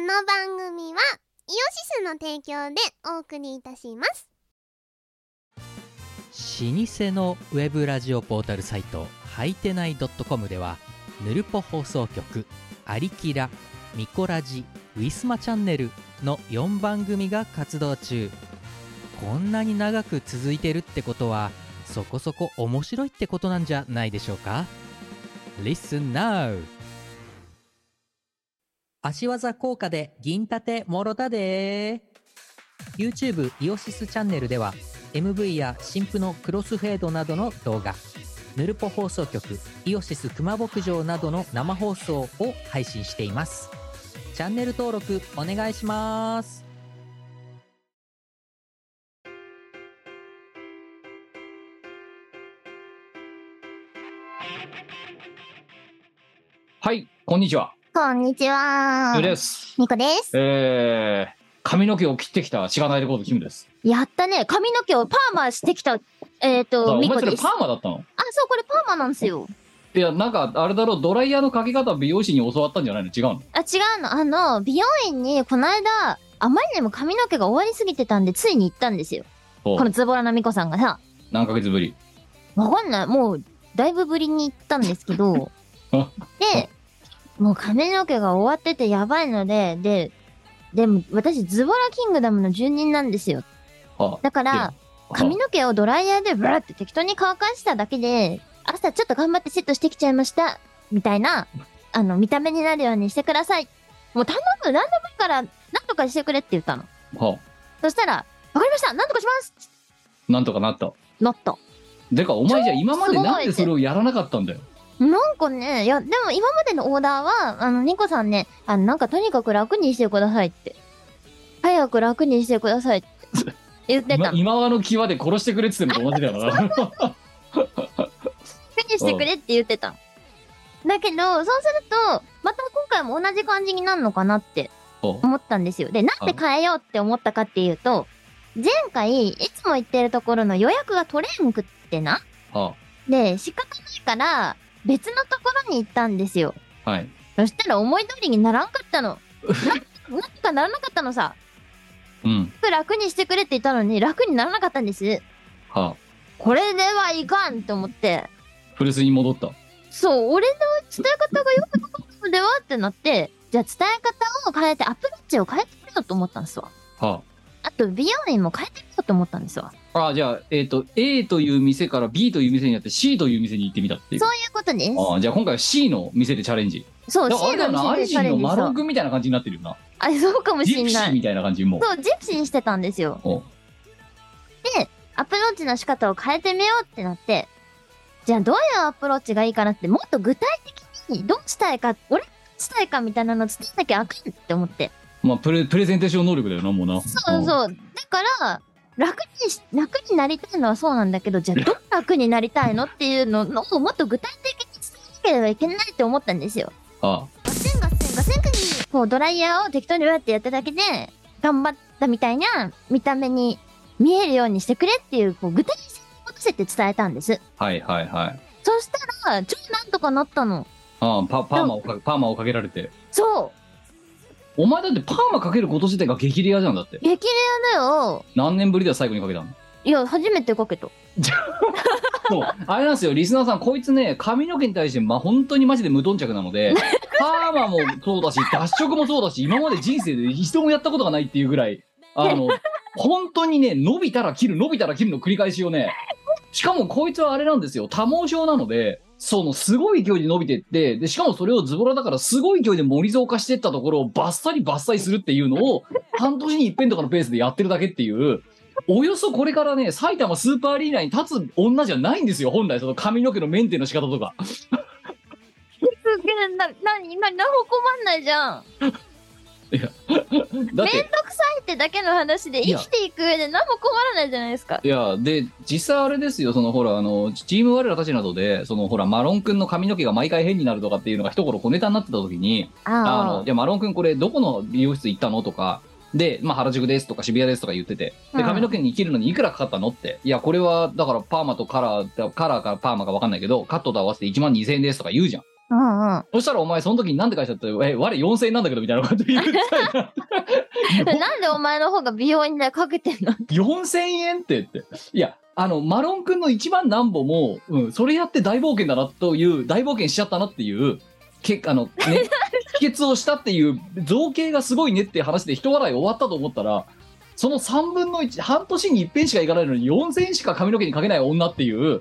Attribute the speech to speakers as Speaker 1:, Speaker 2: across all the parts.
Speaker 1: の番組はイオシスの提供でお送りいたします
Speaker 2: 老舗のウェブラジオポータルサイトはいてない .com ではぬるぽ放送局「アリキラ」「ミコラジ」「ウィスマチャンネル」の4番組が活動中こんなに長く続いてるってことはそこそこ面白いってことなんじゃないでしょうか Listen now! 足技効果で銀盾もろたで YouTube イオシスチャンネルでは MV や新婦のクロスフェードなどの動画ヌルポ放送局イオシス熊牧場などの生放送を配信していますチャンネル登録お願いします
Speaker 3: はい、こんにちは。
Speaker 1: こんにちは
Speaker 3: ゆうです。
Speaker 1: ニコです
Speaker 3: えー、髪の毛を切ってきたしがないレコードキムです。
Speaker 4: やったね。髪の毛をパーマしてきた、えっ、
Speaker 3: あ
Speaker 4: と、
Speaker 3: お
Speaker 4: ミ
Speaker 3: 前
Speaker 4: コ
Speaker 3: それ
Speaker 4: です。
Speaker 3: パ
Speaker 4: あ、
Speaker 3: ーマだったの
Speaker 4: そう、これパーマなんですよ。
Speaker 3: いや、なんか、あれだろう、ドライヤーのかけ方美容師に教わったんじゃないの違うの
Speaker 4: あ、違うの。あの、美容院に、この間、あまりにも髪の毛が終わりすぎてたんで、ついに行ったんですよ。
Speaker 3: お
Speaker 4: このズボラのミコさんがさ、
Speaker 3: 何ヶ月ぶり。
Speaker 4: わかんない。もう、だいぶぶりに行ったんですけど
Speaker 3: あ、
Speaker 4: で、もう髪の毛が終わっててやばいので、で、でも私、ズボラキングダムの住人なんですよ。
Speaker 3: は
Speaker 4: だか
Speaker 3: いや
Speaker 4: ら、髪の毛をドライヤーでブラって適当に乾かしただけで、朝ちょっと頑張ってセットしてきちゃいました、みたいな、あの、見た目になるようにしてください。もう頼む、何でもいいから、何とかしてくれって言ったの。
Speaker 3: あ、は
Speaker 4: そしたら、わかりました何とかします
Speaker 3: あ、なんとかなった。
Speaker 4: なった。
Speaker 3: でか、お前じゃあ今までなん
Speaker 4: すごい
Speaker 3: で
Speaker 4: って
Speaker 3: それをやらなかったんだよ。
Speaker 4: なんかね、いや、でも今までのオーダーは、あの、ニコさんね、あの、なんかとにかく楽にしてくださいって。早く楽にしてくださいって言って
Speaker 3: 今
Speaker 4: たの。
Speaker 3: 今川の際で殺してくれって言っても同じだよ な。
Speaker 4: 楽にしてくれって言ってたの。だけど、そうすると、また今回も同じ感じになるのかなって
Speaker 3: お
Speaker 4: 思ったんですよ。で、なんで変えようって思ったかっていうと、前回、いつも行ってるところの予約が取れんくってな。
Speaker 3: は
Speaker 4: で、仕方ないから、別のところに行ったんですよ。
Speaker 3: あ、はい。
Speaker 4: そしたら思い通りにならんかったの。 ななんとかならなかったのさ。
Speaker 3: うん、
Speaker 4: 楽にしてくれって言ったのに楽にならなかったんです。
Speaker 3: はあ、
Speaker 4: これではいかんと思って。
Speaker 3: 古巣に戻った。
Speaker 4: そう、俺の伝え方が良くなかったのではってなって、じゃあ伝え方を変えてアプローチを変えてみようと思ったんですわ。
Speaker 3: は
Speaker 4: あと美容院も変えてみようと思ったんですわ。
Speaker 3: あ。ああ、じゃあ、えっ、と、A という店から B という店になって C という店に行ってみたっていう。
Speaker 4: そういうことで
Speaker 3: ああ、じゃあ今回は C の店でチャレンジ。
Speaker 4: す。そう、
Speaker 3: だからあ
Speaker 4: C
Speaker 3: れだよ
Speaker 4: の
Speaker 3: な、ア
Speaker 4: 店
Speaker 3: イ
Speaker 4: でチ
Speaker 3: ジ
Speaker 4: ャ
Speaker 3: ン
Speaker 4: レ
Speaker 3: の
Speaker 4: ンジ
Speaker 3: マ
Speaker 4: そ
Speaker 3: ロ
Speaker 4: う
Speaker 3: ン。君みたいな感じになってるよな。
Speaker 4: あ、そうかも
Speaker 3: ジ
Speaker 4: し
Speaker 3: プ
Speaker 4: ん
Speaker 3: シ
Speaker 4: な
Speaker 3: ー
Speaker 4: い。
Speaker 3: みたいな感じもう。
Speaker 4: そう、ジプシーしてたんですよ。
Speaker 3: お
Speaker 4: アプローチの仕方を変えてみようってなって、じゃあどういうアプローチがいいかなって、もっと具体的にどうしたいか、俺がどうしたいかみたいなの伝えなきゃあかんって思って。
Speaker 3: まあプレ、プレゼンテーション能力だよな、もうな。
Speaker 4: そうそう。だから、楽にし、楽になりたいのはそうなんだけど、じゃあどう楽になりたいのっていうのをもっと具体的に伝えなければいけないって思ったんですよ。
Speaker 3: うん。あ
Speaker 1: ガセンガセンガセンクニー
Speaker 4: こうドライヤーを適当にわってやっただけで、頑張ったみたいな見た目に見えるようにしてくれっていう、こう具体性に落とせて伝えたんです。
Speaker 3: あはいはいはい。
Speaker 4: そしたら、ちょっとなんとかなったの。
Speaker 3: ああパパーマをかパーマをかけられて。
Speaker 4: そ
Speaker 3: お前だってパーマかけること自体が激レアじゃんだって
Speaker 4: う。激レアだよ。
Speaker 3: 何年ぶりだよ最後にかけたの。
Speaker 4: いや、初めてかけた。
Speaker 3: もう、あれなんですよ、リスナーさん、こいつね、髪の毛に対して、まあ、本当にマジで無頓着なので、パーマもそうだし、脱色もそうだし、今まで人生で一度もやったことがないっていうぐらい、あの、本当にね、伸びたら切る、伸びたら切るの繰り返しをね、しかもこいつはあれなんですよ、多毛症なので、そのすごい勢いで伸びてって、で、しかもそれをズボラだからすごい勢いで盛り増化してったところをバッサリバッサリするっていうのを、半年に一遍とかのペースでやってるだけっていう、およそこれからね、埼玉スーパーアリーナに立つ女じゃないんですよ、本来、その髪の毛のメンテの仕方とか。
Speaker 4: すげえ、な、なに、な、な、困んないじゃん。
Speaker 3: だっ
Speaker 4: めん
Speaker 3: て、
Speaker 4: どくさいってだけの話で、
Speaker 3: い
Speaker 4: 生
Speaker 3: や
Speaker 4: きていく上で何も困らないじゃないですか。
Speaker 3: いや、で、実際あれですよ、そのほら、あの、チーム我らたちなどで、そのほら、マロン君の髪の毛が毎回変になるとかっていうのが一頃小ネタになってた時に、あの、じゃマロン君これどこの美容室行ったのとか、で、まあ、原宿ですとか渋谷ですとか言ってて、
Speaker 4: う
Speaker 3: で、
Speaker 4: ん
Speaker 3: 髪の毛に切るのにいくらかかったのって、いや、これは、だからパーマとカラー、カラーかパーマかわかんないけど、カットと合わせて1万2000円ですとか言うじゃん。
Speaker 4: うんうん。
Speaker 3: そしたらお前その時になんて返したって、え、我4000円なんだけどみたいなこと言うみたいな。
Speaker 4: なんでお前の方が美容にかけてんの
Speaker 3: 4000円ってって。いや、あの、マロン君の一番なんぼも、うん、それやって大冒険だなという、大冒険しちゃったなっていう、けあの、ね、秘訣をしたっていう、造形がすごいねっていう話で人笑い終わったと思ったら、その3分の1、半年に一遍しか行かないのに4000円しか髪の毛にかけない女っていう。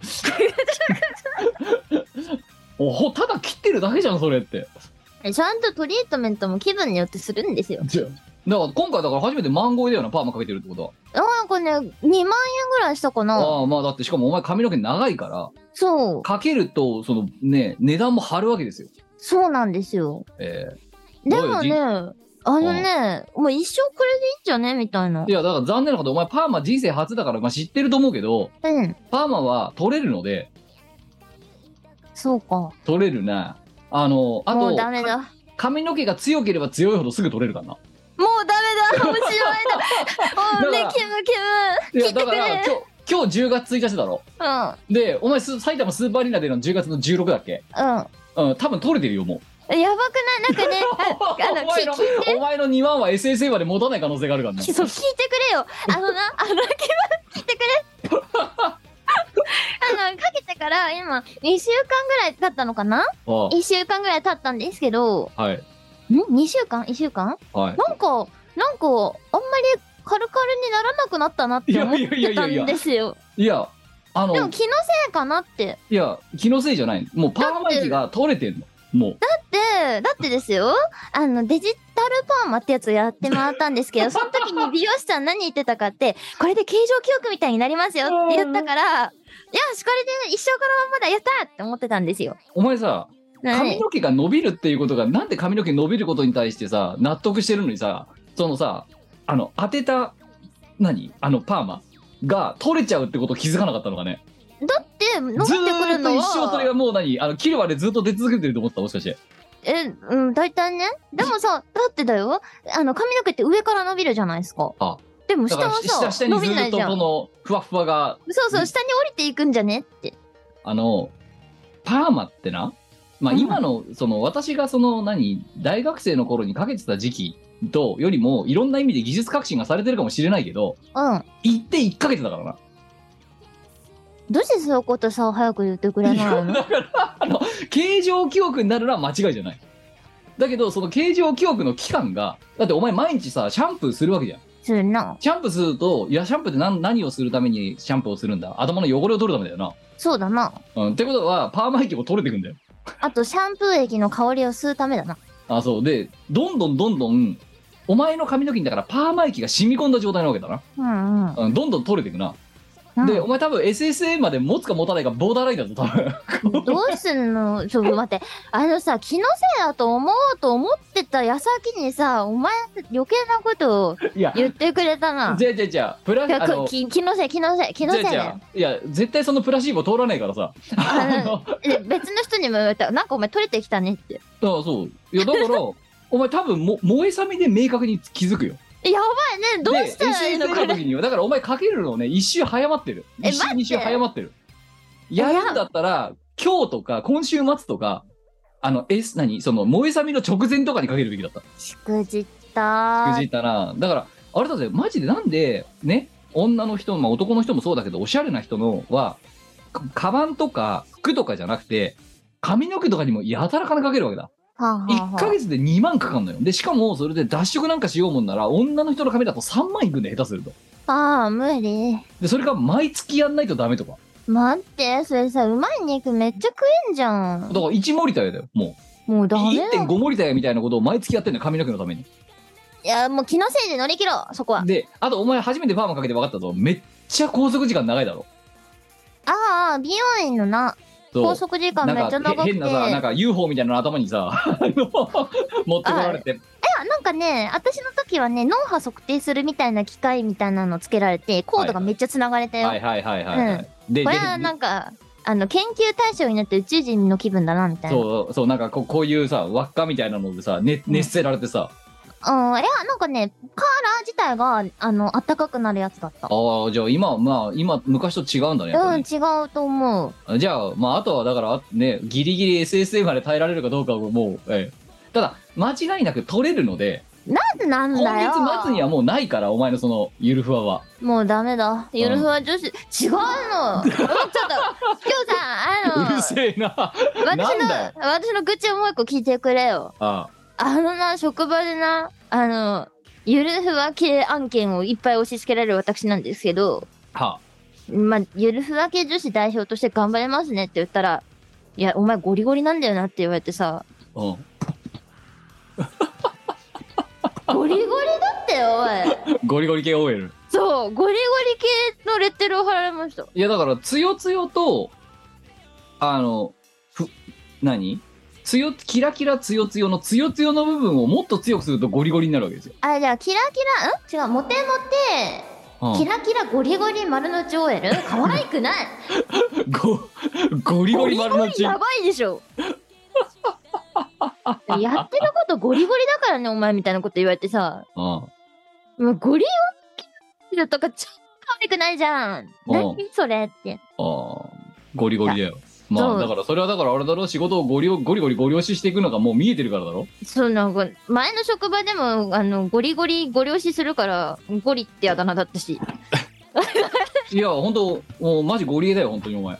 Speaker 3: おほ、ただ切ってるだけじゃん、それって。
Speaker 4: ちゃんとトリートメントも気分によってするんですよ。
Speaker 3: じゃあだから今回だから初めてマンゴーだよな、パーマかけてるってことは。
Speaker 4: なんかね、2万円ぐらいしたかな。
Speaker 3: ああ、まあだってしかもお前髪の毛長いから、
Speaker 4: そう。
Speaker 3: かけると、そのね、値段も張るわけですよ。
Speaker 4: そうなんですよ。
Speaker 3: え
Speaker 4: で
Speaker 3: どうよ
Speaker 4: も
Speaker 3: じ
Speaker 4: ね、あのね、もう一生これでいいんじゃねみたいな
Speaker 3: ーい。や、だから残念なこと、お前パーマ人生初だから、まあ知ってると思うけど、
Speaker 4: うん。
Speaker 3: パーマは取れるので、
Speaker 4: そうか。
Speaker 3: 取れるな。あの、あ
Speaker 4: も
Speaker 3: と
Speaker 4: う、ダメだ。もう
Speaker 3: 髪の毛が強ければ強いほどすぐ取れるからな。
Speaker 4: ダメだ。面白いな。も
Speaker 3: だ
Speaker 4: うね
Speaker 3: から、
Speaker 4: キムキ
Speaker 3: いや、
Speaker 4: 切って
Speaker 3: だ
Speaker 4: く
Speaker 3: か
Speaker 4: れ
Speaker 3: ら今日、今日10月1日だろ。で、お前す埼玉スーパーアリーナでの10月の16だっけ
Speaker 4: ム。うん。うん。
Speaker 3: うん、多分取れてるよ、もう。
Speaker 4: やばくないなんかね、あ
Speaker 3: お
Speaker 4: の
Speaker 3: 前の
Speaker 4: き聞いて
Speaker 3: お前の2万は SSA まで持たない可能性があるからね。
Speaker 4: そう聞いてくれよあ のなあの気分聞いてくれ あのかけてから今2週間ぐらい経ったのかな
Speaker 3: あ
Speaker 4: 1週間ぐらい経ったんですけど
Speaker 3: あはい。
Speaker 4: ん2週間1週間
Speaker 3: はい。
Speaker 4: なんかなんかあんまりカルカルにならなくなったなって思っ
Speaker 3: いやいや
Speaker 4: て
Speaker 3: いや
Speaker 4: た
Speaker 3: いや
Speaker 4: んですよ
Speaker 3: いや、あの、
Speaker 4: でも気のせいかなって
Speaker 3: いや、気のせいじゃない。もうパーマ液が取れてんの。もう。
Speaker 4: でだってですよあのデジタルパーマってやつをやってもらったんで すけどその時に美容師さん何言ってたかってこれで形状記憶みたいになりますよって言ったからいやしこれで一生このままだやったって思ってたんですよ。
Speaker 3: お前さ、髪
Speaker 4: ね
Speaker 3: の毛が伸びるっていうことが、なんで髪の毛伸びることに対してさ、納得してるのにさ、そのさ、あの、当てた、何あの、パーマが取れちゃうってこと気づかなかったのかね。
Speaker 4: だって伸びて
Speaker 3: ず
Speaker 4: くる
Speaker 3: ーっと
Speaker 4: の
Speaker 3: 一生それが
Speaker 4: は
Speaker 3: もう何あの、切るまでずっと出続けてると思ってたもしかして。
Speaker 4: えうん大体ねでもさだってだよあの髪の毛って上から伸びるじゃないですか。
Speaker 3: あ
Speaker 4: でも
Speaker 3: だ
Speaker 4: 下
Speaker 3: から、
Speaker 4: はさ
Speaker 3: 下、下
Speaker 4: 伸
Speaker 3: に
Speaker 4: び
Speaker 3: ず
Speaker 4: な
Speaker 3: っ
Speaker 4: い
Speaker 3: と
Speaker 4: じゃ
Speaker 3: こ
Speaker 4: ん。
Speaker 3: の、ふわふわが、
Speaker 4: そうそう下に降りていくんじゃねって。
Speaker 3: あの、パーマってな、まあ、
Speaker 4: うん
Speaker 3: 今の、その、私がその、何、大学生の頃にかけてた時期と、よりも、いろんな意味で技術革新がされてるかもしれないけど、
Speaker 4: うん。
Speaker 3: 一って一かけてたからな。
Speaker 4: どうしてそういうことさ早く言ってくれな いの
Speaker 3: 形状記憶になるのは間違いじゃない。だけど、その形状記憶の期間が、だってお前毎日さ、シャンプーするわけじゃん。
Speaker 4: するな。
Speaker 3: シャンプーすると、いや、シャンプーって何何をするためにシャンプーをするんだ頭の汚れを取るためだよな。
Speaker 4: そうだな。
Speaker 3: うん、ってことは、パーマ液も取れてくんだよ。
Speaker 4: あと、シャンプー液の香りを吸うためだな。
Speaker 3: あ、そう。で、どんどんどんどん、お前の髪の毛にだからパーマ液が染み込んだ状態なわけだな。
Speaker 4: うんうん。
Speaker 3: うん、どんどん取れていくな。
Speaker 4: うん
Speaker 3: で、お前多分 SSA まで持つか持たないかボーダーラインだぞ、多分。
Speaker 4: どうす んのちょっと待って。あのさ、気のせいだと思うと思ってた矢先にさ、お前余計なことを
Speaker 3: いや、
Speaker 4: 言ってくれたな。
Speaker 3: じゃあじゃあじゃあ、プラ
Speaker 4: いや
Speaker 3: あの、
Speaker 4: 気気のせい、気のせい、気のせいだ
Speaker 3: じゃ
Speaker 4: よ
Speaker 3: あ。じゃあいや、絶対そのプラシーボ通らないからさ。 あの、
Speaker 4: え別の人にも言われた。なんかお前取れてきたねって。
Speaker 3: そうそう。いや、だから、お前多分も、燃えさみで明確に気づくよ。
Speaker 4: えやばいね。どうしたらいいの
Speaker 3: で
Speaker 4: こ
Speaker 3: ?SSA の
Speaker 4: れ。
Speaker 3: 時には、だからお前かけるのね、一周早まってる。
Speaker 4: え
Speaker 3: 一周、
Speaker 4: 待って
Speaker 3: 二周早まってる。やるんだったら、今日とか、今週末とか、あの、S、何その、萌えさみの直前とかにかけるべきだった。
Speaker 4: しくじった
Speaker 3: 藤田な。だから、あれだぜ、マジでなんで、ね、女の人、まあ、男の人もそうだけど、おしゃれな人のは、かカバンとか服とかじゃなくて、髪の毛とかにもやたら金かけるわけだ。
Speaker 4: はあはあ
Speaker 3: 1ヶ
Speaker 4: は
Speaker 3: 月で2万かかんのよ。で、しかも、それで脱色なんかしようもんなら、女の人の髪だと3万いくんで、下手すると。
Speaker 4: あ。ああ、無理。
Speaker 3: で、それが毎月やんないとダメとか。
Speaker 4: 待って、それさ、うまい肉めっちゃ食えんじゃ
Speaker 3: だ
Speaker 4: ん。
Speaker 3: から1モリタイだよ、も
Speaker 4: もう
Speaker 3: う。
Speaker 4: ダメだ。
Speaker 3: 1.5モリタイみたいなことを毎月やってんのよ、髪の毛のために。
Speaker 4: いや、もう気のせいで乗り切ろう、そこは。
Speaker 3: で、あとお前初めてパーマかけて分かったぞ。めっちゃ拘束時間長いだろ。
Speaker 4: ああ、美容院のな、
Speaker 3: そう
Speaker 4: 拘束時間めっち
Speaker 3: な
Speaker 4: ゃ
Speaker 3: ん
Speaker 4: 長
Speaker 3: か
Speaker 4: く
Speaker 3: へ変
Speaker 4: て。
Speaker 3: なさなんか UFO みたいなの頭にさ あの持ってこられて
Speaker 4: いや、なんかね、私の時はね、脳波測定するみたいな機械みたいなのつけられて、コードがめっちゃ繋がれたよ。
Speaker 3: はいはいはいはい、はいで
Speaker 4: これはなんか、あの、研究対象になって宇宙人の気分だな、みた
Speaker 3: で
Speaker 4: いな。うん。い
Speaker 3: そうそうなんかこうこういうさ輪っかみたいなのでさ、ね、熱せられてさ、
Speaker 4: や、なんかね、から自体が、あの、あったかくなるやつだった。
Speaker 3: ああ、じゃあ今、まあ、今、昔と違うんだね。やっぱ
Speaker 4: うん、
Speaker 3: り
Speaker 4: 違うと思う。
Speaker 3: じゃあ、まあ、あとはだから、あね、ギリギリ SSA まで耐えられるかどうかはもう、ええただ、間違いなく取れるので、
Speaker 4: なん
Speaker 3: 今
Speaker 4: だよ。
Speaker 3: 月末にはもうないから、お前のその、ゆるふわは。
Speaker 4: もうダメだ。ゆるふわ女子、違うの。うんちょっと、きょ うさん、あ
Speaker 3: う
Speaker 4: の、
Speaker 3: るせえな。あ
Speaker 4: 私
Speaker 3: なんだよ
Speaker 4: の、私の愚痴をもう一個聞いてくれよ。
Speaker 3: あ
Speaker 4: あのな、職場でな、あの、ゆるふわ系案件をいっぱい押し付けられる私なんですけど、
Speaker 3: は
Speaker 4: まあ、ゆるふわ系女子代表として頑張れますねって言ったら、いや、お前ゴリゴリなんだよなって言われてさ、
Speaker 3: あ、うん。
Speaker 4: ゴリゴリだったよ、おい。
Speaker 3: ゴリゴリ系 OL。
Speaker 4: そう、ゴリゴリ系のレッテルを貼られました。
Speaker 3: いや、だから、つよつよと、あの、ふ、何つよ、キラキラつよつよのつよつよの部分をもっと強くするとゴリゴリになるわけですよ。
Speaker 4: あ、じゃあ、キラキラ、ん違う、モテモ
Speaker 3: うん
Speaker 4: テ、キラキラゴリゴリ丸の内 OL? 可愛くない
Speaker 3: ゴゴリゴリ丸の内
Speaker 4: やばいでしょ やってることゴリゴリだからねお前みたいなこと言われてさ
Speaker 3: うん
Speaker 4: もうゴリゴリとかちょっと可愛くないじゃん
Speaker 3: うん
Speaker 4: 何それって
Speaker 3: あーゴリゴリだよま
Speaker 4: そ
Speaker 3: あ
Speaker 4: う
Speaker 3: だからそれはだからあれだろ仕事をゴリゴゴリゴリゴリ押ししていくのがもう見えてるからだ ろ
Speaker 4: そうなんか前の職場でもあのゴリゴリゴリ押しするからゴリってあだ名だったし
Speaker 3: いや本当もうマジゴリエだよ本当にお前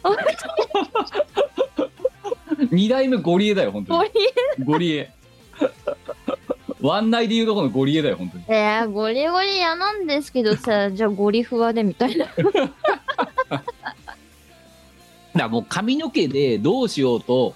Speaker 3: 二代目ゴリエだよ本当
Speaker 4: ゴ
Speaker 3: に
Speaker 4: リ
Speaker 3: ゴリエ湾内で言うとこのゴリエだよ本当に
Speaker 4: えー、ゴリゴリ嫌なんですけどさじゃあゴリふわでみた いな
Speaker 3: だからもう髪の毛でどうしようと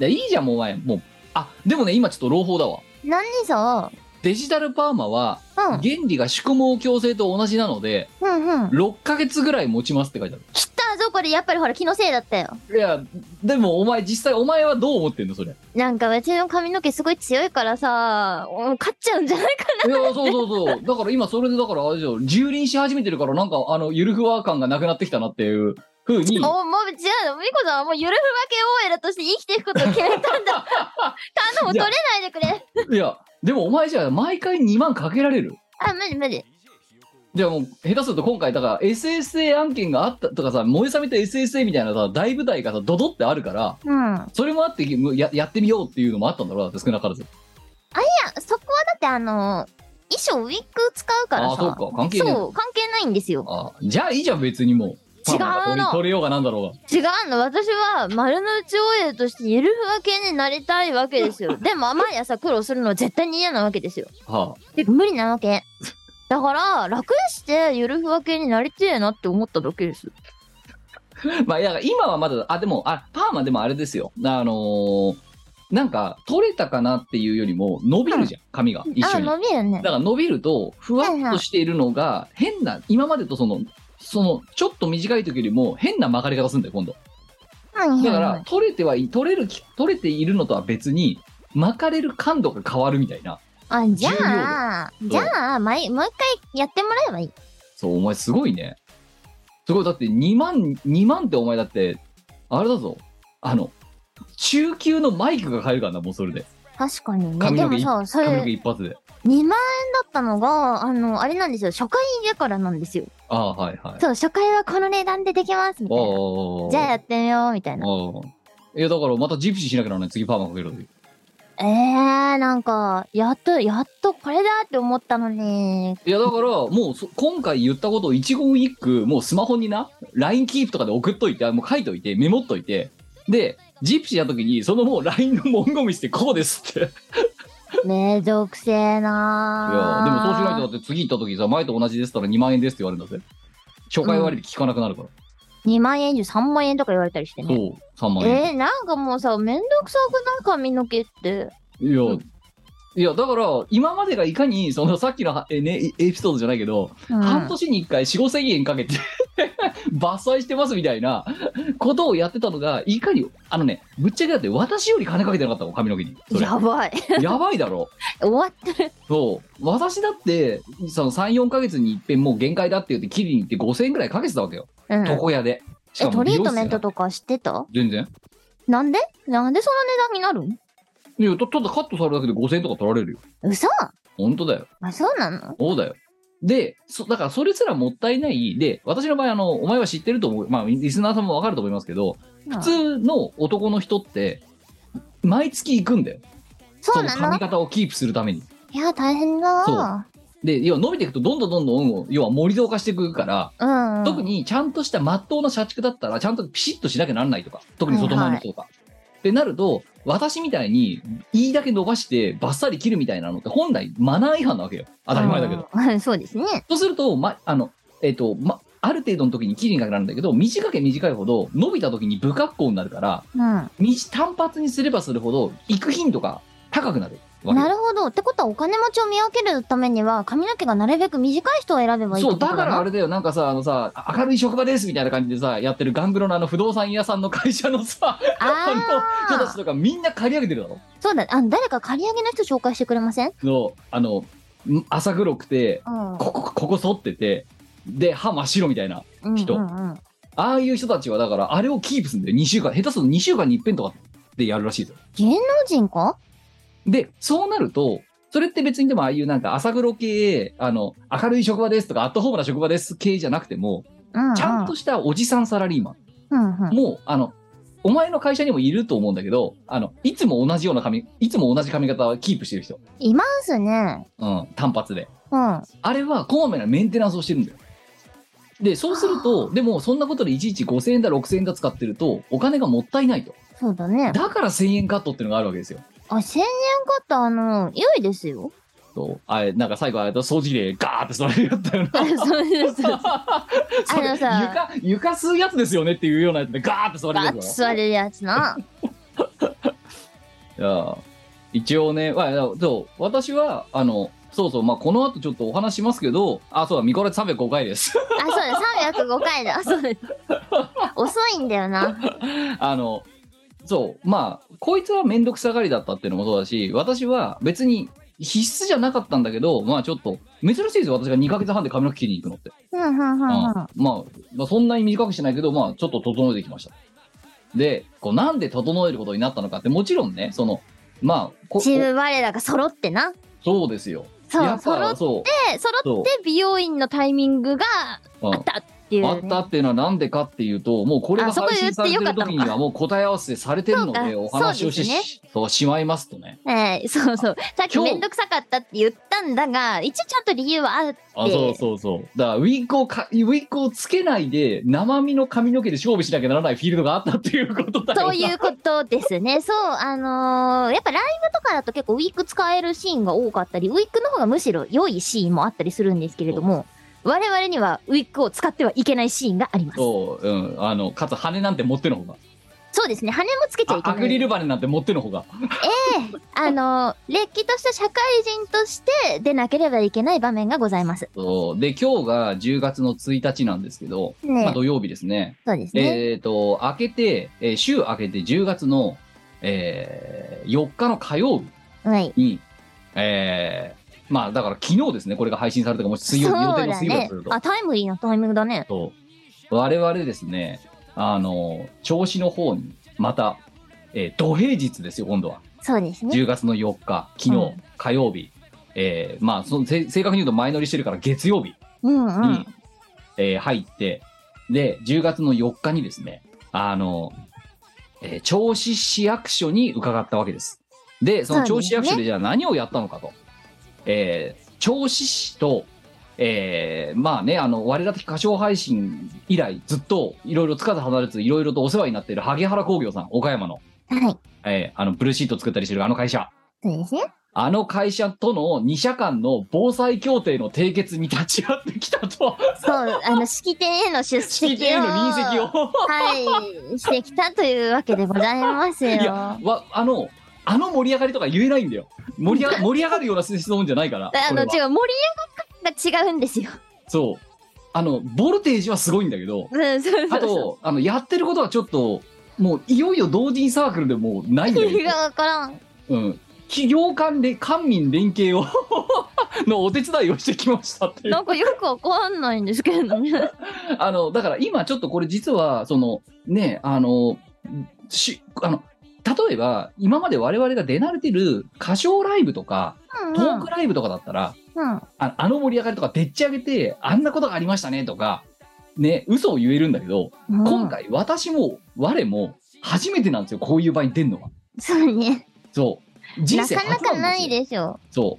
Speaker 3: いやいいじゃんもうお前もうあでもね今ちょっと朗報だわ
Speaker 4: 何さ
Speaker 3: デジタルパーマは
Speaker 4: うん
Speaker 3: 原理が宿毛矯正と同じなので
Speaker 4: うんうん
Speaker 3: 6ヶ月ぐらい持ちますって書いてある
Speaker 4: 切ったぞこれやっぱりほら気のせいだったよ
Speaker 3: いやでもお前実際お前はどう思ってんのそれ い
Speaker 4: なんかうちの髪の毛すごい強いからさ、うん勝っちゃうんじゃないか
Speaker 3: やそうそうそうだから今それでだからあれでしょ蹂躙し始めてるからなんかあのゆるふわ感がなくなってきたなっていうふうに
Speaker 4: な。おもう、じゃあ、みこさんはもうゆるふわ系 OL として生きていくことを決めた んだ。頼む、取れないでくれ。
Speaker 3: いやでもお前じゃあ毎回2万かけられる
Speaker 4: あ、無理無理。
Speaker 3: じゃあもう下手すると今回だから SSA 案件があったとかさ燃えさめた SSA みたいなさ大舞台がさドドってあるから
Speaker 4: うん。あ、
Speaker 3: それもあってややってみようっていうのもあったんだろうだって少なからず
Speaker 4: そこはだってあの、衣装ウィッグ使うからさ。
Speaker 3: あそうか関係ねえ
Speaker 4: そう、関係ないんですよ。
Speaker 3: あじゃあいいじゃん別にもう
Speaker 4: 違うの
Speaker 3: まあまあ取れ取れようがなんだろうが
Speaker 4: 違うの、私は丸の内 OL としてゆるふわ系になりたいわけで すよ。でも、毎朝苦労するのは絶対に嫌なわけですよ。
Speaker 3: はあ、
Speaker 4: てか無理なわけ。だから、楽してゆるふわ系になりてえなって思っただけです。
Speaker 3: まあいや今はまだあでもあパーマでもあれですよあのーなんか取れたかなっていうよりも伸びるじゃん髪が一緒
Speaker 4: あ、
Speaker 3: に
Speaker 4: 伸
Speaker 3: だ
Speaker 4: びるね。
Speaker 3: から伸びるとふわっとしているのが変な今までとそのそのちょっと短い時よりも変な曲がり方するんだよ今度
Speaker 4: はいはいはい
Speaker 3: だから取れてはい取れるき取れているのとは別に巻かれる感度が変わるみたいな
Speaker 4: あ、じゃあ、
Speaker 3: 重量
Speaker 4: じ
Speaker 3: が
Speaker 4: ゃあ、毎、もう一回やってもらえばいい。
Speaker 3: そう、お前すごいね。すごい、だって2万、2万ってお前だって、あれだぞ。あの、中級のマイクが買えるからな、もうそれで。
Speaker 4: 確かにね。
Speaker 3: 髪
Speaker 4: で
Speaker 3: の毛
Speaker 4: もさ、そ
Speaker 3: 髪の毛
Speaker 4: れ、
Speaker 3: 一発で。
Speaker 4: 2万円だったのが、あの、あれなんですよ。初回だからなんですよ。
Speaker 3: ああ、はいはい。
Speaker 4: そう、初回はこの値段でできます、みたいな。
Speaker 3: ああ。
Speaker 4: じゃあやってみよう、みたい
Speaker 3: あ
Speaker 4: な。
Speaker 3: あ。いや、だからまたジプシーしなきゃならない。次パーマかける時
Speaker 4: えー、なんか、やっと、やっとこれだって思った のに。
Speaker 3: いや、だから、もうそ、今回言ったことを一言一句、もうスマホにな、LINE キープとかで送っといて、あもう書いといて、メモっといて、で、ジプシーやった時に、そのもう LINE の文言見せて、こうですって。
Speaker 4: めんどくせ
Speaker 3: い
Speaker 4: え
Speaker 3: や
Speaker 4: な
Speaker 3: でもそうしないとだって次行った時さ前と同じですから2万円ですって言われるんだぜ初回割で聞かなくなるから、
Speaker 4: 2万円以上3万円とか言われたりしてね。
Speaker 3: そう3万円、
Speaker 4: えー、なんかもうさ、めんどくさくない髪の毛って。
Speaker 3: いや、
Speaker 4: うん
Speaker 3: いやだから今までがいかにそのさっきのはえ、ね、エピソードじゃないけど、
Speaker 4: うん
Speaker 3: 半年に1回4 5千円かけて 伐採してますみたいなことをやってたのがいかにあのねぶっちゃけだって私より金かけてなかったもん髪の毛にそれ
Speaker 4: やばい。
Speaker 3: やばいだろ
Speaker 4: 終わってる。
Speaker 3: そう私だってその34か月にいっぺんもう限界だって言って切りに行って5000円ぐらいかけてたわけよ
Speaker 4: うん、
Speaker 3: 床屋で。し
Speaker 4: え、
Speaker 3: か
Speaker 4: ト
Speaker 3: も
Speaker 4: リ
Speaker 3: 美容
Speaker 4: ート
Speaker 3: 室だ
Speaker 4: メントとかしてた
Speaker 3: 全然。
Speaker 4: なんでなんでその値段になるん
Speaker 3: いや、たただカットされるだけで5000円とか取られるよ。
Speaker 4: 嘘
Speaker 3: 本当だよ。
Speaker 4: あ、そうなの
Speaker 3: そうだよ。で、そ、だからそれすらもったいない。で、私の場合、あの、お前は知ってると思う。まあ、リスナーさんもわかると思いますけど、普通の男の人って、毎月行くんだよ。
Speaker 4: そう
Speaker 3: の
Speaker 4: な
Speaker 3: 髪
Speaker 4: の
Speaker 3: 型をキープするために。
Speaker 4: いや、大変だわ。
Speaker 3: で、要は伸びていくとどんどんどんどん、要は盛り土化していくから、
Speaker 4: うんうん。
Speaker 3: 特にちゃんとした真っ当な社畜だったら、ちゃんとピシッとしなきゃならないとか、特に外側の人とか。ってなると、私みたいに、いいだけ伸ばして、バッサリ切るみたいなのって、本来マナー違反なわけよ。当たり前だけど。
Speaker 4: うん。そうですね。
Speaker 3: そうすると、ま、あの、えっ、と、ま、ある程度の時に切りにかけられるんだけど、短け短いほど、伸びた時に不格好になるから、
Speaker 4: うん。
Speaker 3: み単発にすればするほど、行く頻度が高くなるわけよ
Speaker 4: なるほど。ってことはお金持ちを見分けるためには髪の毛がなるべく短い人を選べばいいって
Speaker 3: そ
Speaker 4: こ
Speaker 3: う、
Speaker 4: と
Speaker 3: だ
Speaker 4: だな
Speaker 3: からあれだよ、なんかさ、あのさ、明るい職場ですみたいな感じでさ、やってるガングロのあの不動産屋さんの会社のさ、あ
Speaker 4: あ
Speaker 3: の人たち
Speaker 4: あ
Speaker 3: とかみんな借り上げてるだろ。
Speaker 4: そうだあの誰か借り上げの人紹介してくれません
Speaker 3: の、あの、ん浅黒くて、
Speaker 4: うん
Speaker 3: ここ、ここ反ってて、で、歯真っ白みたいな。
Speaker 4: うん
Speaker 3: 人
Speaker 4: うんうん
Speaker 3: ああいう人たちはだから、あれをキープするんだよ、2週間。下手すると2週間に一遍とかでやるらしいぞ。
Speaker 4: 芸能人か
Speaker 3: で、そうなると、それって別にでもああいうなんか朝黒系、あの、明るい職場ですとか、アットホームな職場です系じゃなくても、
Speaker 4: うんうん
Speaker 3: ちゃんとしたおじさんサラリーマン。
Speaker 4: うんうん
Speaker 3: もう、あの、お前の会社にもいると思うんだけど、あの、いつも同じような髪、いつも同じ髪型をキープしてる人。
Speaker 4: いますね
Speaker 3: うん、単発で。
Speaker 4: うん
Speaker 3: あれは、こまめなメンテナンスをしてるんだよ。で、そうすると、でも、そんなことでいちいち5000円だ、6000円だ使ってると、お金がもったいないと。
Speaker 4: そうだね
Speaker 3: だから1000円カットっていうのがあるわけですよ。
Speaker 4: あ千円買ったあの良いですよ
Speaker 3: そうあれ、なんか最後、あれと掃除機でガーって それやったよな。
Speaker 4: そうで
Speaker 3: そ
Speaker 4: す
Speaker 3: れ
Speaker 4: あのさ
Speaker 3: 床床吸うやつですよねっていうようなやつでガーって座れ
Speaker 4: バ
Speaker 3: て
Speaker 4: ッ
Speaker 3: る
Speaker 4: と
Speaker 3: か
Speaker 4: 座れるやつな
Speaker 3: らいや一応ね、まあ、そう私はあのそうそうまあこの後ちょっとお話しますけどあそうだミコラジ305回です
Speaker 4: あそうだ305回だあそうだ遅いんだよな
Speaker 3: あのそうまあこいつは面倒くさがりだったっていうのもそうだし私は別に必須じゃなかったんだけどまあちょっと珍しいですよ私が2ヶ月半で髪の毛切りに行くのって、
Speaker 4: うんうんうん
Speaker 3: うん
Speaker 4: うん
Speaker 3: まあ、まあそんなに短くしてないけどまあちょっと整えてきましたでこうなんで整えることになったのかってもちろんねそのまあこ
Speaker 4: チーム我らが揃ってな
Speaker 3: そうですよ。
Speaker 4: そう
Speaker 3: やっ
Speaker 4: 揃
Speaker 3: ぱ
Speaker 4: っ
Speaker 3: そう
Speaker 4: て揃
Speaker 3: そ
Speaker 4: っ
Speaker 3: う
Speaker 4: て美容院のタイミングが
Speaker 3: うん
Speaker 4: あったっていう、ね、
Speaker 3: あったっていうのはなんでかっていうと、もうこれが
Speaker 4: あそこ
Speaker 3: 配信されて
Speaker 4: 言
Speaker 3: る
Speaker 4: ってよかった
Speaker 3: 時
Speaker 4: の
Speaker 3: に
Speaker 4: か
Speaker 3: はもう答え合わせされてるの
Speaker 4: そう
Speaker 3: で、
Speaker 4: か
Speaker 3: お話をし
Speaker 4: そうです
Speaker 3: しそうしまいますとね。
Speaker 4: ええそうそう。さっき
Speaker 3: 今日
Speaker 4: めんどくさかったって言ったんだが、一応ちゃんと理由はある。
Speaker 3: あ、
Speaker 4: で
Speaker 3: そうそうそう。だからウィッグをか、ウィッグをつけないで、生身の髪の毛で勝負しなきゃならないフィールドがあったっていうことだよ
Speaker 4: そういうことですね。そう、あのーやっぱライブとかだと結構ウィッグ使えるシーンが多かったり、ウィッグの方がむしろ良いシーンもあったりするんですけれども、我々にはウィッグを使ってはいけないシーンがあります。そう
Speaker 3: そう、うん。あの、かつ羽なんて持ってのほうが。
Speaker 4: ですね。羽もつけちゃいけ
Speaker 3: あ
Speaker 4: ない。
Speaker 3: アクリル羽なんて持ってのほうが。
Speaker 4: あのー、れっきとした社会人として出なければいけない場面がございます。
Speaker 3: そう。で、今日が10月の1日なんですけど、まあ
Speaker 4: ね
Speaker 3: 土曜日ですね。
Speaker 4: そうですね。
Speaker 3: えっ、と、明けて、えー週明けて10月の、えー4日の火曜日
Speaker 4: はい。
Speaker 3: に、えーまあだから昨日ですね、これが配信されたかもし水曜日、予定の水曜日だとすると。
Speaker 4: あ、タイムリーなタイミングだね。
Speaker 3: そう我々ですね、あの、調子の方に、また、えー土平日ですよ、今度は。
Speaker 4: そうですね。
Speaker 3: 10月の4日、昨日、
Speaker 4: うん
Speaker 3: 火曜日、えーまあそのせ正確に言うと前乗りしてるから月曜日
Speaker 4: うんうん。
Speaker 3: に、えー入って、で、10月の4日にですね、あの、えー銚子市役所に伺ったわけです。で、その
Speaker 4: そ
Speaker 3: 銚子
Speaker 4: うですね
Speaker 3: 市役所でじゃあ何をやったのかと。えー銚子市と、えーまあね、あの、我ら的歌唱配信以来、ずっといろいろつかず離れず、いろいろとお世話になっている萩原工業さん、岡山の、
Speaker 4: はい。
Speaker 3: えーあの、ブルーシート作ったりしてるあの会社。
Speaker 4: そうですね。
Speaker 3: あの会社との2社間の防災協定の締結に立ち会ってきたと。
Speaker 4: そう、あの、式典への出席を。
Speaker 3: 式典への臨席を。
Speaker 4: はい、してきたというわけでございます
Speaker 3: い
Speaker 4: よ
Speaker 3: や。、わ、あの、あの盛り上がりとか言えないんだよ。盛りあ盛り上がるような質問じゃないから。
Speaker 4: あ
Speaker 3: こ
Speaker 4: の、
Speaker 3: れ
Speaker 4: 違
Speaker 3: は
Speaker 4: う、盛り上がりが違うんですよ。
Speaker 3: そう。あの、ボルテージはすごいんだけど、
Speaker 4: うん、そうそうそう
Speaker 3: あと、あの、やってることはちょっと、もういよいよ同人サークルでもうないんだ
Speaker 4: 意味
Speaker 3: よ
Speaker 4: が。わからん。
Speaker 3: うん。企業間で官民連携を のお手伝いをしてきましたっていう
Speaker 4: な。んかよくわかんないんですけ どね。
Speaker 3: あの、だから今ちょっとこれ実は、その、ね、あの、し、あの、例えば、今まで我々が出慣れてる歌唱ライブとか、
Speaker 4: うん
Speaker 3: トークライブとかだったら、
Speaker 4: うん。
Speaker 3: ああの盛り上がりとかでっち上げて、あんなことがありましたねとか、ね、嘘を言えるんだけど、
Speaker 4: うん
Speaker 3: 今。回私も我も初めてなんですよ、こういう場に出るのは。
Speaker 4: そうね。
Speaker 3: そう。人
Speaker 4: な
Speaker 3: 生
Speaker 4: か
Speaker 3: 初
Speaker 4: なか
Speaker 3: な
Speaker 4: なんい
Speaker 3: ですよ。
Speaker 4: です
Speaker 3: そ
Speaker 4: よ。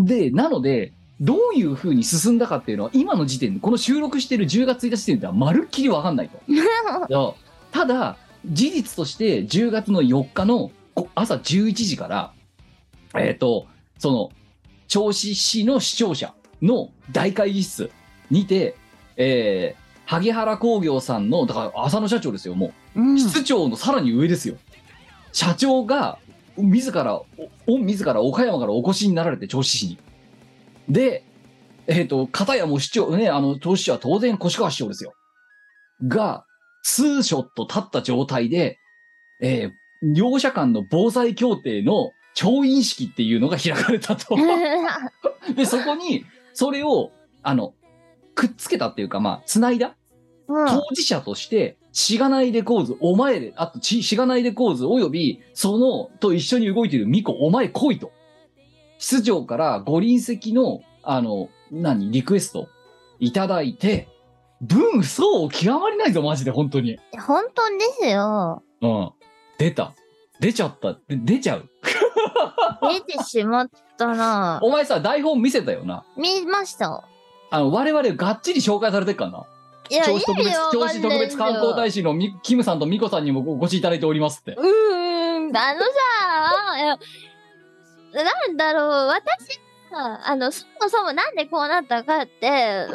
Speaker 3: う。で、なので、どういう風に進んだかっていうのは、今の時点で、この収録してる10月1日時点では、まるっきりわかんないと。そうただ、事実として、10月の4日のこ朝11時から、えっ、と、その、銚子市の視聴者の大会議室にて、えー、萩原工業さんの、だから浅野社長ですよ、もう。
Speaker 4: うん。
Speaker 3: 室長のさらに上ですよ。社長が、自ら、お、自ら岡山からお越しになられて、銚子市に。で、えっ、と、片やもう市長、ね、あの、銚子市は当然、越川市長ですよ。が、ツーショット立った状態で、えー両者間の防災協定の調印式っていうのが開かれたと。で、そこに、それを、あの、くっつけたっていうか、まあ、繋いだ
Speaker 4: うん
Speaker 3: 当事者として、しがないレコーズ、お前で、あと、ちしがないレコーズ、および、その、と一緒に動いているミコ、お前来いと。室長から五輪席の、あの、何、リクエスト、いただいて、文相極まりないぞ、マジで、本当に。
Speaker 4: 本当ですよ。
Speaker 3: うん。出た。出ちゃった。で出ちゃう。
Speaker 4: 出てしまったな。
Speaker 3: お前さ、台本見せたよな。
Speaker 4: 見ました。
Speaker 3: あの、我々がっちり紹介されてっからな。
Speaker 4: いや、い
Speaker 3: 銚
Speaker 4: いよ
Speaker 3: 子特別、銚子特別観光大使のみキムさんとミコさんにもお越しいただいておりますって。
Speaker 4: うーん、あのさ、いやなんだろう、私が、あの、そもそもなんでこうなったかって、私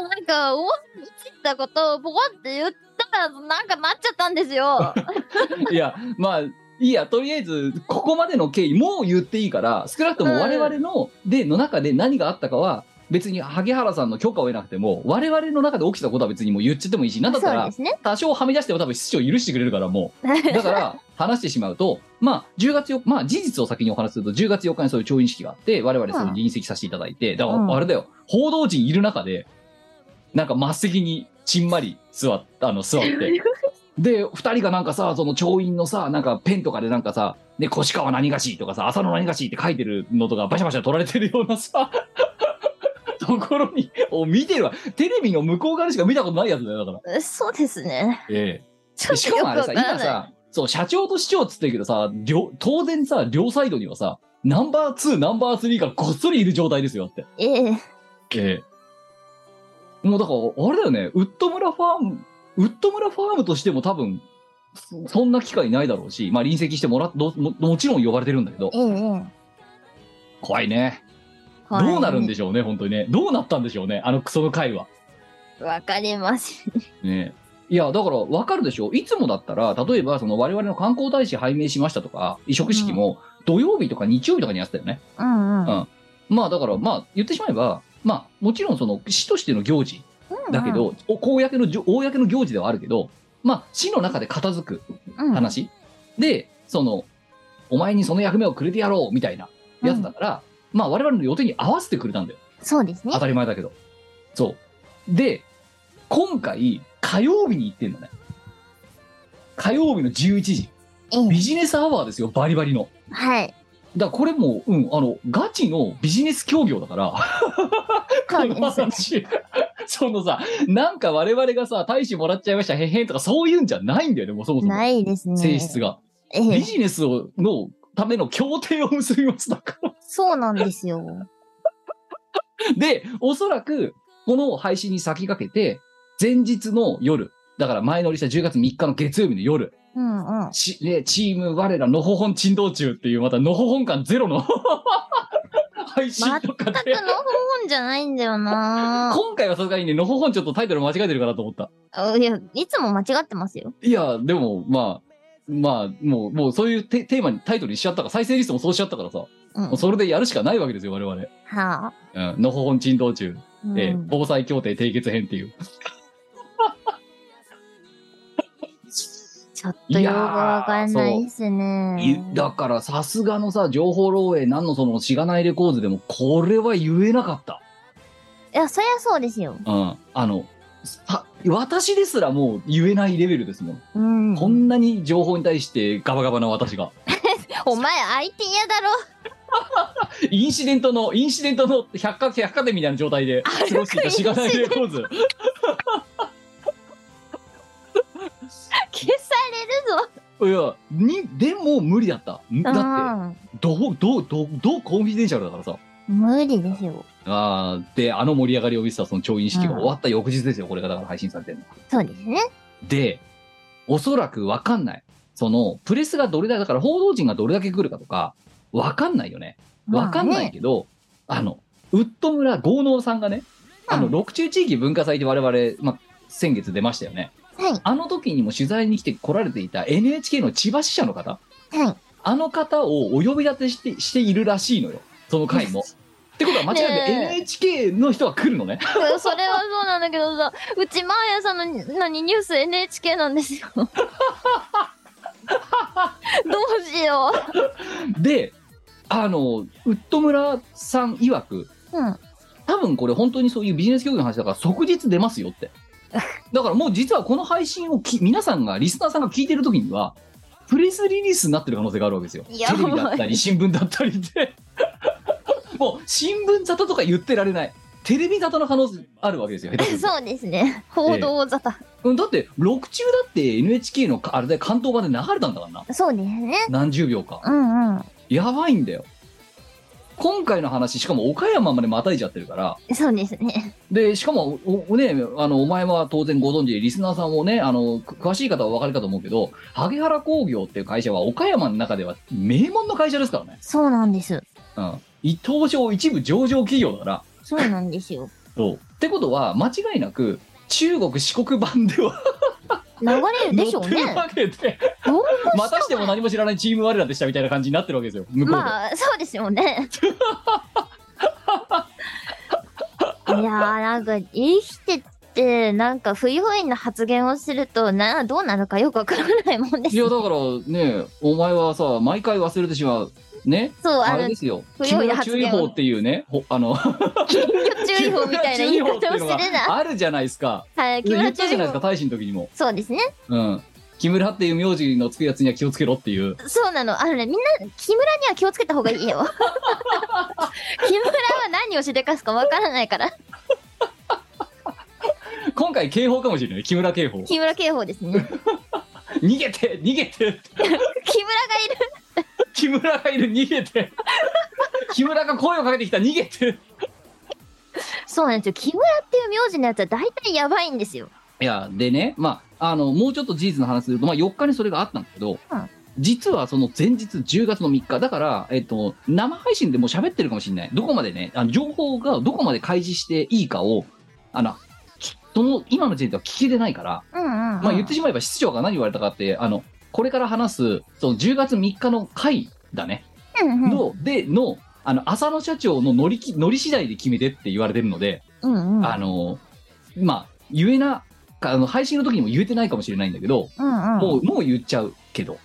Speaker 4: がなんか思いついたことをポコって言ったら、なんかなっちゃったんですよ。
Speaker 3: いや、まあ、いいや、とりあえず、ここまでの経緯、もう言っていいから、少なくとも我々の、で、の中で何があったかは、別に萩原さんの許可を得なくても、我々の中で起きたことは別にもう言っちゃってもいいし、なんだった
Speaker 4: そう
Speaker 3: ら
Speaker 4: で、すね。
Speaker 3: 多少はみ出しても多分室長許してくれるから、もう。だから、話してしまうと、まあ、10月4日、まあ、事実を先にお話しすると、10月4日にそういう調印式があって、我々それに臨席させていただいて、だか
Speaker 4: うん
Speaker 3: ら、あれだよ、報道陣いる中で、なんか末席にちんまり座っあの 座って。で、二人がなんかさ、その調印のさ、なんかペンとかでなんかさ、で、越川何がしとかさ、浅野何がしって書いてるのとか、バシャバシャ取られてるようなさ、 ところに、を見てるわ。テレビの向こう側でしか見たことないやつだよ、だから。
Speaker 4: そうですね。
Speaker 3: え
Speaker 4: ちょっ
Speaker 3: し
Speaker 4: と
Speaker 3: か
Speaker 4: よく
Speaker 3: もあれ
Speaker 4: わ
Speaker 3: さ、
Speaker 4: かんない
Speaker 3: 今さ、そう、社長と市長っつってるけどさ、両当然さ、両サイドにはさ、ナンバー2、ナンバー3がごっそりいる状態ですよ、だって。
Speaker 4: ええ
Speaker 3: ええ。もうだから、あれだよね、ウッド村ファーム、ウッド村ファームとしても多分、そそんな機会ないだろうし、まあ臨席してもらっども、もちろん呼ばれてるんだけど
Speaker 4: え、え
Speaker 3: 怖いね。
Speaker 4: え
Speaker 3: どうなるんで
Speaker 4: し
Speaker 3: しょうね、本当にね。どうなったんでしょうね、あのクソの会は。
Speaker 4: ょわかります。
Speaker 3: ねいや、だから分かるでしょいつもだったら、例えば、その我々の観光大使拝命しましたとか、移植式も土曜日とか日曜日とかにやってたよね。
Speaker 4: うんうん。
Speaker 3: まあだから、まあ言ってしまえば、まあもちろんその市としての行事だけど、お公のじょ公の行事ではあるけど、まあ、市の中で片付く
Speaker 4: うん、
Speaker 3: 話、で、その、お前にその役目をくれてやろうみたいなやつだから、まあ、我々の予定に合わせてくれたんだよ。
Speaker 4: そうですね
Speaker 3: 当。たり前だけど。そう。で、今回、火曜日に行ってんだね。火曜日の11時。
Speaker 4: ええ
Speaker 3: ビジネスアワーですよ、バリバリの。
Speaker 4: はい。
Speaker 3: だからこれもう、うん、あの、ガチのビジネス協業だ から、
Speaker 4: そ
Speaker 3: こ
Speaker 4: う
Speaker 3: の
Speaker 4: ですね。
Speaker 3: 話そのさなんか我々がさ大使もらっちゃいましたへへんとかそういうんじゃないんだよねもうそもそも
Speaker 4: ないですね。
Speaker 3: 性質が、
Speaker 4: ええ
Speaker 3: ビジネスをのための協定を結びますだから
Speaker 4: そうなんですよ。
Speaker 3: でおそらくこの配信に先駆けて前日の夜だから前乗りした10月3日の月曜日の夜
Speaker 4: うんうん。
Speaker 3: ち、ね、チーム我らのほほん珍道中っていうまたのほほん感ゼロの 配信とかで
Speaker 4: 全くの本じゃないんだよな
Speaker 3: 今回はさすがにねのほほんちょっとタイトル間違えてるかなと思った
Speaker 4: あいや、いつも間違ってますよ。
Speaker 3: いや、でも、まあ、まあ、もう、もうそういうテテーマに、タイトルにしちゃったから、再生リストもそうしちゃったからさ、も
Speaker 4: うん。
Speaker 3: う
Speaker 4: は
Speaker 3: それでやるしかないわけですよ、我々。
Speaker 4: あ。
Speaker 3: うん。のほほん珍道中、
Speaker 4: うん
Speaker 3: えー防災協定締結編っていう。
Speaker 4: ちょっとよくわかんないです
Speaker 3: い
Speaker 4: ね。
Speaker 3: だから、さすがのさ、情報漏洩、なんのその、しがないレコーズでも、これは言えなかった。
Speaker 4: いや、そりゃそうですよ。
Speaker 3: うん。あの、さ私ですらもう言えないレベルですもん、
Speaker 4: うん。
Speaker 3: こんなに情報に対してガバガバな私が
Speaker 4: お前 IT 屋だろ。
Speaker 3: インシデントのインシデントの百貨百貨店みたいな状態で過ごしていたしがないレコーズ
Speaker 4: 消されるぞ。
Speaker 3: いやにでも無理だっただって
Speaker 4: って。
Speaker 3: どうどうどうどうコンフィデンシャルだからさ
Speaker 4: 無理ですよ。
Speaker 3: あーであの盛り上がりを見せたその超意識が
Speaker 4: うん
Speaker 3: 終わった翌日ですよ、これがだから配信されてるの
Speaker 4: そうですね。
Speaker 3: でおそらくわかんないそのプレスがどれだけだから報道陣がどれだけ来るかとかわかんないよねわかんないけど、あの、ウッド村豪農さんがね、あの、
Speaker 4: うん
Speaker 3: 六中地域文化祭で我々、まあ、先月出ましたよね。
Speaker 4: はい
Speaker 3: あの時にも取材に来て来られていた NHK の千葉支社の方、
Speaker 4: まあね。はい。
Speaker 3: あの方をお呼び立てしてしているらしいのよ、その回 も。ってことは間違いなく
Speaker 4: ねえ
Speaker 3: NHK の人は来るのね。
Speaker 4: うんそれはそうなんだけどさ、うちマーヤさんのに何ニュース NHK なんです よ。どうしよ
Speaker 3: で、あの、ウッド村さん曰く、
Speaker 4: う。うん。
Speaker 3: 多分これ本当にそういうビジネス教育の話だから即日出ますよって。だからもう実はこの配信をき皆さんがリスナーさんが聞いてる時にはプレスリリースになってる可能性があるわけですよ。
Speaker 4: い
Speaker 3: テ
Speaker 4: や
Speaker 3: レビだったり新聞だったりで もう新聞沙汰とか言ってられないテレビ沙汰の可能性あるわけですよ。下手すると
Speaker 4: そうですね。報道沙汰。
Speaker 3: うんだって6中だって NHK のかあれで関東版で流れたんだからな
Speaker 4: そうですね。
Speaker 3: 何十秒か
Speaker 4: うんうん。
Speaker 3: やばいんだよ。今回の話しかも岡山までまたいじゃってるから
Speaker 4: そうですね。
Speaker 3: で、しかも、おおね、あの、お前は当然ご存知で、リスナーさんもね、あの、く詳しい方はお分かるかと思うけど、萩原工業っていう会社は岡山の中では名門の会社ですからね。
Speaker 4: そうなんです。
Speaker 3: うん。伊東証一部上場企業だから。
Speaker 4: そうなんですよ。
Speaker 3: そう。ってことは、間違いなく、中国四国版では
Speaker 4: 流れるで しょう
Speaker 3: 載って
Speaker 4: ね
Speaker 3: る。わけで、
Speaker 4: どう
Speaker 3: またしても何も知らないチーム我らでしたみたいな感じになってるわけですよ。向こうで。
Speaker 4: まあそうです よね。いやーなんか生きてってなんか不用意な発言をするとなどうなるかよくわからないもんです
Speaker 3: いや、だからね、お前はさ、毎回忘れてしまう。ね。
Speaker 4: そうあ
Speaker 3: あ
Speaker 4: の
Speaker 3: れですよ。
Speaker 4: 不
Speaker 3: 木
Speaker 4: 用意な
Speaker 3: 村
Speaker 4: 発
Speaker 3: 注意
Speaker 4: 言を
Speaker 3: 報っていうね、ほあの、
Speaker 4: 注意報みたいな言い方
Speaker 3: 木村注意報っ
Speaker 4: をする
Speaker 3: ていうのが
Speaker 4: な。
Speaker 3: あるじゃないですか
Speaker 4: はい、木
Speaker 3: 言
Speaker 4: 村
Speaker 3: っ
Speaker 4: 注
Speaker 3: たじゃ
Speaker 4: 意
Speaker 3: ないですか
Speaker 4: 報。
Speaker 3: 大使の時にも
Speaker 4: そうですね。
Speaker 3: うん木村っていう名字のつくやつには気をつけろっていう
Speaker 4: そうなの。あのね、みんな、木村には気をつけた方が いいよ。木村は何をしでかすかわからないから。
Speaker 3: 今回警報かもしれない木村警報
Speaker 4: 木村警報ですね。木村が
Speaker 3: 逃げて逃げてって
Speaker 4: いる。
Speaker 3: 木村がいる逃げて木村が声をかけてきた逃げて
Speaker 4: そうなんですよ。木村っていう名字のやつは大体やばいんですよ。
Speaker 3: いやでねまああのもうちょっと事実の話すると、まあ、4日にそれがあったんだけど、
Speaker 4: うん
Speaker 3: 実はその前日10月の3日だから、えっと、生配信でもう喋ってるかもしれないどこまでねあの情報がどこまで開示していいかをあのきその今の時点では聞けてないから
Speaker 4: うんうん、うん。
Speaker 3: まあ言ってしまえば室長が何言われたかって、あの、これから話す、その10月3日の会だね、
Speaker 4: うんうん
Speaker 3: の、で、の、あの、浅野社長の乗りき、乗り次第で決めてって言われてるので、
Speaker 4: うんうん。
Speaker 3: あの、まあ、言えな、かあの、配信の時にも言えてないかもしれないんだけど、
Speaker 4: うんうん。
Speaker 3: もう、もう言っちゃうけど、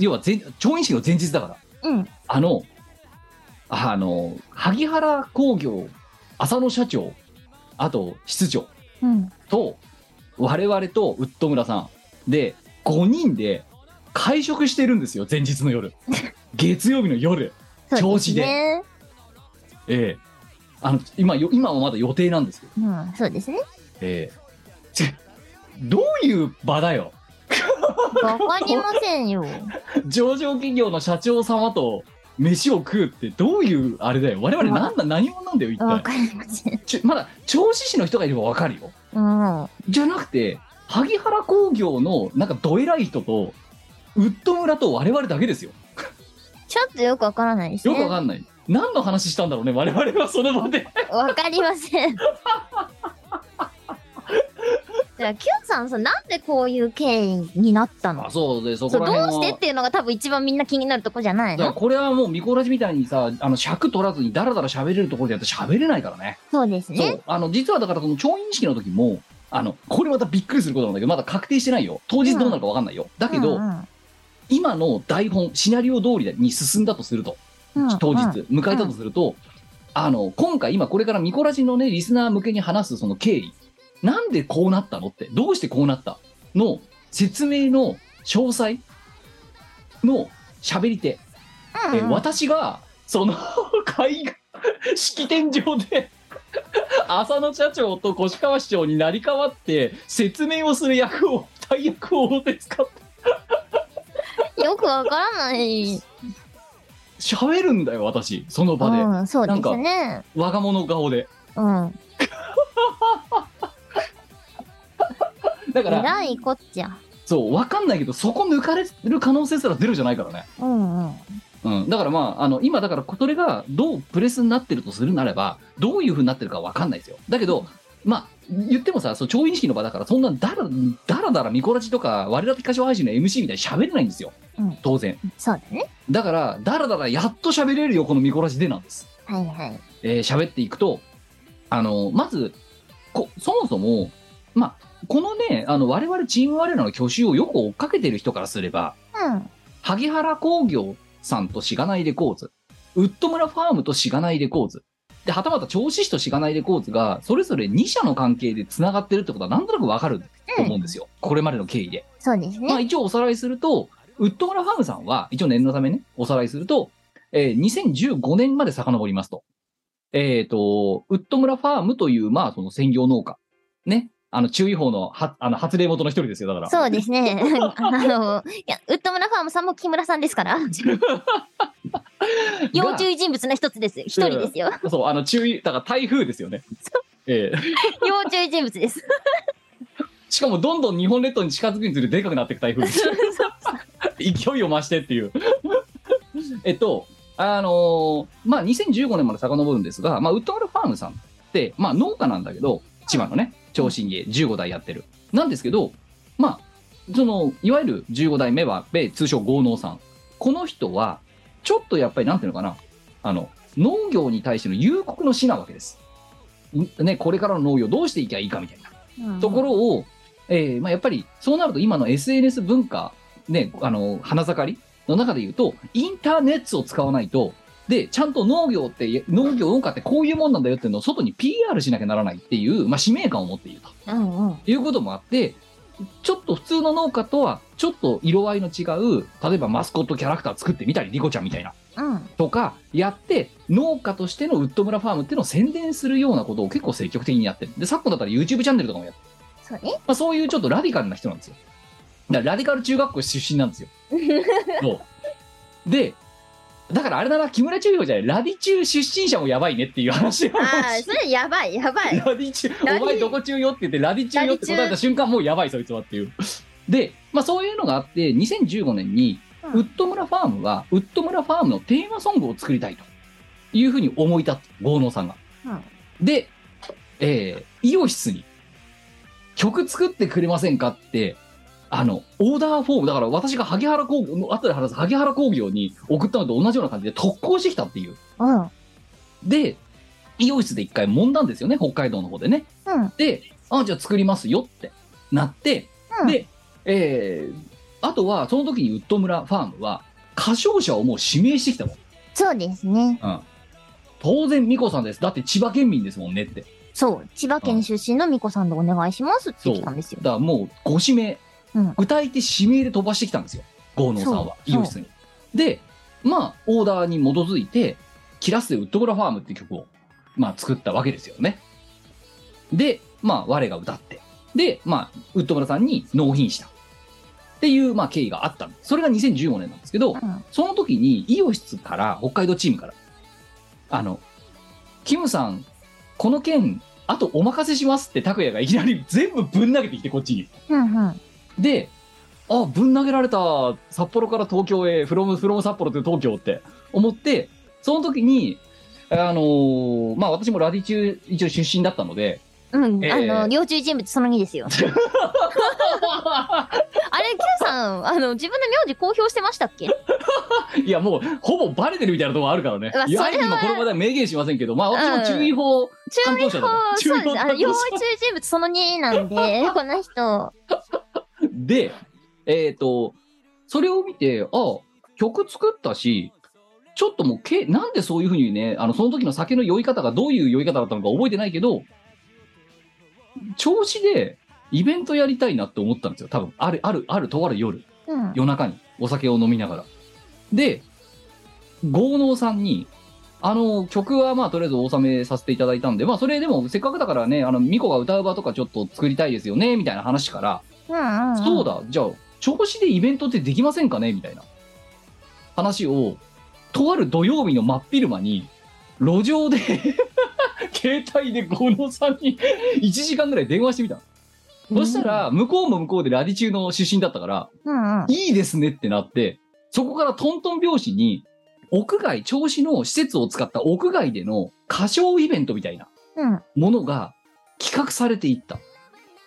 Speaker 3: 要は前、調印式の前日だから、
Speaker 4: うん。
Speaker 3: あの、あの、萩原工業、浅野社長、あと、室長、
Speaker 4: うん。
Speaker 3: と我々とウッド村さんで5人で会食してるんですよ前日の 夜月曜日の夜調子で
Speaker 4: ね。
Speaker 3: ええあの今よ今はまだ予定なんですけど
Speaker 4: うん、そうですね。
Speaker 3: ええちどういう場だよ
Speaker 4: わかりませ んよ。
Speaker 3: 上場企業の社長様と飯を食うってどういうあれだよ我々なんだ何者なんだよ一
Speaker 4: わ
Speaker 3: 体
Speaker 4: かりません。
Speaker 3: ちょまだ銚子市の人がいればわかるよ
Speaker 4: うん。
Speaker 3: じゃなくて萩原工業のなんかどえらい人とウッド村と我々だけですよ
Speaker 4: ちょっとよくわからないです
Speaker 3: よ
Speaker 4: ね。
Speaker 3: くわかんない。何の話したんだろうね、我々はその場 で。
Speaker 4: わかりません。 じゃあ、キュンさんさ、なんでこういう経緯になったの
Speaker 3: そうで、そ
Speaker 4: そうどう
Speaker 3: は
Speaker 4: してっていうのが多分一番みんな気になるとこじゃない
Speaker 3: だから
Speaker 4: の
Speaker 3: これはもうミコラジみたいにさあの尺取らずにダラダラ喋れるところでやって喋れないからね
Speaker 4: そうです
Speaker 3: そ
Speaker 4: ね。
Speaker 3: うあの実はだからその調印式の時もあのこれまたびっくりすることなんだけどまだ確定してないよ当日どうなるか分かんないよ、だけど、
Speaker 4: うん
Speaker 3: 今の台本シナリオ通りに進んだとすると
Speaker 4: うんうん
Speaker 3: 当日
Speaker 4: うん
Speaker 3: 迎えたとすると、あの今回今これからミコラジのねリスナー向けに話すその経緯なんでこうなったのって、どうしてこうなったの説明の詳細の喋り手。え
Speaker 4: うんうん
Speaker 3: 私が、その 海岸、式典場で、 浅野社長と越川市長になり代わって説明をする役を大役をで使って
Speaker 4: よくわからない。
Speaker 3: 喋るんだよ私その場で
Speaker 4: うん、そうですね。
Speaker 3: 我が物顔で
Speaker 4: うん。
Speaker 3: だから
Speaker 4: 偉いこっちゃ。
Speaker 3: そうわかんないけどそこ抜かれる可能性すら出るじゃないからね
Speaker 4: うんうん。
Speaker 3: うん、だからまあ、あの今だから、それがどうプレスになってるとするならば、どういうふうになってるかわかんないですよ。だけど、まあ、言ってもさ、そう調印式の場だから、そんなだらだらだらミコラジとか、我ら的歌唱配信の MC みたいに喋れないんですよ
Speaker 4: うん、
Speaker 3: 当然。
Speaker 4: そうだね。
Speaker 3: だから、だらだらやっと喋れるよ、このミコラジでなんです。
Speaker 4: はいはい。
Speaker 3: えー喋っていくと、あのまずこ、そもそも、まあ、このね、あの我々チーム我らの挙手をよく追っかけてる人からすれば、
Speaker 4: うん。
Speaker 3: 萩原工業さんとしがないレコーズ、ウッド村ファームとしがないレコーズ、で、はたまた銚子市としがないレコーズが、それぞれ2社の関係で繋がってるってことはなんとなくわかると思うんですよ。これまでの経緯で。
Speaker 4: そうです
Speaker 3: まあ
Speaker 4: ね。
Speaker 3: 一応おさらいすると、ウッド村ファームさんは、一応念のためね、おさらいすると、えー2015年まで遡りますと。えっ、と、ウッド村ファームという、まあその専業農家。ね。あの、注意報のは、あの、発令元の一人ですよ、だから。
Speaker 4: そうですね。 あの、いや、ウッド村ファームさんも木村さんです から。要注意人物の一つです。一人ですよ。
Speaker 3: そう、あの、注意、だから台風ですよね。ええ
Speaker 4: 要注意人物です。
Speaker 3: しかもどんどん日本列島に近づくにつれでかくなっていく台風です勢いを増してっていう。えっと、あのーまあ、2015年まで遡るんですが、まあ、ウッドアルファームさんって、まあ、農家なんだけど、千葉のね、長身家15代やってる。なんですけど、まあ、その、いわゆる15代目は、米通称豪農さん。この人は、ちょっとやっぱり、なんていうのかな、あの、農業に対しての夕刻の死なわけです。んね、これからの農業どうしていきゃいいかみたいな。ところを、えーまあ、やっぱりそうなると今の SNS 文化、ね、あの花盛りの中で言うとインターネットを使わないとでちゃんと農業って農業農家ってこういうもんなんだよっていうのを外に PR しなきゃならないっていう、まあ、使命感を持っていると
Speaker 4: うんうん。
Speaker 3: いうこともあってちょっと普通の農家とはちょっと色合いの違う例えばマスコットキャラクター作ってみたりリコちゃんみたいな
Speaker 4: うん。
Speaker 3: とかやって農家としてのウッド村ファームっていうのを宣伝するようなことを結構積極的にやってるで昨今だったら YouTube チャンネルとかもやって
Speaker 4: そうね。
Speaker 3: まあ、そういうちょっとラディカルな人なんですよ。だからラディカル中学校出身なんですよ。そうで、だからあれだな、木村中央じゃない、ラディ中出身者もやばいねっていう話を。
Speaker 4: ああ、それやばい、やばい。
Speaker 3: ラディ中、
Speaker 4: ラディ
Speaker 3: お前どこ中よって言って、ラディ中よって答えた瞬間、もうやばい、そいつはっていう。で、まあそういうのがあって、2015年に、
Speaker 4: うん
Speaker 3: ウッド村ファームは、ウッド村ファームのテーマソングを作りたいというふうに思い立った、豪農さんが。
Speaker 4: うん
Speaker 3: で、えー、イオシスに、曲作ってくれませんかって、あの、オーダーフォーム、だから私が萩原工業、後で話す萩原工業に送ったのと同じような感じで特攻してきたっていう。
Speaker 4: うん。
Speaker 3: で、イオシスで一回揉んだんですよね、北海道の方でね。
Speaker 4: うん。
Speaker 3: で、あ、じゃあ作りますよってなって、
Speaker 4: うん
Speaker 3: で、えーあとはその時にウッド村ファームは歌唱者をもう指名してきたもん。
Speaker 4: そうですね。
Speaker 3: 当然、ミコさんです。だって千葉県民ですもんねって。
Speaker 4: そう。千葉県出身のみこさんでお願いしますって来たんですよ
Speaker 3: だ。からもうご指名、
Speaker 4: うん
Speaker 3: 具体的指名で飛ばしてきたんですよ豪農さんは
Speaker 4: そう
Speaker 3: イオシスにでまあオーダーに基づいて「キラスでウッドグラファーム」っていう曲を、まあ、作ったわけですよねでまあ我が歌ってでまあウッド村さんに納品したっていう、まあ、経緯があったんですそれが2015年なんですけど、
Speaker 4: うん。
Speaker 3: その時にイオシスから北海道チームからあのキムさんこの件あとお任せしますって拓也がいきなり全部ぶん投げてきてこっちに
Speaker 4: うんうん。
Speaker 3: であぶん投げられた札幌から東京へフロムフロム札幌という東京って思ってその時にあのーまあ私もラディ中一応出身だったので
Speaker 4: うん、
Speaker 3: えー
Speaker 4: あの、要注意人物その2ですよ。あれ、Q さん、あの、自分の名字公表してましたっけ
Speaker 3: いやもうほぼバレてるみたいなところあるからね
Speaker 4: うわ
Speaker 3: いや
Speaker 4: それは
Speaker 3: 今この場では明言しませんけどまあ
Speaker 4: うん
Speaker 3: 私も注意報、
Speaker 4: 注
Speaker 3: 担当
Speaker 4: 意
Speaker 3: 者
Speaker 4: 報
Speaker 3: だから、注意報担当
Speaker 4: そうです。あ の、
Speaker 3: 者
Speaker 4: 要注意人物その2なんで、この人。
Speaker 3: で、えっ、と、それを見て、あ曲作ったし、ちょっともうけ、なんでそういうふうにね、あの、その時の酒の酔い方がどういう酔い方だったのか覚えてないけど、調子でイベントやりたいなって思ったんですよ。多分、ある、ある、ある、とある夜、
Speaker 4: うん。
Speaker 3: 夜中に、お酒を飲みながら。で、豪農さんに、あの、曲はまあ、とりあえずお納めさせていただいたんで、まあ、それでも、せっかくだからね、あの、ミコが歌う場とかちょっと作りたいですよね、みたいな話から、
Speaker 4: うんうん。
Speaker 3: そう。だ、じゃあ、調子でイベントってできませんかねみたいな話を、とある土曜日の真っ昼間に、路上で、 携帯で五能さんに1時間ぐらい電話してみたの。そした、ら、向こうも向こうでラディ中の出身だったから、
Speaker 4: うんうん。
Speaker 3: いいですねってなって、そこからトントン拍子に、屋外、調子の施設を使った屋外での歌唱イベントみたいな。
Speaker 4: うん。
Speaker 3: ものが企画されていった。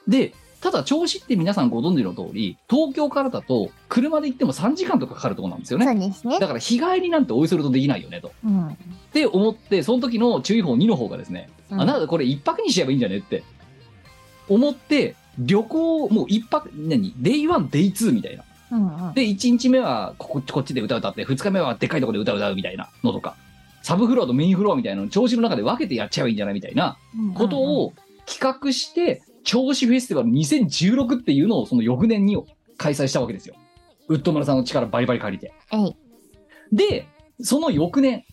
Speaker 3: で、ただ調子って皆さんご存知の通り、東京からだと車で行っても3時間とかかかるところなんですよ
Speaker 4: そ
Speaker 3: ね。
Speaker 4: うですね。
Speaker 3: だから日帰りなんておいそれとできないよねと。
Speaker 4: うん。
Speaker 3: って思って、その時の注意報2の方がですね、
Speaker 4: うん
Speaker 3: あなたこれ1泊にしちゃえばいいんじゃねって思って、旅行をもう1泊、何デイ1、デイ2みたいな。
Speaker 4: うんうん。
Speaker 3: で、1日目はこここっちで歌歌って、2日目はでっかいところで歌歌うみたいなのとか、サブフロアとメインフロアみたいなのを調子の中で分けてやっちゃえばいいんじゃないみたいなことを企画して、調子フェスティバル2016っていうのをその翌年に開催したわけですよ。ウッド村さんの力バリバリ借りて。
Speaker 4: うんうん。えい。
Speaker 3: で、その翌年、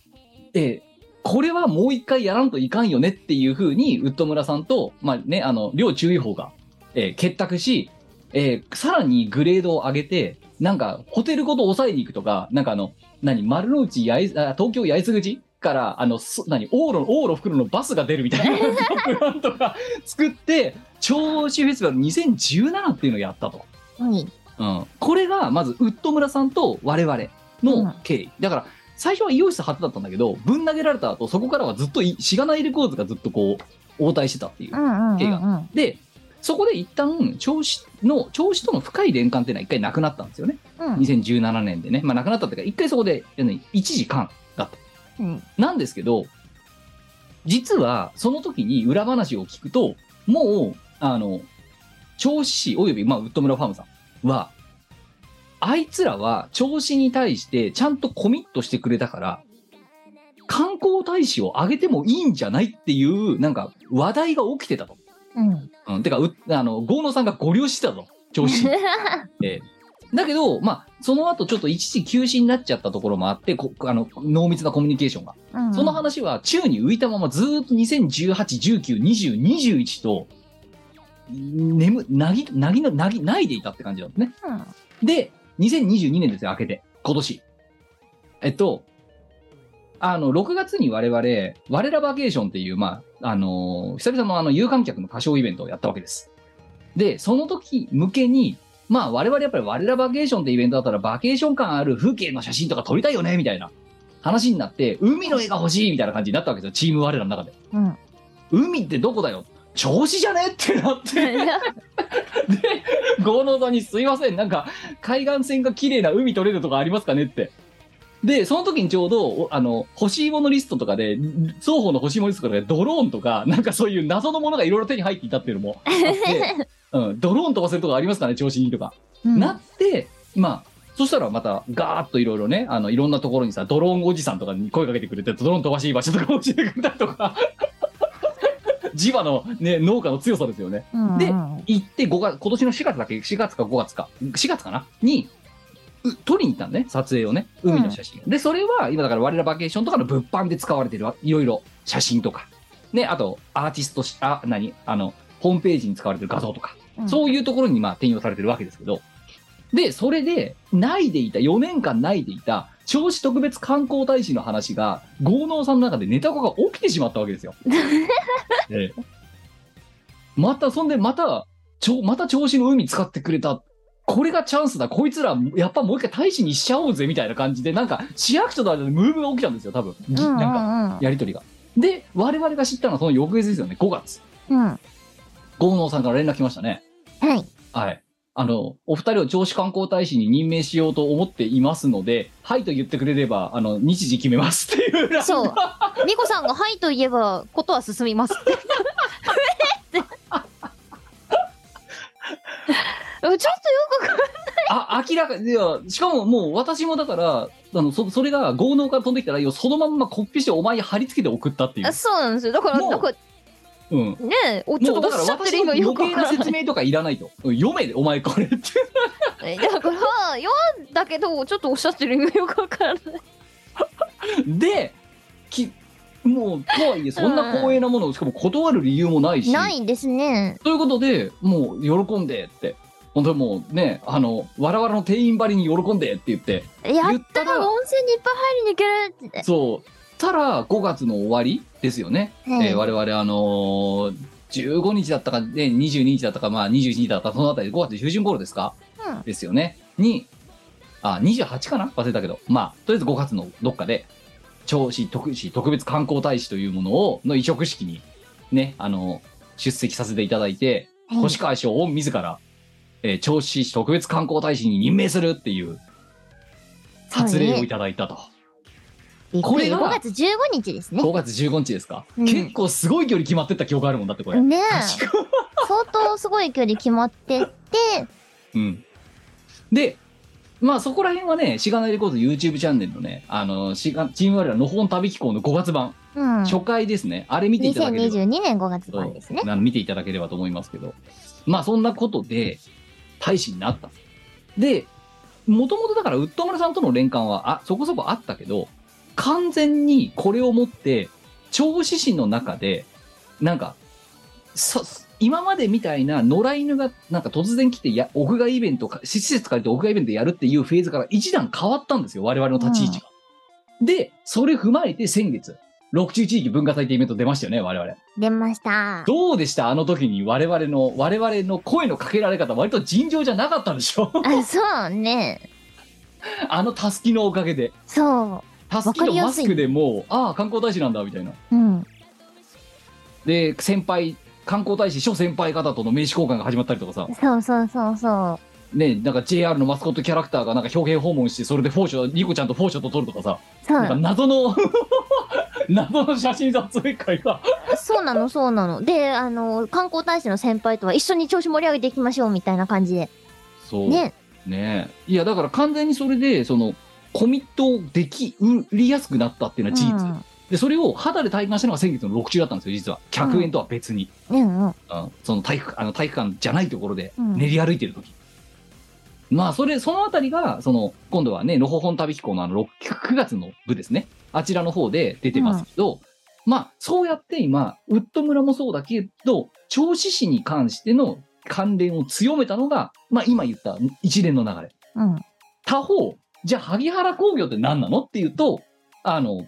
Speaker 3: えーこれはもう一回やらんといかんよねっていうふうに、ウッド村さんと、まあね、あの、両注意報が、えー結託し、えーさらにグレードを上げて、なんか、ホテルごと抑えに行くとか、なんかあの、何、丸の内八重あ東京八重洲口から、あの、そ何、往路、往路袋のバスが出るみたいなプランとか作って、調子フェスティバル2017っていうのをやったと。
Speaker 4: はい。
Speaker 3: うん、これがまずウッド村さんと我々の経緯、だから最初は医容室初だったんだけどぶん投げられた後そこからはずっといしがないレコーズがずっとこう応対してたっていう、
Speaker 4: うんうんうん
Speaker 3: 映
Speaker 4: うん。
Speaker 3: でそこで一旦調子の調子との深い連関っていうのは一回なくなったんですよね
Speaker 4: うん
Speaker 3: 2017年でねまあなくなったっていうか一回そこであの一時間だった
Speaker 4: うん。
Speaker 3: なんですけど、実はその時に裏話を聞くと、もう、あの、調子市および、まあ、ウッド村ファームさんは、あいつらは調子に対してちゃんとコミットしてくれたから、観光大使を上げてもいいんじゃないっていう、なんか話題が起きてたと。
Speaker 4: うん。
Speaker 3: うん、てか、うあの、豪農さんがご利用してたと、調 子に。ええだけど、まあ、その後ちょっと一時休止になっちゃったところもあって、こあの、濃密なコミュニケーションが。
Speaker 4: うん
Speaker 3: その話は宙に浮いたままずーっと2018、19、20、21と、眠、なぎ、なぎの、なぎ、ないでいたって感じなんですね。
Speaker 4: うん
Speaker 3: で、2022年ですよ、明けて。今年。えっと、あの、6月に我々、我らバケーションっていう、まあ、あのー久々のあの、有観客の歌唱イベントをやったわけです。で、その時向けに、まあ、我々やっぱり我らバケーションってイベントだったら、バケーション感ある風景の写真とか撮りたいよね、みたいな話になって、海の絵が欲しいみたいな感じになったわけですよ、チーム我らの中で。
Speaker 4: うん。
Speaker 3: 海ってどこだよ調子じゃねってな って。で、豪農さんにすいません、なんか、海岸線が綺麗な海取れるとかありますかねって。で、その時にちょうど、おあの、欲しいものリストとかで、ん双方の欲しいものリストとかで、ドローンとか、なんかそういう謎のものがいろいろ手に入っていたっていうのもあって、うん、ドローン飛ばせるとかありますかね、調子にとか。
Speaker 4: うん
Speaker 3: なって、まあ、そしたらまたガーッといろいろね、あの、いろんなところにさ、ドローンおじさんとかに声かけてくれて、ドローン飛ばしい場所とか教えてくれたりとか、 磁場のね、農家の強さですよね。
Speaker 4: うん
Speaker 3: で
Speaker 4: うん
Speaker 3: 行って5月、今年の4月だっけ ?4 月か5月か。4月かなに、う撮りに行ったんね、撮影をね。海の写真を、で、それは今だから我らバケーションとかの物販で使われてるわいろいろ写真とか。ね、あと、アーティストし、あ、何あの、ホームページに使われてる画像とか。
Speaker 4: うん
Speaker 3: そういうところにまあ転用されてるわけですけど、で、それで、ないでいた、4年間ないでいた、銚子特別観光大使の話が、豪農さんの中でネタ化が起きてしまったわけで すよ。ええまた、そんで、また、ちょまた銚子の海使ってくれた。これがチャンスだ。こいつら、やっぱもう一回大使にしちゃおうぜ、みたいな感じで、なんか、市役所の間でムーブが起きたんですよ、多分。ぎ
Speaker 4: うん
Speaker 3: なんか、
Speaker 4: か
Speaker 3: やりとりが。で、我々が知ったのはその翌月ですよね、5月。
Speaker 4: うんは
Speaker 3: 豪農さんから連絡来ましたね。
Speaker 4: い
Speaker 3: はい。あの、お二人を調子観光大使に任命しようと思っていますので、はいと言ってくれれば、あの、日時決めますっていうライン
Speaker 4: そう美子さんが「はい」と言えばことは進みますってえってちょっとよくわか
Speaker 3: あ、明らか、いや、しかももう私もだから、あの、そそれが 豪農から飛んできたら、そのまんまコッピーしてお前に貼り付けて送ったってい
Speaker 4: んな
Speaker 3: う
Speaker 4: い。そうなんですよだから
Speaker 3: もう
Speaker 4: なんか
Speaker 3: うん
Speaker 4: ねえ、おちょ
Speaker 3: も
Speaker 4: っ
Speaker 3: う
Speaker 4: と
Speaker 3: だから
Speaker 4: おっしゃって
Speaker 3: 私
Speaker 4: る
Speaker 3: の
Speaker 4: 意味が
Speaker 3: 余計
Speaker 4: よくわか
Speaker 3: な
Speaker 4: らない。
Speaker 3: 説明とかいらないとうん読めでお前これって
Speaker 4: えだから、読んだけど、ちょっとおっしゃってる意味がよくわからない。
Speaker 3: できもうとはいえそんな光栄なものをしかも断る理由もないし
Speaker 4: ないですね。
Speaker 3: ということでもう喜んでって本当にもうねあのわらわらの店員ばりに喜んでって言って
Speaker 4: や
Speaker 3: 言
Speaker 4: っ
Speaker 3: った
Speaker 4: た
Speaker 3: ら
Speaker 4: ら温泉にいっぱい入りに行けるって。
Speaker 3: そうたら5月の終わりですよね、
Speaker 4: はい
Speaker 3: えー我々あのー15日だったか、ね、22日だったか、まあ、21日だったかそのあたり5月中旬頃ですか、
Speaker 4: うん
Speaker 3: ですよねにあ28かな忘れたけどまあとりあえず5月のどっかで銚子特使特別観光大使というものをの移植式にねあのー出席させていただいて、
Speaker 4: はい
Speaker 3: 星川賞を自ら、えー銚子市特別観光大使に任命するっていう発令をいただいたと。これが
Speaker 4: 5月15日ですね。
Speaker 3: 5月15日ですか、
Speaker 4: うん
Speaker 3: 結構すごい距離決まってった記憶あるもんだってこれ、
Speaker 4: ねえ、
Speaker 3: 確か
Speaker 4: 相当すごい距離決まってて、
Speaker 3: うんでまあそこら辺はねしがないレコード YouTube チャンネルのねあのしがチーム我らのほほん旅機構の5月版、
Speaker 4: うん。
Speaker 3: 初回ですねあれ見ていただければ
Speaker 4: 2022年5月版ですね。
Speaker 3: あの見ていただければと思いますけどまあそんなことで大使になったでもともとだからウッドマルさんとの連関はあそこそこあったけど完全にこれをもって調子心の中でなんかそ今までみたいな野良犬がなんか突然来てや屋外イベントか施設借りて屋外イベントやるっていうフェーズから一段変わったんですよ我々の立ち位置が。でそれ踏まえて先月六中地域文化祭ってイベント出ましたよね我々。
Speaker 4: 出ました。
Speaker 3: どうでしたあの時に我々の我々の声のかけられ方割と尋常じゃなかったでしょ
Speaker 4: あ、そうね。
Speaker 3: あのたすきのおかげで
Speaker 4: そ
Speaker 3: たすきとマスクでもうああ観光大使なんだみたいな
Speaker 4: う。うん。
Speaker 3: で先輩観光大使諸先輩方との名刺交換が始まったりとかさ
Speaker 4: そうそうそうそ
Speaker 3: ねなんか JR のマスコットキャラクターがなんか表現訪問してそれでフォーショニコちゃんとフォーショと撮るとかさ
Speaker 4: う。そ
Speaker 3: なんか
Speaker 4: う。
Speaker 3: 謎の 謎の写真撮影会が
Speaker 4: そうなの、そうなの。で、あの、観光大使の先輩とは一緒に調子盛り上げていきましょうみたいな感じで。
Speaker 3: そう
Speaker 4: ね。
Speaker 3: ねえいやだから完全にそれでそのコミットをでき売りやすくなったっていうのは事実、でそれを肌で体感したのが先月の6中だったんですよ実は100円とは別に、
Speaker 4: うん。うんう
Speaker 3: う
Speaker 4: ん。
Speaker 3: んその体育あの体育館じゃないところで
Speaker 4: うん
Speaker 3: 練り歩いてる時、まあそれそのあたりがその今度はねのほほん旅機構のあの6 9月の部ですねあちらの方で出てますけど、まあそうやって今ウッド村もそうだけど銚子市に関しての関連を強めたのがまあ今言った一連の流れ
Speaker 4: うん。
Speaker 3: 他方、じゃあ萩原工業って何なのっていうと、あの、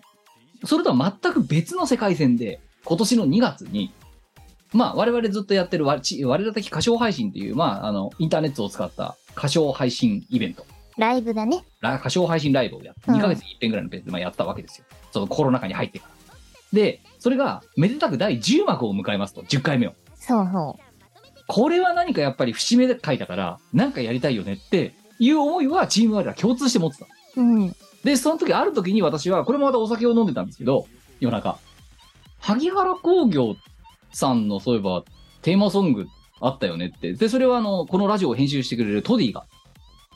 Speaker 3: それとは全く別の世界線で、今年の2月に、まあ我々ずっとやってるわち我々的歌唱配信っていう、まああの、インターネットを使った歌唱配信イベント、
Speaker 4: ライブだね。
Speaker 3: ラ歌唱配信ライブをやって、
Speaker 4: うん
Speaker 3: 2ヶ月に1遍ぐらいのペースでまあやったわけですよ。そのコロナ禍に入ってから。で、それが、めでたく第10幕を迎えますと、10回目を。
Speaker 4: そうそう。
Speaker 3: これは何かやっぱり節目で書いたから、なんかやりたいよねっていう思いはチーム我ら共通して持ってた。
Speaker 4: うん。
Speaker 3: で、その時、ある時に私は、これもまたお酒を飲んでたんですけど、夜中。萩原工業さんの、そういえば、テーマソングあったよねって。で、それは、あの、このラジオを編集してくれるトディが、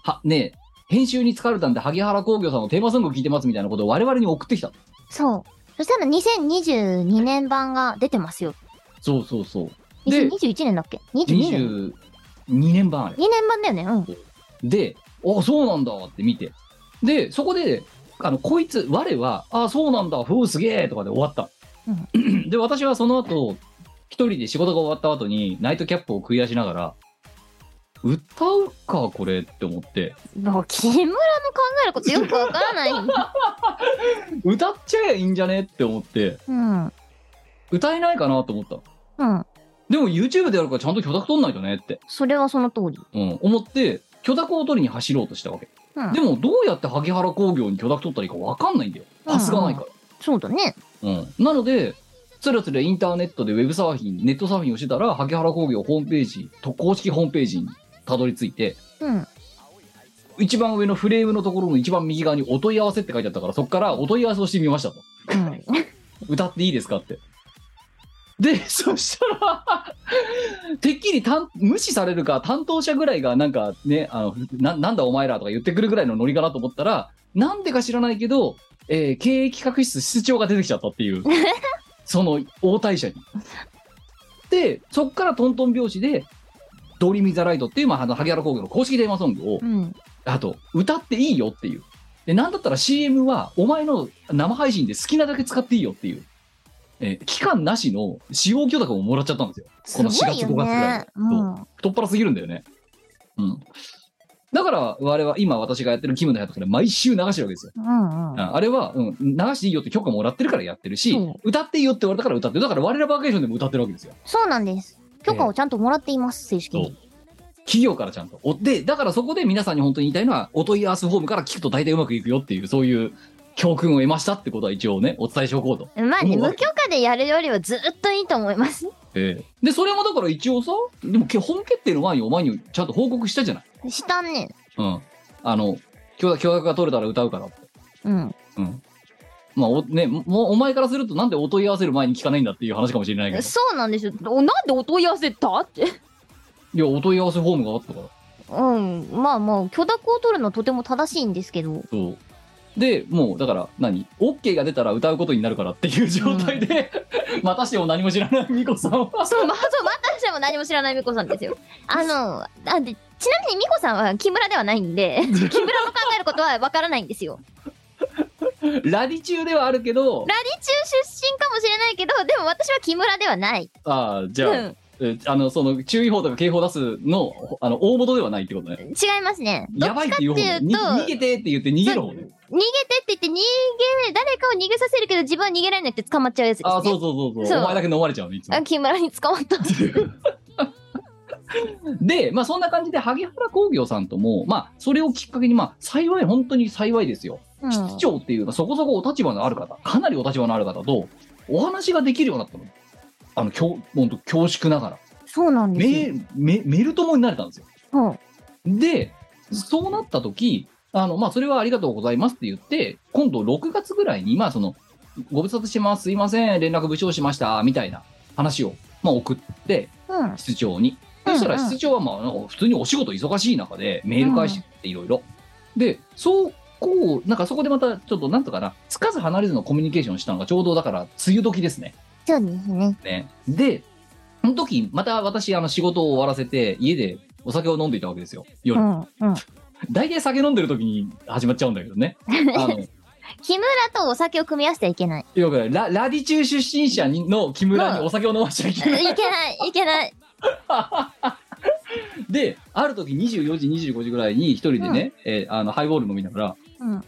Speaker 3: は、ねえ、編集に疲れたんで、萩原工業さんのテーマソングを聞いてますみたいなことを我々に送ってきた。
Speaker 4: そう。そしたら2022年版が出てますよ。
Speaker 3: そうそうそう。で、
Speaker 4: 2021年だっけ ?22 年。
Speaker 3: 22年版あれ。
Speaker 4: 2年版だよね。うん。
Speaker 3: で、あそうなんだって見て。で、そこで、あの、こいつ、我は、あそうなんだ、ふう、すげえとかで終わった。で、私はその後、一人で仕事が終わった後に、ナイトキャップを食い出しながら、歌うか、これって思って、
Speaker 4: もう、木村の考えることよくわからない。
Speaker 3: 歌っちゃえばいいんじゃねって思って、
Speaker 4: うん。うん。
Speaker 3: 歌えないかなと思った。でも YouTube でやるからちゃんと許諾取んないとねって、
Speaker 4: それはその通り。
Speaker 3: うん、思って、許諾を取りに走ろうとしたわけ。
Speaker 4: うん
Speaker 3: で。も、どうやって萩原工業に許諾取ったらいいかわかんないんだよ。パスがないから。
Speaker 4: そうだね。
Speaker 3: うん、なのでつらつらインターネットでウェブサーフィンネットサーフィンをしてたら萩原工業ホームページと公式ホームページにたどり着いて
Speaker 4: うん。
Speaker 3: 一番上のフレームのところの一番右側に「お問い合わせ」って書いてあったからそこから「お問い合わせをしてみました」と
Speaker 4: うん。
Speaker 3: 「歌っていいですか?」って。で そしたらてっきりたん無視されるか担当者ぐらいがなんかねあのななんだお前らとか言ってくるぐらいのノリかなと思ったらなんでか知らないけど、えー経営企画室室長が出てきちゃったっていうその応対者に。で、そっからトントン拍子で、ドリーミーザライトっていう、まあ、あの、萩原工業の公式テーマソングを、
Speaker 4: うん。
Speaker 3: あと、歌っていいよっていう。で、なんだったら CM は、お前の生配信で好きなだけ使っていいよっていう。えー期間なしの使用許可をもらっちゃったんですよ。
Speaker 4: す
Speaker 3: こ
Speaker 4: ご
Speaker 3: の4
Speaker 4: い
Speaker 3: 月
Speaker 4: よ
Speaker 3: 5月ぐらい
Speaker 4: ね。うん。
Speaker 3: 太っ腹すぎるんだよね。うん。だから、我々は、今私がやってるキムのやつから毎週流してるわけですよ。
Speaker 4: うんうん。
Speaker 3: ああれは、うん、流していいよって許可もらってるからやってるし、
Speaker 4: うん
Speaker 3: 歌っていいよって言われたから歌ってる。だから我らバーケーションでも歌ってるわけですよ。
Speaker 4: そうなんです。許可をちゃんともらっています、正式
Speaker 3: そう
Speaker 4: に。
Speaker 3: 企業からちゃんと。おで、だからそこで皆さんに本当に言いたいのは、お問い合わせフォームから聞くと大体うまくいくよっていう、そういう教訓を得ましたってことは一応ね、お伝えしておこうと。
Speaker 4: まあね、
Speaker 3: もう
Speaker 4: 無許可でやるよりはずっといいと思います。
Speaker 3: ええで、それもだから一応さ、でもけ本決定の前にお前にちゃんと報告したじゃない。
Speaker 4: したね。
Speaker 3: うん。あの、許可許可が取れたら歌うからって。
Speaker 4: うん。
Speaker 3: うん。まあ、おね、もうお前からするとなんでお問い合わせる前に聞かないんだっていう話かもしれないけど。
Speaker 4: そうなんですよ。おなんでお問い合わせだって。
Speaker 3: いや、お問い合わせフォームがあったから。
Speaker 4: うん。まあまあ、許諾を取るのはとても正しいんですけど。
Speaker 3: そう。で、もう、だから何、?OK が出たら歌うことになるからっていう状態で、 またしても何も知らないミコさんは。
Speaker 4: そう、まあ、そう、またしても何も知らないみこさんですよ。あの、あで、ちなみにみこさんは木村ではないんで、木 村の考えることはわからないんですよ。
Speaker 3: ラディ中ではあるけど、
Speaker 4: ラディ中出身かもしれないけど、でも私は木村ではない。
Speaker 3: ああ、じ
Speaker 4: う
Speaker 3: ゃあ、
Speaker 4: ん。
Speaker 3: えあの、その、注意報とか警報出すの、あの、大元ではないってことね。
Speaker 4: 違いますね。どっ
Speaker 3: やばいっていう方ね。
Speaker 4: どっちか
Speaker 3: 逃
Speaker 4: ってい
Speaker 3: げ逃げ
Speaker 4: うと
Speaker 3: てって言って逃げる方ね。
Speaker 4: 逃げてって言って逃げ、誰かを逃げさせるけど自分は逃げられなくて捕まっちゃうやつです、ね。
Speaker 3: ああ、そうそうそうそう。
Speaker 4: そう
Speaker 3: お前だけ飲まれちゃうね、いつも
Speaker 4: あ。木村に捕ま った。
Speaker 3: で、まあ、そんな感じで、萩原工業さんとも、まあ、それをきっかけに、まあ、幸い、本当に幸いですよ。
Speaker 4: うん
Speaker 3: 室長っていうのはそこそこお立場のある方、かなりお立場のある方とお話ができるようになったの。あの、きょほんと恐縮ながら。
Speaker 4: そうなんですよ。
Speaker 3: メメメル友になれたんですよ。
Speaker 4: うん
Speaker 3: で、そうなった時、あの、まあ、それはありがとうございますって言って、今度6月ぐらいに、まあ、その、ご無沙汰してます、すいません、連絡無償しました、みたいな話を、まあ、送って、
Speaker 4: うん。
Speaker 3: 室長に。そしたら
Speaker 4: うんうん
Speaker 3: 室長はまあなんか普通にお仕事忙しい中でメール返してっていろいろ。で、そうこう、なんかそこでまたちょっとなんとかな、つかず離れずのコミュニケーションしたのがちょうどだから梅雨時ですね。
Speaker 4: そうですね。
Speaker 3: ねで、その時また私あの仕事を終わらせて家でお酒を飲んでいたわけですよ。
Speaker 4: う
Speaker 3: 夜。
Speaker 4: ん。うん。
Speaker 3: 大体酒飲んでる時に始まっちゃうんだけど ね。あの、
Speaker 4: 木村とお酒を組み合わせてはい けない。
Speaker 3: よくララディ中出身者にの木村にお酒を飲ましちゃいけない
Speaker 4: いけない、いけない。
Speaker 3: で、ある時24時、25時ぐらいに一人でね、えーあのハイボール飲みながら、
Speaker 4: うん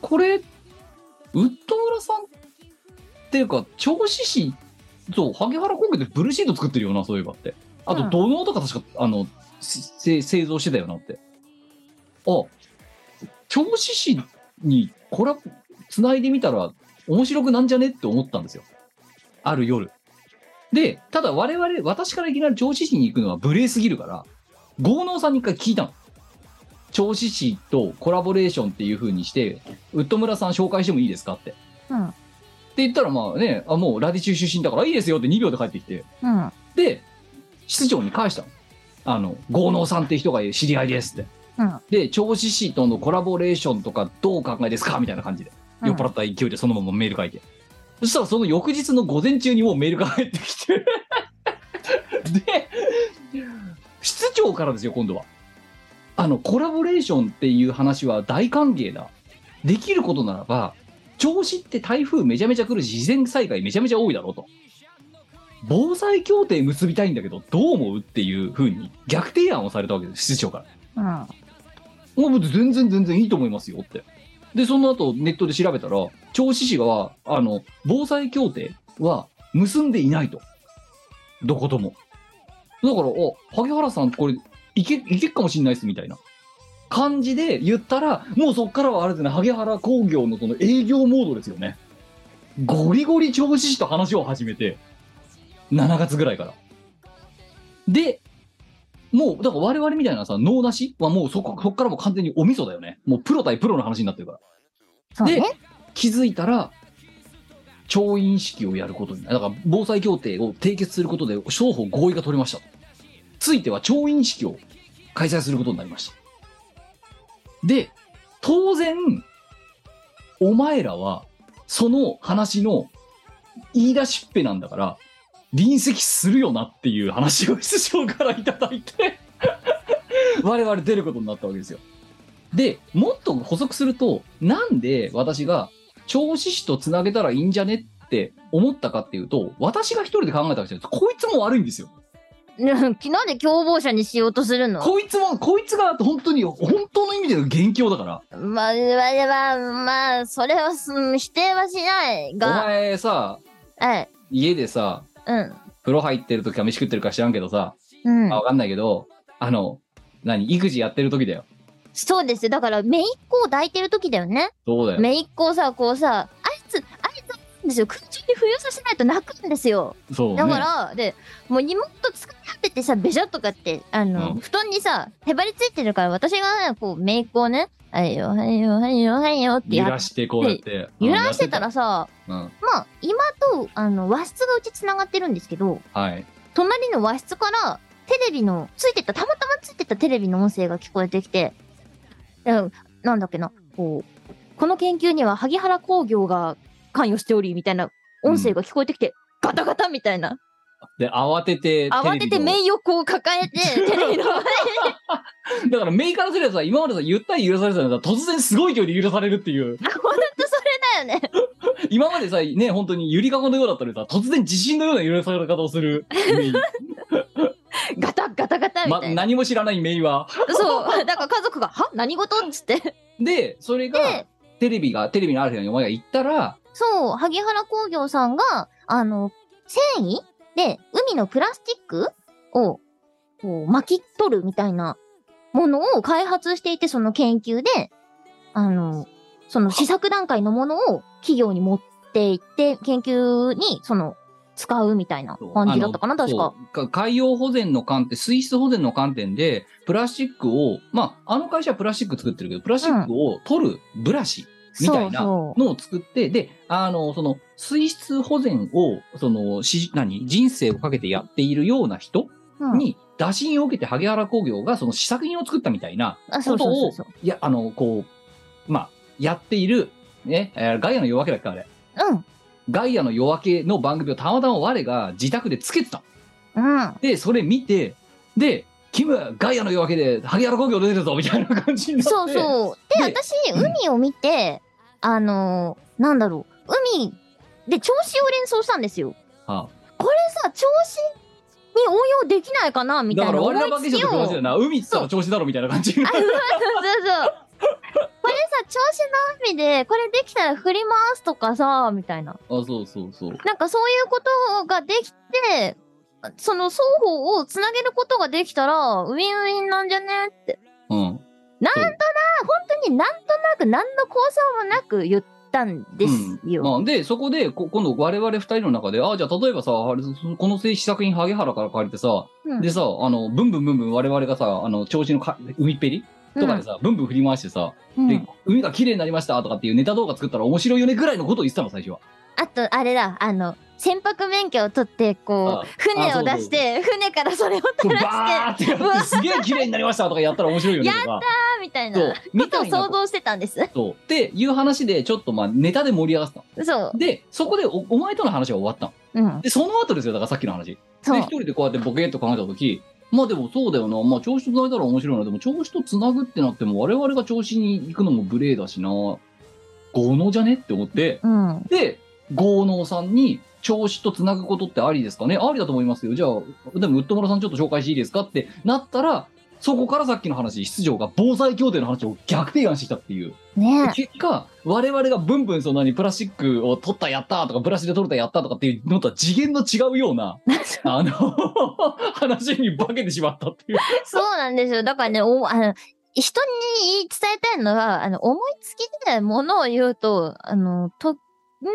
Speaker 3: これ、ウッド村さんっていうか、銚子市、そう、萩原工業でブルーシート作ってるよな、そういえばって。あ
Speaker 4: う
Speaker 3: と、
Speaker 4: ん
Speaker 3: 土のうとか確か、あの、せ製造してたよなって。あ、銚子市に、これ、繋いでみたら、面白くなんじゃねって思ったんですよ。ある夜。で、ただ我々、私からいきなり銚子市に行くのは無礼すぎるから、豪農さんに一回聞いたの。銚子市とコラボレーションっていう風にして、ウッド村さん紹介してもいいですかって。
Speaker 4: うん
Speaker 3: って言ったらまあね、あ、もうラディ中出身だからいいですよって2秒で帰ってきて、
Speaker 4: うん。
Speaker 3: で、室長に返したの。あの、豪農さんって人が知り合いですって。
Speaker 4: うん
Speaker 3: で、銚子市とのコラボレーションとかどうお考えですかみたいな感じで。
Speaker 4: うん
Speaker 3: 酔っ払った勢いでそのままメール書いて。そしたらその翌日の午前中にもうメールが入ってきて。 で、室長からですよ、今度は。あの、コラボレーションっていう話は大歓迎だ。できることならば、調子って台風めちゃめちゃ来るし、自然災害めちゃめちゃ多いだろうと。防災協定結びたいんだけど、どう思うっていうふうに逆提案をされたわけです、室長から。
Speaker 4: うん。
Speaker 3: もう全然全然いいと思いますよって。で、その後ネットで調べたら、銚子市は、あの、防災協定は結んでいないと。どことも。だから、お、萩原さん、これ、いけ、いけっかもしんないっす、みたいな。感じで言ったら、もうそっからはあれですね、萩原工業のその営業モードですよね。ゴリゴリ銚子市と話を始めて、7月ぐらいから。で、もう、だから我々みたいなさ、脳なしはもうそこ、そこからもう完全にお味噌だよね。もうプロ対プロの話になってるから。
Speaker 4: そう
Speaker 3: で
Speaker 4: ね。、
Speaker 3: 気づいたら、調印式をやることになる。だから、防災協定を締結することで、双方合意が取れましたと。ついては、調印式を開催することになりました。で、当然、お前らは、その話の言い出しっぺなんだから、臨席するよなっていう話を室長からいただいて 我々出ることになったわけですよでもっと補足するとなんで私が調子師とつなげたらいいんじゃねって思ったかっていうと私が一人で考えたわけじゃないですこいつも悪いんですよ
Speaker 4: なんで共謀者にしようとするの
Speaker 3: こいつもこいつが本当に本当の意味での元凶だから
Speaker 4: まあ、まあ、まあ、まあ、それはすん否定はしない
Speaker 3: お
Speaker 4: が、
Speaker 3: 前さ
Speaker 4: ええ、
Speaker 3: 家でさ
Speaker 4: うん、
Speaker 3: 風呂入ってる時か飯食ってるか知らんけどさ、
Speaker 4: うん
Speaker 3: あ。わかんないけどあの何育児やってる時だよ
Speaker 4: そうですよだから、姪っ子を抱いてる時だよね。
Speaker 3: そう だよ
Speaker 4: 姪っ子をさ、こうさ、あいつ、あいつ、ですよ空中に浮遊させないと泣くんですよ。
Speaker 3: そうね
Speaker 4: だから、で、もう妹つかっててさ、べしょとかって、あの、
Speaker 3: うん
Speaker 4: 布団にさ、へばりついてるから、私がね、こう、姪っ子をね、はいよ、はいよ、はいよ、はいよって
Speaker 3: 揺
Speaker 4: や
Speaker 3: らしてこうやって
Speaker 4: 揺らしてたら、さ、
Speaker 3: うんやって
Speaker 4: まあ、今と、あの、和室がうち繋がってるんですけど、
Speaker 3: たうん、はい
Speaker 4: 隣の和室から、テレビの、ついてた、たまたまついてたテレビの音声が聞こえてきて、うんなんだっけな、こう、この研究には萩原工業が関与しており、みたいな音声が聞こえてきて、ガタガタみたいな。
Speaker 3: で慌てて
Speaker 4: 慌てて
Speaker 3: メ
Speaker 4: 名誉を抱えて、テレビの前 に。
Speaker 3: だからメイからすればさ今までさゆったり揺らされてたのが突然すごい勢いで揺らされるっていう
Speaker 4: ほんとそれだよね。
Speaker 3: 今までさね本当にゆりかごのようだったのにさ突然地震のような揺らされ方をする メイ
Speaker 4: ガタガタガタみ
Speaker 3: ま
Speaker 4: たいな。
Speaker 3: 何も知らないメイは
Speaker 4: そう。だから家族が、は何事っつって。
Speaker 3: でそれが
Speaker 4: で
Speaker 3: テレビがテレビのある日にお前が行ったら
Speaker 4: そう、萩原工業さんが、あの、繊維で、海のプラスチックを、こう、巻き取るみたいなものを開発していて、その研究で、あの、その試作段階のものを企業に持っていって、研究に、その、使うみたいな感じだったかな、
Speaker 3: あの
Speaker 4: 確か。
Speaker 3: そう海洋保全の観点、水質保全の観点で、プラスチックを、まあ、あの会社はプラスチック作ってるけど、プラスチックを取るブラシみたいな
Speaker 4: そうそ
Speaker 3: のを作って、で、あの、その、水質保全を、その、し、何人生をかけてやっているような人
Speaker 4: う。うん、
Speaker 3: に、打診を受けて、萩原工業がその試作品を作ったみたいな
Speaker 4: あ、
Speaker 3: こ
Speaker 4: そうそ
Speaker 3: と
Speaker 4: うそう
Speaker 3: を
Speaker 4: そう。、
Speaker 3: いや、あの、こう、まあ、やっている、ね、えーガイアの夜明けだっけ、あれ。
Speaker 4: うん。
Speaker 3: ガイアの夜明けの番組をたまたま我が自宅でつけてたの
Speaker 4: うん。
Speaker 3: で、それ見て、で、キム、ガイアの夜明けで、萩原工業出てるぞみたいな感じになって。
Speaker 4: そうそう。で、
Speaker 3: で
Speaker 4: 私、
Speaker 3: うん
Speaker 4: 海を見て、あのーなんだろう。海で調子を連想したんですよ。
Speaker 3: は
Speaker 4: これさ、調子に応用できないかなみ
Speaker 3: だ
Speaker 4: た
Speaker 3: か
Speaker 4: い
Speaker 3: ら我
Speaker 4: な思
Speaker 3: 々だ
Speaker 4: い
Speaker 3: け
Speaker 4: つ
Speaker 3: じゃ
Speaker 4: きを。
Speaker 3: と同じ
Speaker 4: そ
Speaker 3: だ
Speaker 4: う
Speaker 3: な。海っつったら調子だろみたいな感じ。
Speaker 4: そ うそう。これさ、調子の海で、これできたら振り回すとかさ、みたいな。
Speaker 3: あ、そうそうそう。
Speaker 4: なんかそういうことができて、その双方をつなげることができたら、ウィンウィンなんじゃねって。
Speaker 3: うん。
Speaker 4: なんとな、本当になんとなく何の構想もなく言ったんですよ。
Speaker 3: うんまあ、で、そこで、こ今度我々二人の中で、あ、じゃあ例えばさ、あれそこの試作品萩原から借りてさ、
Speaker 4: うん
Speaker 3: でさ、あの、ブンブンブンブン我々がさ、あの、調子のか海っぺりとかでさ、ブンブン振り回してさ、
Speaker 4: うんう
Speaker 3: で
Speaker 4: ん、
Speaker 3: 海が綺麗になりましたとかっていうネタ動画作ったら面白いよねぐらいのことを言ってたの、最初は。
Speaker 4: あと、あれだ、あの、船舶免許を取って、こ
Speaker 3: あ
Speaker 4: う、船を出して、船からそれを
Speaker 3: こ
Speaker 4: 取
Speaker 3: う
Speaker 4: らして、
Speaker 3: バーってや
Speaker 4: う
Speaker 3: っ
Speaker 4: わ
Speaker 3: て、すげえ綺麗になりましたとかやったら面白いよね とか。
Speaker 4: みたい
Speaker 3: そ
Speaker 4: な
Speaker 3: う。み
Speaker 4: こと
Speaker 3: た
Speaker 4: を
Speaker 3: いな
Speaker 4: 想
Speaker 3: こ
Speaker 4: 像してたんです。
Speaker 3: と。そうっていう話で、ちょっとまあネタで盛り上がってた
Speaker 4: そう
Speaker 3: の。。で、そこでおお前との話は終わったの。
Speaker 4: うん。
Speaker 3: で、その後ですよ、だからさっきの話。
Speaker 4: そ
Speaker 3: で、
Speaker 4: う
Speaker 3: 一。人でこうやってボケーっと考えたとき、まあでもそうだよな、まあ調子と繋いだら面白いな、でも調子と繋ぐってなっても我々が調子に行くのも無礼だしな、豪能じゃねって思って、
Speaker 4: うん。
Speaker 3: で、豪農さんに、調子とつなぐことってありですかねありだと思いますよ。じゃあ、でも、ウッドモラさんちょっと紹介していいですかってなったら、そこからさっきの話、出場が防災協定の話を逆提案してきたっていう。
Speaker 4: ね
Speaker 3: 結果、我々がブンブンそんなにプラスチックを取ったやったとか、ブラシで取れたやったとかっていうのとは次元の違うよう な、あの、 話に化けてしまったっていう。
Speaker 4: そうなんですよ。だからね、おあの人に伝えたいのは、あの、思いつきでものを言うと、あの、とん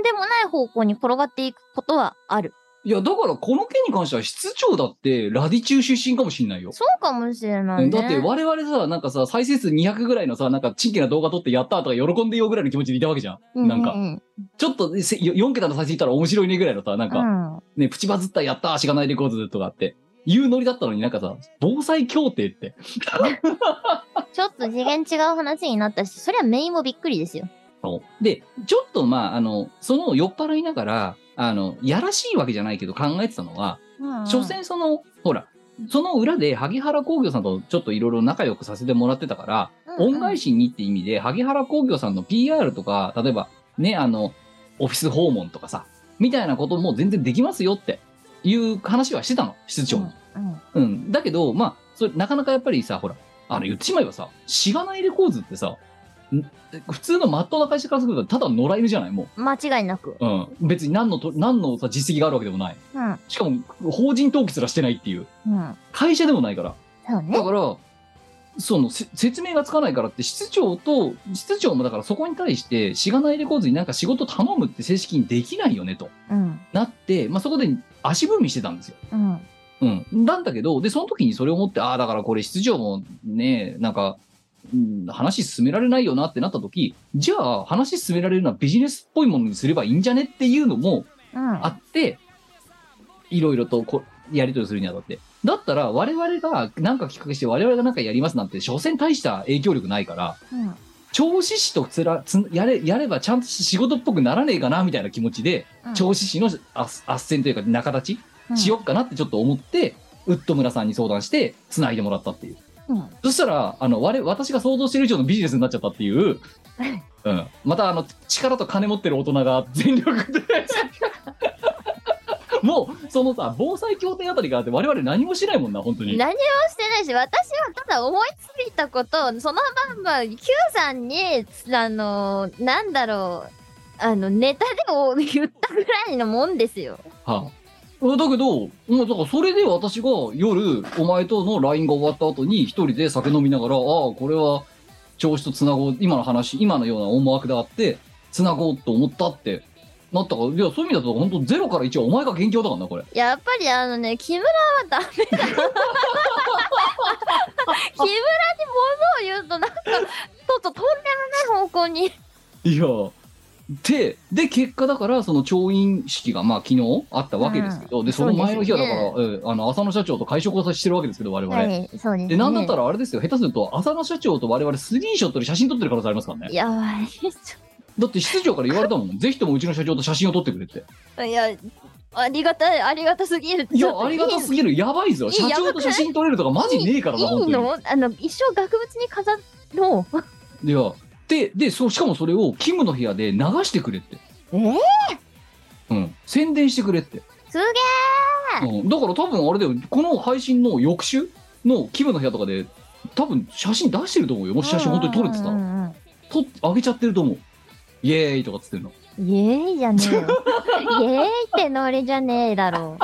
Speaker 4: でもない方向に転がっていくことはある。
Speaker 3: いや、だからこの件に関しては室長だって、ラディ中出身かもしんないよ。
Speaker 4: そうかもしれない、
Speaker 3: うん
Speaker 4: ね。
Speaker 3: だって我々さ、なんかさ、再生数200ぐらいのさ、なんかチンケな動画撮ってやったとか喜んでようぐらいの気持ちでいたわけじゃん。なんか
Speaker 4: うう
Speaker 3: ちょっとせよ4桁の再生いったら面白いねぐらいのさ、なん
Speaker 4: う
Speaker 3: か、
Speaker 4: ん。
Speaker 3: ね、プチバズったやったーしがないレコードとかって、いうノリだったのになんかさ、防災協定って。
Speaker 4: ちょっと次元違う話になったし、そりゃメインもびっくりですよ。
Speaker 3: で、ちょっとまあ、あの、その酔っ払いながら、あの、やらしいわけじゃないけど考えてたのは、
Speaker 4: うんうん
Speaker 3: 所詮その、ほら、その裏で萩原工業さんとちょっといろいろ仲良くさせてもらってたから、
Speaker 4: うん
Speaker 3: 恩返しにって意味で、萩原工業さんの PR とか、例えばね、あの、オフィス訪問とかさ、みたいなことも全然できますよっていう話はしてたの、室長に。
Speaker 4: うん
Speaker 3: うん。だけど、まあ、それなかなかやっぱりさ、ほら、あの、言ってしまえばさ、しがないレコーズってさ、ん普通のまっとうな会社からするとただ野良犬じゃないも
Speaker 4: 間違いなく。
Speaker 3: う。うん。別に何のと、何のさ、実績があるわけでもない。
Speaker 4: うん。うん。
Speaker 3: しかも、法人登記すらしてないっていう。会社でもないから。
Speaker 4: そうね
Speaker 3: だ。から、そのせ説明がつかないからって、室長と、室長もだからそこに対して、しがないレコーズになんか仕事頼むって正式にできないよねと
Speaker 4: うん。
Speaker 3: なって、まあ、そこで足踏みしてたんですよ。
Speaker 4: うん。
Speaker 3: うん。なんだけど、で、その時にそれを思って、ああ、だからこれ室長もね、なんか、うん話進められないよなってなった時、じゃあ話進められるのはビジネスっぽいものにすればいいんじゃねっていうのも
Speaker 4: うん。
Speaker 3: あって、いろいろとこやり取りするにあたって。だったら我々が何か企画して我々が何かやりますなんて、所詮大した影響力ないから、
Speaker 4: うん。
Speaker 3: 調子師とつらつやれやればちゃんと仕事っぽくならねえかなみたいな気持ちで、
Speaker 4: うん
Speaker 3: 調子師のあっせんというか仲立ち
Speaker 4: うん
Speaker 3: しよっかなってちょっと思って、ウッド村さんに相談して、繋いでもらったっていう。
Speaker 4: うん
Speaker 3: そしたら、あの、我々、私が想像してる以上のビジネスになっちゃったっていう、うん。また、あの、力と金持ってる大人が全力 で、もう、そのさ、防災協定あたりがあって、我々何もしないもんな、本当に。
Speaker 4: 何もしてないし、私はただ思いついたことを、そのまんま、Q さんに、あの、なんだろう、あの、ネタでお言ったぐらいのもんですよ。
Speaker 3: はあ、だけど、もうだからそれで私が夜、お前との LINE が終わった後に、一人で酒飲みながら、ああ、これは調子とつなごう、今の話、今のような思惑であって、つなごうと思ったってなったから、いや、そういう意味だと、本当ゼロから1はお前が元凶だからな、これ。
Speaker 4: やっぱりあのね、木村はダメだ。木村に物を言うと、なんか、ちょっととんでもない方向に。
Speaker 3: いや、で、で、結果だから、その調印式が、まあ、昨日あったわけですけど、
Speaker 4: うん
Speaker 3: で、その前の日は、だから、え
Speaker 4: そ
Speaker 3: ーあの、浅野社長と会食をさしてるわけですけど、我々。
Speaker 4: はい、そうです、
Speaker 3: で、
Speaker 4: ね。
Speaker 3: なんだったらあれですよ、下手すると、浅野社長と我々スリーショットで写真撮ってる可能性ありますからね。
Speaker 4: やばい。ちょっ
Speaker 3: だって室長から言われたもん。ぜひともうちの社長と写真を撮ってくれって。
Speaker 4: といや、ありがたい、ありがたすぎる。
Speaker 3: い
Speaker 4: ちょっ
Speaker 3: や、
Speaker 4: と
Speaker 3: ありがたすぎる。やばいぞ。
Speaker 4: いい
Speaker 3: 社長と写真撮れるとかマジねえからな、
Speaker 4: いい
Speaker 3: 本当
Speaker 4: のあの、一生額縁に飾ろう。
Speaker 3: に。いや、で、で、そう、しかもそれをキムの部屋で流してくれって。
Speaker 4: えー
Speaker 3: うん。宣伝してくれって。
Speaker 4: すげえ
Speaker 3: うん。だから多分あれだよ、この配信の翌週のキムの部屋とかで、多分写真出してると思うよ。もし写真本当に撮れてたら。
Speaker 4: ら。
Speaker 3: 撮って、あげちゃってると思う。イエーイとかっつってんの。
Speaker 4: イエーイじゃね えよ。イエーイってノリじゃねえだろ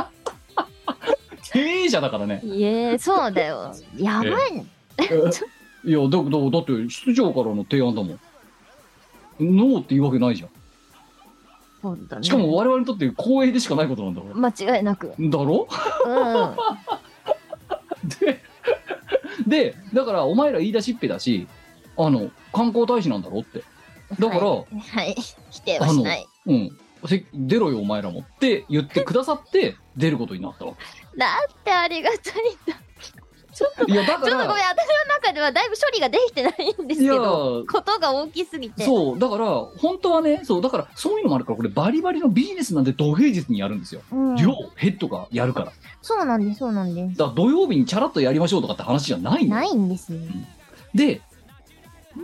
Speaker 3: 経営者だからね
Speaker 4: う。。イエーイ、そうだよ。やばいね。
Speaker 3: いやだだだって室長からの提案だもんノーって言うわけないじゃん
Speaker 4: ほんとね
Speaker 3: しかも我々にとって光栄でしかないことなんだから、
Speaker 4: 間違いなく。
Speaker 3: だろ
Speaker 4: うん。
Speaker 3: ででだからお前ら言い出しっぺだしあの観光大使なんだろってだから、
Speaker 4: はい、はい否定はしない。
Speaker 3: うんせ出ろよお前らもって言ってくださって出ることになったわ
Speaker 4: だってありがたいんだ。
Speaker 3: けいやだか
Speaker 4: ちょっとごめ
Speaker 3: ら
Speaker 4: ん、私の中ではだいぶ処理ができてないんです
Speaker 3: い
Speaker 4: け
Speaker 3: や
Speaker 4: ど、ことが大きすぎて。
Speaker 3: そうだから本当はねそうだからそういうのもあるからこれバリバリのビジネスなんで土平日にやるんですよ、
Speaker 4: うん
Speaker 3: 両ヘッドがやるから
Speaker 4: そうなんです、そうなんで
Speaker 3: だから土曜日にチャラッとやりましょうとかって話じゃない
Speaker 4: す。
Speaker 3: んだ
Speaker 4: な
Speaker 3: よ。
Speaker 4: いんですよ。
Speaker 3: で、う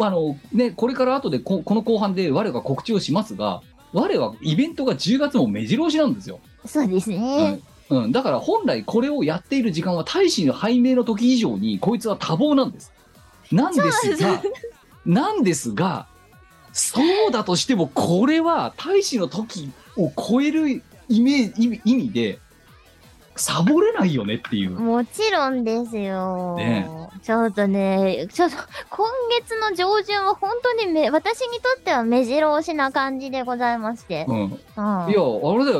Speaker 3: んあのね、これから後でここの後半で我が告知をしますが、我はイベントが10月も目白押しなんですよ。
Speaker 4: そうですね。
Speaker 3: うん、だから本来これをやっている時間は大使の拝命の時以上にこいつは多忙なんです。なんです
Speaker 4: そうな
Speaker 3: が、なんですが、そうだとしてもこれは大使の時を超えるイメージ意味意味で、サボれないよねっていう。
Speaker 4: もちろんですよ。
Speaker 3: ね
Speaker 4: ちょっとね、ちょっと今月の上旬は本当にめ私にとっては目白押しな感じでございまして。
Speaker 3: うん、
Speaker 4: うん
Speaker 3: いや、あれだよ、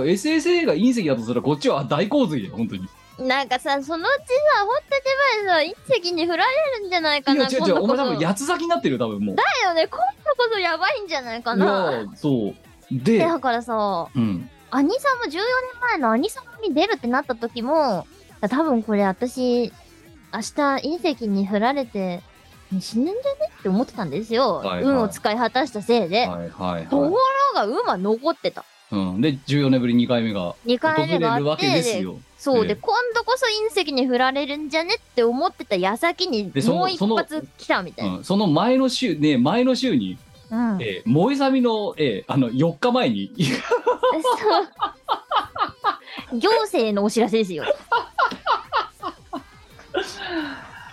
Speaker 3: SSA が隕石だとすらこっちは大洪水だよ、本当に。
Speaker 4: なんかさ、そのうちさ、本当にやばいさ、隕石に振られるんじゃないか
Speaker 3: いや、
Speaker 4: な。
Speaker 3: 違う
Speaker 4: 今
Speaker 3: 違う、
Speaker 4: 度
Speaker 3: お
Speaker 4: こ
Speaker 3: 前
Speaker 4: そ
Speaker 3: 多分八つ咲きになってるよ、多分もう。
Speaker 4: だよね、今度こそやばいんじゃないかな。
Speaker 3: いや、そう。で、
Speaker 4: でだからさ、
Speaker 3: うん。
Speaker 4: アニサも14年前のアニサに出るってなった時も、多分これ私、明日隕石に振られて、死ぬんじゃねって思ってたんですよ。
Speaker 3: はいはい
Speaker 4: 運を使い果たしたせいで。
Speaker 3: はいはい
Speaker 4: とこ
Speaker 3: は
Speaker 4: ろが運は残ってた。
Speaker 3: い。うん、で14年ぶり2回目が
Speaker 4: 2
Speaker 3: 訪
Speaker 4: 回目
Speaker 3: れ
Speaker 4: があ
Speaker 3: る
Speaker 4: っ
Speaker 3: わけ
Speaker 4: て
Speaker 3: ですよ
Speaker 4: そう
Speaker 3: え
Speaker 4: で
Speaker 3: え
Speaker 4: 今度こそ隕石に振られるんじゃねって思ってた矢先に
Speaker 3: でその
Speaker 4: もう一
Speaker 3: その
Speaker 4: 発来たみたいな
Speaker 3: うん、その前の週ね前の週に、
Speaker 4: うん
Speaker 3: ええ萌えさみの,、ええあの4日前に
Speaker 4: そう 行政のお知らせですよ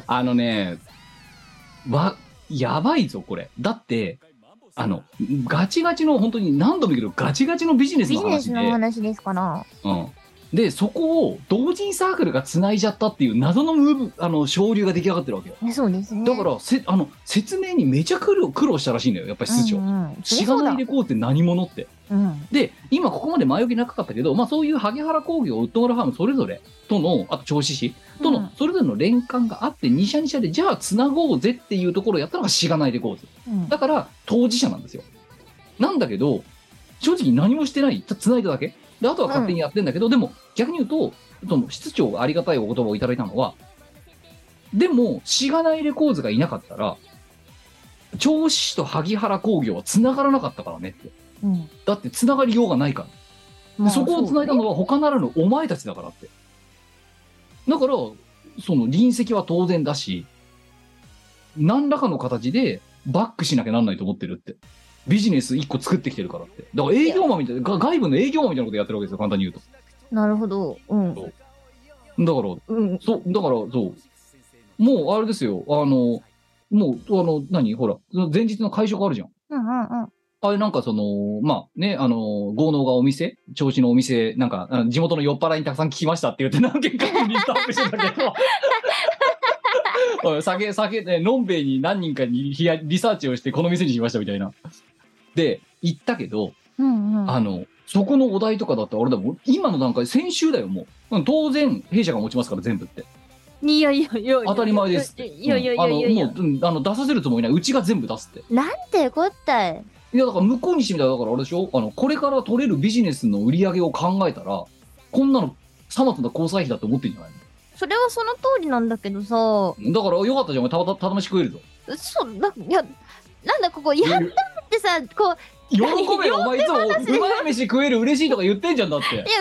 Speaker 3: あのねわやばいぞこれだってあのガチガチの本当に何度も言うけどガチガチのビジネス
Speaker 4: ビ
Speaker 3: の
Speaker 4: ジ
Speaker 3: 話で
Speaker 4: ネスのお話ですから
Speaker 3: うん、でそこを同人サークルが繋いじゃったっていう謎のムーブあの昇流が出来上がってるわけよ
Speaker 4: ねそうですね
Speaker 3: だからせあの説明にめちゃ苦労苦労したらしいんだよやっぱり室長、
Speaker 4: うんうんそり
Speaker 3: 知
Speaker 4: ゃそ
Speaker 3: ら
Speaker 4: うだ
Speaker 3: ないレコードって何者って
Speaker 4: うん
Speaker 3: で今ここまで前置きなかったけど、まあ、そういう萩原工業ウッドモルファームそれぞれとのあと銚子市と
Speaker 4: うん
Speaker 3: のそれぞれの連関があって2社2社でじゃあつなごうぜっていうところをやったのがしがないレコード
Speaker 4: うん
Speaker 3: だから当事者なんですよなんだけど正直何もしてないた繋いだだけであとは勝手にやってんだけど、でも逆に言うとその室長がありがたいお言葉をいただいたのはでもしがないレコーズがいなかったら銚子市と萩原工業は繋がらなかったからねって
Speaker 4: うん
Speaker 3: だって繋がりようがないから
Speaker 4: まあ
Speaker 3: そこを繋いだのは他ならぬお前たちだからって。だから、その隣席は当然だし、何らかの形でバックしなきゃなんないと思ってるって。ビジネス一個作ってきてるからって。だから営業マンみたいな、が外部の営業マンみたいなことやってるわけですよ、簡単に言うと。
Speaker 4: なるほどうん
Speaker 3: だから、
Speaker 4: うん
Speaker 3: そう、だから、そう。もう、あれですよ、あの、もう、あの、何ほら、前日の会食あるじゃん。
Speaker 4: うんうんうん
Speaker 3: あれなんかその、まあね、あの、豪農がお店、調子のお店、なんか、あの地元の酔っ払いにたくさん聞きましたって言って何件かリストアップしてたけど。 おい酒、酒で、のんべいに何人かにリアリサーチをして、この店にしましたみたいな。で、行ったけど、
Speaker 4: うんうん
Speaker 3: あの、そこのお題とかだったら、俺だもん、今の段階、先週だよ、もう。うん当然、弊社が持ちますから、全部って。
Speaker 4: いやいやいや
Speaker 3: 当たり前ですって。
Speaker 4: いやいやいやい
Speaker 3: う
Speaker 4: や
Speaker 3: ん
Speaker 4: い
Speaker 3: あ
Speaker 4: や
Speaker 3: の、もううん、あの出させるつもりない。うちが全部出すって。
Speaker 4: なんてこったい
Speaker 3: いやだから向こうにしてみたらだからあれでしょあのこれから取れるビジネスの売り上げを考えたらこんなのさまつな交際費だと思ってんじゃない
Speaker 4: それはその通りなんだけどさ
Speaker 3: のだからよかったじゃんお前たたたたまし食えるぞ
Speaker 4: そうだいやなんだここやっ
Speaker 3: 喜
Speaker 4: てさこう
Speaker 3: べよお前いつもうまい飯食える嬉しいとか言ってんじゃんだって
Speaker 4: いや嬉し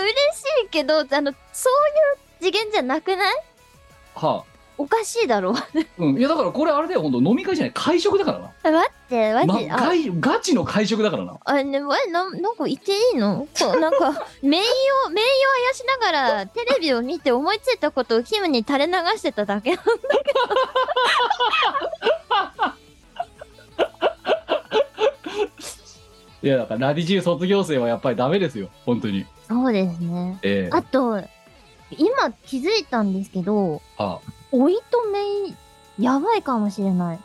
Speaker 4: いけどあのそういう次元じゃなくない
Speaker 3: はあ
Speaker 4: おかしいだろ
Speaker 3: うん、いやだからこれあれだよ本当飲み会じゃない会食だからな、
Speaker 4: 待って
Speaker 3: ま
Speaker 4: マジ、あ
Speaker 3: 会ガチの会食だからな
Speaker 4: あねわななんか言っていいのこうなん か名誉名誉あやしながらテレビを見て思いついたことをキムに垂れ流してただけ なんだ
Speaker 3: いやだからラディ中卒業生はやっぱりダメですよ本当に
Speaker 4: そうですね
Speaker 3: ええ
Speaker 4: あと今気づいたんですけど
Speaker 3: はあ
Speaker 4: おいとめいやばいかもしれない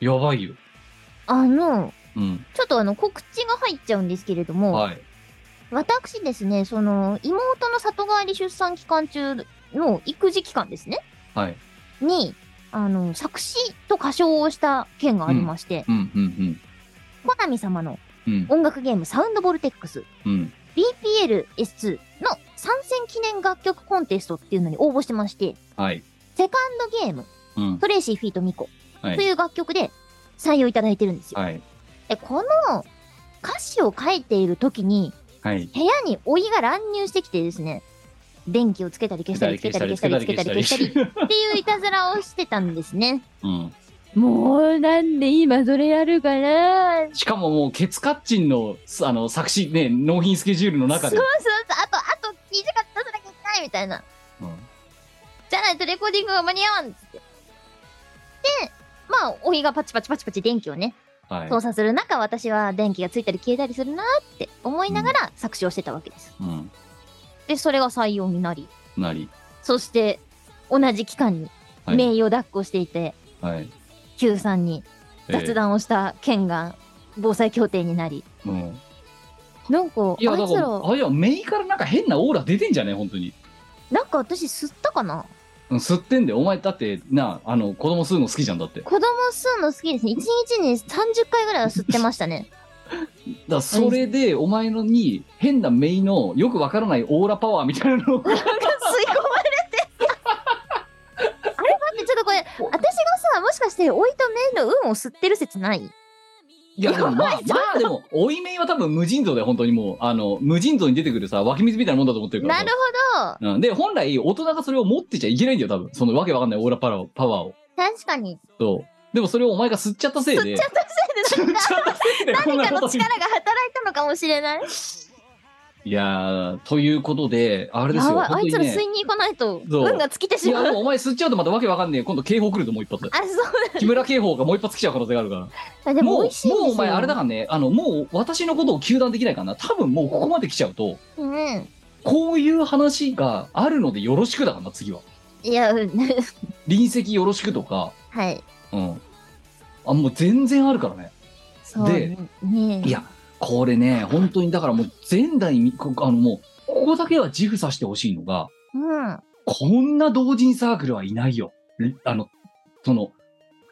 Speaker 3: やばいよ
Speaker 4: あの
Speaker 3: うん
Speaker 4: ちょっとあの告知が入っちゃうんですけれども、
Speaker 3: はい
Speaker 4: 私ですね、その、妹の里帰り出産期間中の育児期間ですね、
Speaker 3: はい
Speaker 4: に、あの、作詞と歌唱をした件がありまして、
Speaker 3: うんうん
Speaker 4: コナミ様の
Speaker 3: うんうん
Speaker 4: 音楽ゲームサウンドボルテックス
Speaker 3: うん
Speaker 4: BPLS2 の参戦記念楽曲コンテストっていうのに応募してまして、
Speaker 3: はい
Speaker 4: セカンドゲーム、
Speaker 3: うん
Speaker 4: トレイシー・フィート・ミコ
Speaker 3: はい
Speaker 4: という楽曲で採用いただいてるんですよ。
Speaker 3: はい
Speaker 4: でこの歌詞を書いている時
Speaker 3: は
Speaker 4: に、
Speaker 3: い
Speaker 4: 部屋に老いが乱入してきてですね、電気をつけたり消したりつけたり消したりつけたり消したりっていういたずらをしてたんですね。
Speaker 3: うん、
Speaker 4: もうなんで今それやるかな
Speaker 3: しかももうケツカッチンのすあの作詞ね納品スケジュールの
Speaker 4: そう
Speaker 3: 中
Speaker 4: そ
Speaker 3: で
Speaker 4: うそう、あと、あと2時間出さなきゃいけないみたいな。
Speaker 3: うん
Speaker 4: じゃないとレコーディングが間に合わんっつって。で、まあ、おいがパチパチパチパチ電気をね、
Speaker 3: はい
Speaker 4: 操作する中、私は電気がついたり消えたりするなーって思いながら作詞をしてたわけです。
Speaker 3: うん
Speaker 4: で、それが採用になり、
Speaker 3: なり
Speaker 4: そして、同じ期間に
Speaker 3: はい
Speaker 4: 名誉抱っこしていて、
Speaker 3: はい
Speaker 4: Q さんに雑談をした件が防災協定になり、
Speaker 3: えーうん
Speaker 4: なんかあ
Speaker 3: いやだ
Speaker 4: いつ
Speaker 3: から
Speaker 4: ら
Speaker 3: あれはメイからなんか変なオーラ出てんじゃね本当に
Speaker 4: なんか私吸ったかな
Speaker 3: うん吸ってんでお前だってなあの子供吸うの好きじゃんだってだか
Speaker 4: 子供吸うの好きですね1日に30回ぐらいは吸ってましたね
Speaker 3: らそれでお前のに変なメイのよくわからないオーラパワーみたいなの を
Speaker 4: 吸い込まれてあれ待ってちょっとこれ私がさもしかしておいとめいの運を吸ってる説ない
Speaker 3: いやでもまあまあでも追い目は多分無尽蔵で本当にもうあの無尽蔵に出てくるさ湧き水みたいなもんだと思ってるから
Speaker 4: なるほど。
Speaker 3: うん、で本来大人がそれを持ってちゃいけないんだよ多分そのわけわかんないオーラパワーをパワーを
Speaker 4: 確かに。
Speaker 3: そうでもそれをお前が吸っちゃったせいで
Speaker 4: 吸っちゃったせいで
Speaker 3: 吸っちゃったせいでこん
Speaker 4: 何
Speaker 3: なこ
Speaker 4: かの
Speaker 3: と
Speaker 4: 力
Speaker 3: に
Speaker 4: が働いたのかもしれない。
Speaker 3: いやーということであれです
Speaker 4: や
Speaker 3: よ
Speaker 4: ばい、
Speaker 3: 本
Speaker 4: あ
Speaker 3: 当
Speaker 4: い
Speaker 3: に
Speaker 4: つら
Speaker 3: ね
Speaker 4: 吸いに行かないと
Speaker 3: そう
Speaker 4: 運が尽きて
Speaker 3: い
Speaker 4: しま
Speaker 3: や
Speaker 4: う。
Speaker 3: でもお前吸っちゃうとまたわけわかんねえ今度警報来るともう一発
Speaker 4: あ、そう
Speaker 3: 木村警報がもう一発来ちゃう可能性があるから
Speaker 4: あでも
Speaker 3: も
Speaker 4: 美
Speaker 3: う
Speaker 4: 味しいんですよ。
Speaker 3: もうお前あれだからねあのもう私のことを糾弾できないからな多分もうここまで来ちゃうと
Speaker 4: うん。
Speaker 3: こういう話があるのでよろしくだからな次はい
Speaker 4: や、うん
Speaker 3: 隣席よろしくとか
Speaker 4: はい。
Speaker 3: うんあもう全然あるからね
Speaker 4: そうね。ね
Speaker 3: いや、これね、本当にだからもう前代に、こあのもう、ここだけは自負させてほしいのが、
Speaker 4: うん。
Speaker 3: こんな同人サークルはいないよ。んあの、その、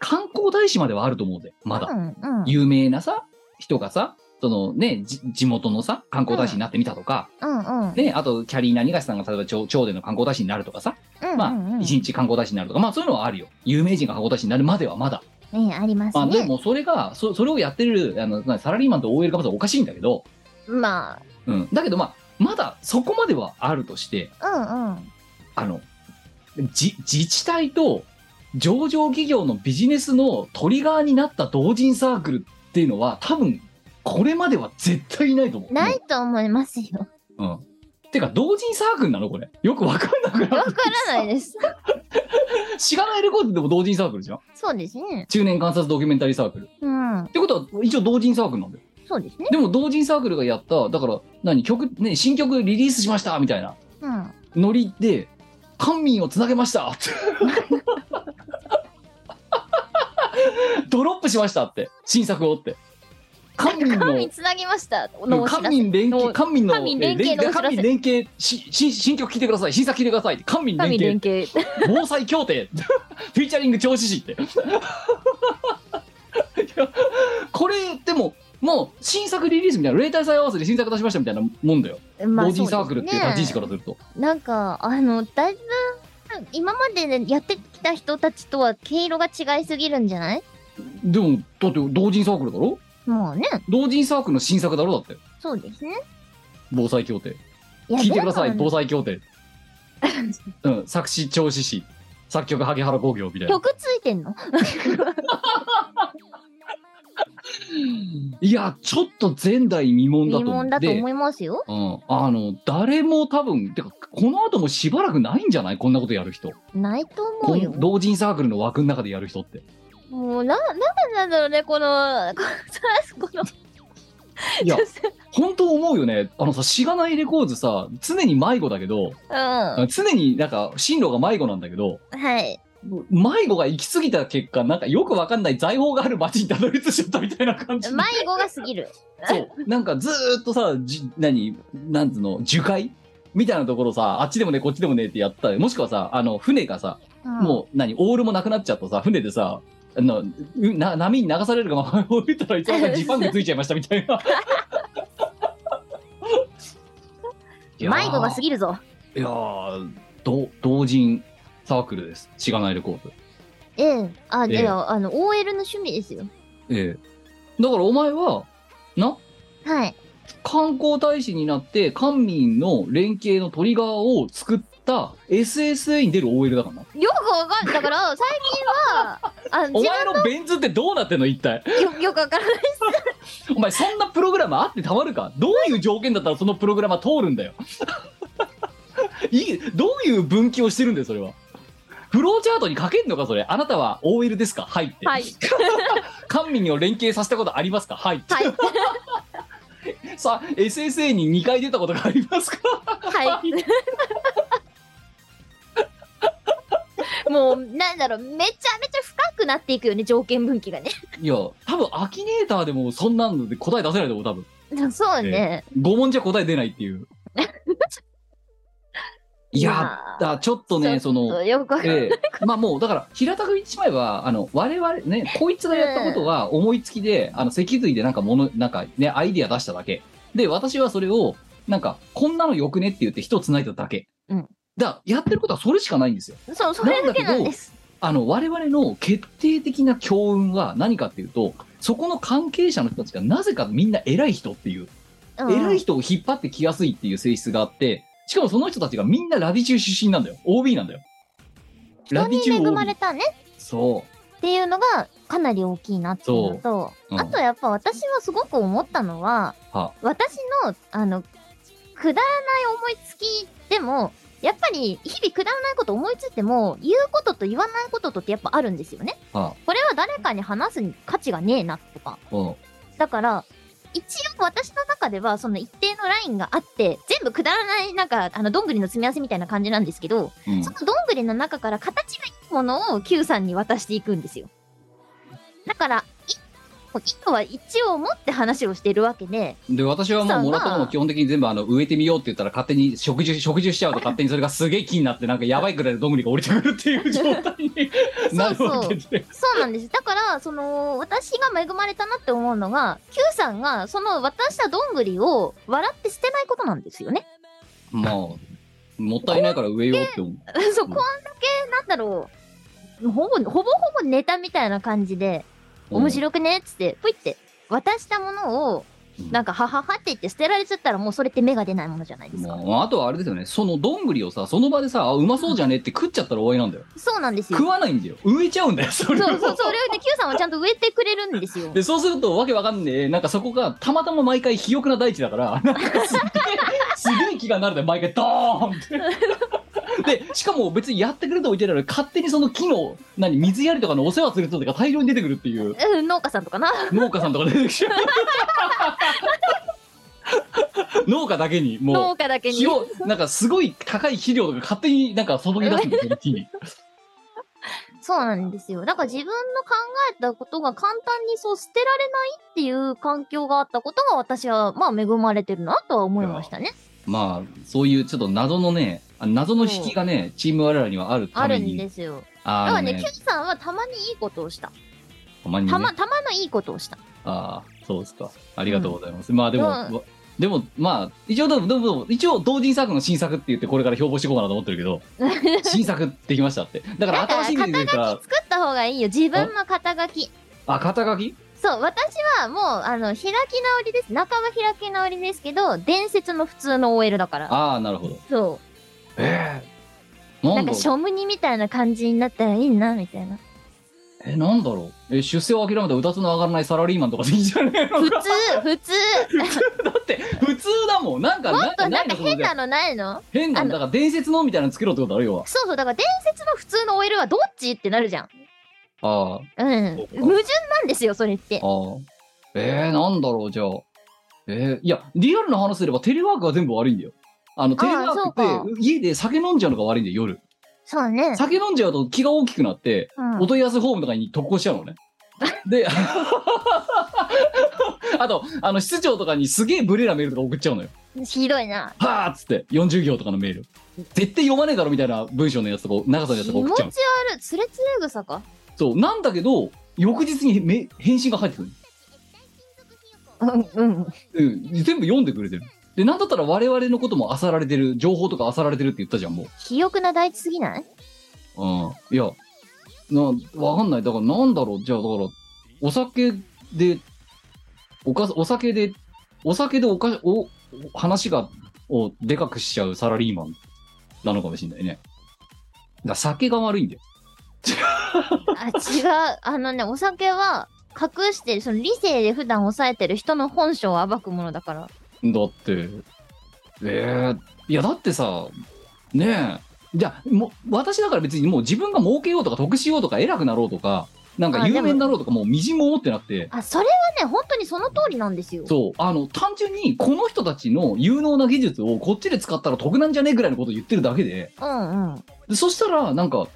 Speaker 3: 観光大使まではあると思うぜ、ま
Speaker 4: う
Speaker 3: だ。
Speaker 4: んうん
Speaker 3: 有名なさ、人がさ、そのね、じ地元のさ、観光大使になってみたとか、
Speaker 4: うんうん
Speaker 3: ね、あと、キャリーなにがしさんが例えば町、町での観光大使になるとかさ、
Speaker 4: うん
Speaker 3: ま
Speaker 4: うんう
Speaker 3: あ、
Speaker 4: ん
Speaker 3: 一日観光大使になるとか、まあそういうのはあるよ。有名人が観光大使になるまではまだ。
Speaker 4: ねあります
Speaker 3: まあで
Speaker 4: ね。
Speaker 3: もそれが、そそれをやってる、あの、なサラリーマンと OL がまずおかしいんだけど、
Speaker 4: ま
Speaker 3: うん、だけどまあまだそこまではあるとして
Speaker 4: あ、うんうん。
Speaker 3: あのじ自治体と上場企業のビジネスのトリガーになった同人サークルっていうのは多分これまでは絶対いないと思う。
Speaker 4: ないと思いますよ。
Speaker 3: うんてか同人サークルなのこれよく わかんなくなって
Speaker 4: わからないです。
Speaker 3: 知らないレコードでも同人サークルじゃん
Speaker 4: そうですね。
Speaker 3: 中年観察ドキュメンタリーサークルっ
Speaker 4: うん。
Speaker 3: てことは一応同人サークルなんだよ
Speaker 4: そうですね。
Speaker 3: でも同人サークルがやっただから何曲ね新曲リリースしましたみたいな
Speaker 4: うん。
Speaker 3: ノリで「官民をつなげました」 って「ドロップしました」って新作をって官民の
Speaker 4: 神につなぎました。のお知
Speaker 3: 官
Speaker 4: らせ
Speaker 3: 民連携官民の
Speaker 4: 官民連携の
Speaker 3: え
Speaker 4: お知らせ
Speaker 3: 官民連携し新新曲聴いてください新作聴いてくださいって官民連
Speaker 4: 神
Speaker 3: 携
Speaker 4: 連携。
Speaker 3: 防災協定 フィーチャリング調子市って いやこれでももう新作リリースみたいな例大祭合わせで新作出しましたみたいなもんだよ、
Speaker 4: まあ
Speaker 3: 同人サークルっていう立ち位置
Speaker 4: そう
Speaker 3: か
Speaker 4: で
Speaker 3: らすると
Speaker 4: すねなんかあのだいぶ今までねやってきた人たちとは毛色が違いすぎるんじゃない
Speaker 3: でもだって同人サークルだろ
Speaker 4: もうね
Speaker 3: 同人サークルの新作だろだって
Speaker 4: そうですね
Speaker 3: 防災協定
Speaker 4: いや
Speaker 3: 聞いてください
Speaker 4: でも
Speaker 3: 防災協定うん作詞調子師作曲萩原工業みたいな
Speaker 4: 曲ついてんの
Speaker 3: いやちょっと前代未聞だ
Speaker 4: 疑
Speaker 3: と思
Speaker 4: 問だと思いますよ
Speaker 3: うん、あの誰も多分てかこの後もしばらくないんじゃないこんなことやる人
Speaker 4: ないと思
Speaker 3: こ
Speaker 4: うよ
Speaker 3: ん同人サークルの枠の中でやる人って
Speaker 4: もうななんでなんだろうねこのこの この
Speaker 3: いや本当思うよねあのさしがないレコーズさ常に迷子だけど
Speaker 4: うんは
Speaker 3: 常になんか進路が迷子なんだけど
Speaker 4: い
Speaker 3: 迷子が行き過ぎた結果なんかよくわかんない財宝がある町にたどり着いちゃったみたいな感じ
Speaker 4: 迷子が過ぎる
Speaker 3: そうなんかずーっとさじ何なんつうの樹海みたいなところさあっちでもねこっちでもねってやったもしくはさあの船がさ、もう何オールもなくなっちゃったさ船でさあのうな波に流されるがまま置いたらいつの間にか ジパングついちゃいましたみたいないやー
Speaker 4: 迷子が過ぎるぞ
Speaker 3: いやーど同人サークルですしがないレコード
Speaker 4: ええあ
Speaker 3: ええ
Speaker 4: ではあの OL の趣味ですよ
Speaker 3: ええ、だからお前はな
Speaker 4: はい
Speaker 3: 観光大使になって官民の連携のトリガーを作った SSA に出る OL だからな
Speaker 4: よくわかんだから最近はあの
Speaker 3: お
Speaker 4: 自
Speaker 3: 前のベン図ってどうなってんの一体
Speaker 4: 分よよくわからない
Speaker 3: お前そんなプログラムあってたまるかどういう条件だったらそのプログラムは通るんだよ いいどういう分岐をしてるんだよそれはフローチャートに書けんのかそれあなたは OL ですかはいって、
Speaker 4: はい
Speaker 3: 官民を連携させたことありますかはいって、
Speaker 4: はい
Speaker 3: さ SSA に2回出たことがありますか
Speaker 4: はい。もう、なんだろう、めちゃめちゃ深くなっていくよね、条件分岐がね。
Speaker 3: いや、多分アキネーターでもそんなので答え出せないと思う、多分。
Speaker 4: そうね。
Speaker 3: 5問じゃ答え出ないって いう。いや、だちょっとね、その、
Speaker 4: よくわかんない
Speaker 3: ええまあもう、だから、平たく言ってしまえば、あの、我々ね、こいつがやったことは思いつきで、あの、脊髄でなんかもの、なんかね、アイディア出しただけ。で、私はそれを、なんか、こんなのよくねって言って人を繋いだだけ。
Speaker 4: うん
Speaker 3: だからやってることはそれしかないんですよ。
Speaker 4: そう、それだけなんです。
Speaker 3: あの、我々の決定的な強運は何かっていうと、そこの関係者の人たちがなぜかみんな偉い人っていう、
Speaker 4: うん
Speaker 3: 偉い人を引っ張ってきやすいっていう性質があって、しかもその人たちがみんなラビ中出身なんだよ。OB なんだよ。
Speaker 4: 人に恵
Speaker 3: OB
Speaker 4: まれたね
Speaker 3: そう。
Speaker 4: っていうのがかなり大きいなっていうのと、
Speaker 3: そううん
Speaker 4: あとやっぱ私はすごく思ったのは、
Speaker 3: は
Speaker 4: 私のあのくだらない思いつきでもやっぱり日々くだらないこと思いついても言うことと言わないこととってやっぱあるんですよね。
Speaker 3: は
Speaker 4: これは誰かに話す価値がねえなとか。
Speaker 3: うん。
Speaker 4: だから一応私の中ではその一定のラインがあって全部くだらないなんかあのどんぐりの詰め合わせみたいな感じなんですけど、
Speaker 3: うん
Speaker 4: そのどんぐりの中から形がいいものを Q さんに渡していくんですよ。だから、い一個は一応持って話をしてるわけで、
Speaker 3: で私はもうもらったものを基本的に全部あの植えてみようって言ったら勝手に植樹植樹しちゃうと勝手にそれがすげえ木になってなんかやばいくらいのどんぐりが降りてくるっていう状態に なるわけで
Speaker 4: そうなんです。だから、その、私が恵まれたなって思うのが、Q さんがその渡したどんぐりを笑って捨てないことなんですよね。
Speaker 3: まあもったいないから植えようって思う
Speaker 4: そう、こんだけ、なんだろう、ほぼ、ほぼほぼネタみたいな感じで、面白くねっつって、ぷいって、渡したものを、なんか、はははって言って捨てられちゃったら、もうそれって芽が出ないものじゃないですか。
Speaker 3: まあ、あとはあれですよねそのどんぐりをさその場でさあうまそうじゃねって食っちゃったら終わりなんだよ
Speaker 4: そうなんですよ
Speaker 3: 食。わないんだよ植えちゃうんだよそれを
Speaker 4: そうそう、それをね、Q さんはちゃんと植えてくれるんですよ。
Speaker 3: でそうするとわけわかんねえなんかそこがたまたま毎回肥沃な大地だ からなんかすげえすげえ気がなるんだよ毎回ドーン って。でしかも別にやってくれと置いてないのに勝手にその木の何水やりとかのお世話する人とか大量に出てくるって いう
Speaker 4: うん、農家さんとかな。
Speaker 3: 農家さんとか出て きて農家だけにも
Speaker 4: 農
Speaker 3: う
Speaker 4: 家だけに
Speaker 3: 肥。料なんかすごい高い肥料とか勝手になんか注ぎ出すん ですよ木に。
Speaker 4: そうなんですよ。だから自分の考えたことが簡単にそう捨てられないっていう環境があったことが私は、まあ恵まれてるなとは思いましたね。
Speaker 3: まあそういうちょっと謎のねあ謎の引きがねチーム我らにはあるた
Speaker 4: あ
Speaker 3: め
Speaker 4: るん
Speaker 3: に
Speaker 4: ですよ。だか
Speaker 3: あ
Speaker 4: ら
Speaker 3: の
Speaker 4: ね、Q さんはたまにいいことをした。
Speaker 3: たまにね
Speaker 4: たま、たまのいいことをした。
Speaker 3: ああそうですかありがとうございます、まあでも、
Speaker 4: うん
Speaker 3: わでもまあ一応でもでもでも一応同人作の新作って言ってこれから標榜していこうかなと思ってるけ ど新作できましたってだから
Speaker 4: だから
Speaker 3: 新しい意味で言うか
Speaker 4: 作った方がいいよ。自分の肩書き。
Speaker 3: あ肩書き
Speaker 4: そう、私はもう、あの、開き直りです。中は開き直りですけど、伝説の普通の OL だから。
Speaker 3: ああなるほど
Speaker 4: そう。
Speaker 3: ええ
Speaker 4: な
Speaker 3: なんんだ
Speaker 4: か
Speaker 3: ろう
Speaker 4: ショムニみたいな感じになったらいいなみたいな
Speaker 3: えなんだろうえ出世を諦めたうたつの上がらないサラリーマンとかでいいんじゃねえの
Speaker 4: 普
Speaker 3: だ
Speaker 4: 通普通
Speaker 3: って普通だもんなんか
Speaker 4: も
Speaker 3: な
Speaker 4: っと
Speaker 3: な
Speaker 4: ないんか
Speaker 3: のその
Speaker 4: 変なのないの
Speaker 3: 変な
Speaker 4: あ
Speaker 3: ん
Speaker 4: の
Speaker 3: だから伝説のみたいなのつけろってことあるよ
Speaker 4: そうそうだから伝説の普通の OL はどっちってなるじゃん
Speaker 3: ああ
Speaker 4: うん
Speaker 3: そう
Speaker 4: 矛
Speaker 3: か
Speaker 4: 盾なんですよそれって
Speaker 3: ああ。えー、なんだろう、じゃあ。えー、いや、リアルな話すればテレワークは全部悪いんだよ。あの、テレワ
Speaker 4: そう
Speaker 3: ー
Speaker 4: か
Speaker 3: クって家で酒飲んじゃうのが悪いんだよ、夜。
Speaker 4: そうね
Speaker 3: 酒飲んじゃうと気が大きくなって、
Speaker 4: うん
Speaker 3: お問い合わせホームとかに特攻しちゃうの ね。で、あと、あの、室長とかにすげえブレなメールとか送っちゃうのよ。
Speaker 4: ひどいな
Speaker 3: はーっつって、40行とかのメール。絶対読まねえだろみたいな文章のやつとか、長さ
Speaker 4: 気
Speaker 3: のやつとか
Speaker 4: 持
Speaker 3: 送っ
Speaker 4: ち
Speaker 3: ちゃう
Speaker 4: 悪
Speaker 3: の。
Speaker 4: いつれつれ草か
Speaker 3: そう、なんだけど、翌日にめ返信が返ってくる。
Speaker 4: うんうん
Speaker 3: うん、全部読んでくれてる。で、なんだったら我々のことも漁られてる、情報とか漁られてるって言ったじゃん、も。
Speaker 4: 肥沃な大地すぎないう
Speaker 3: うん。いや、な、わかんない。だからなんだろう。じゃあ、だから、お酒で、おか、お酒で、お酒でおか、お、お話が、をでかくしちゃうサラリーマンなのかもしれないね。だから酒が悪いんだよ。
Speaker 4: あ違う あのねお酒は隠してるその理性で普段抑えてる人の本性を暴くものだから
Speaker 3: だって、えー、いやだってさ、ねえ、じゃあもう私だから別にもう自分が儲けようとか得しようとか偉くなろうとか、なんか
Speaker 4: あで
Speaker 3: 有
Speaker 4: も
Speaker 3: 名になろうとかもうみじんも思ってなくて、
Speaker 4: あそれはね本当にその通りなんですよ
Speaker 3: そう、あの、単純にこの人たちの有能な技術をこっちで使ったら得なんじゃねえぐらいのことを言ってるだけで、
Speaker 4: うんうん
Speaker 3: でそしたらなんか、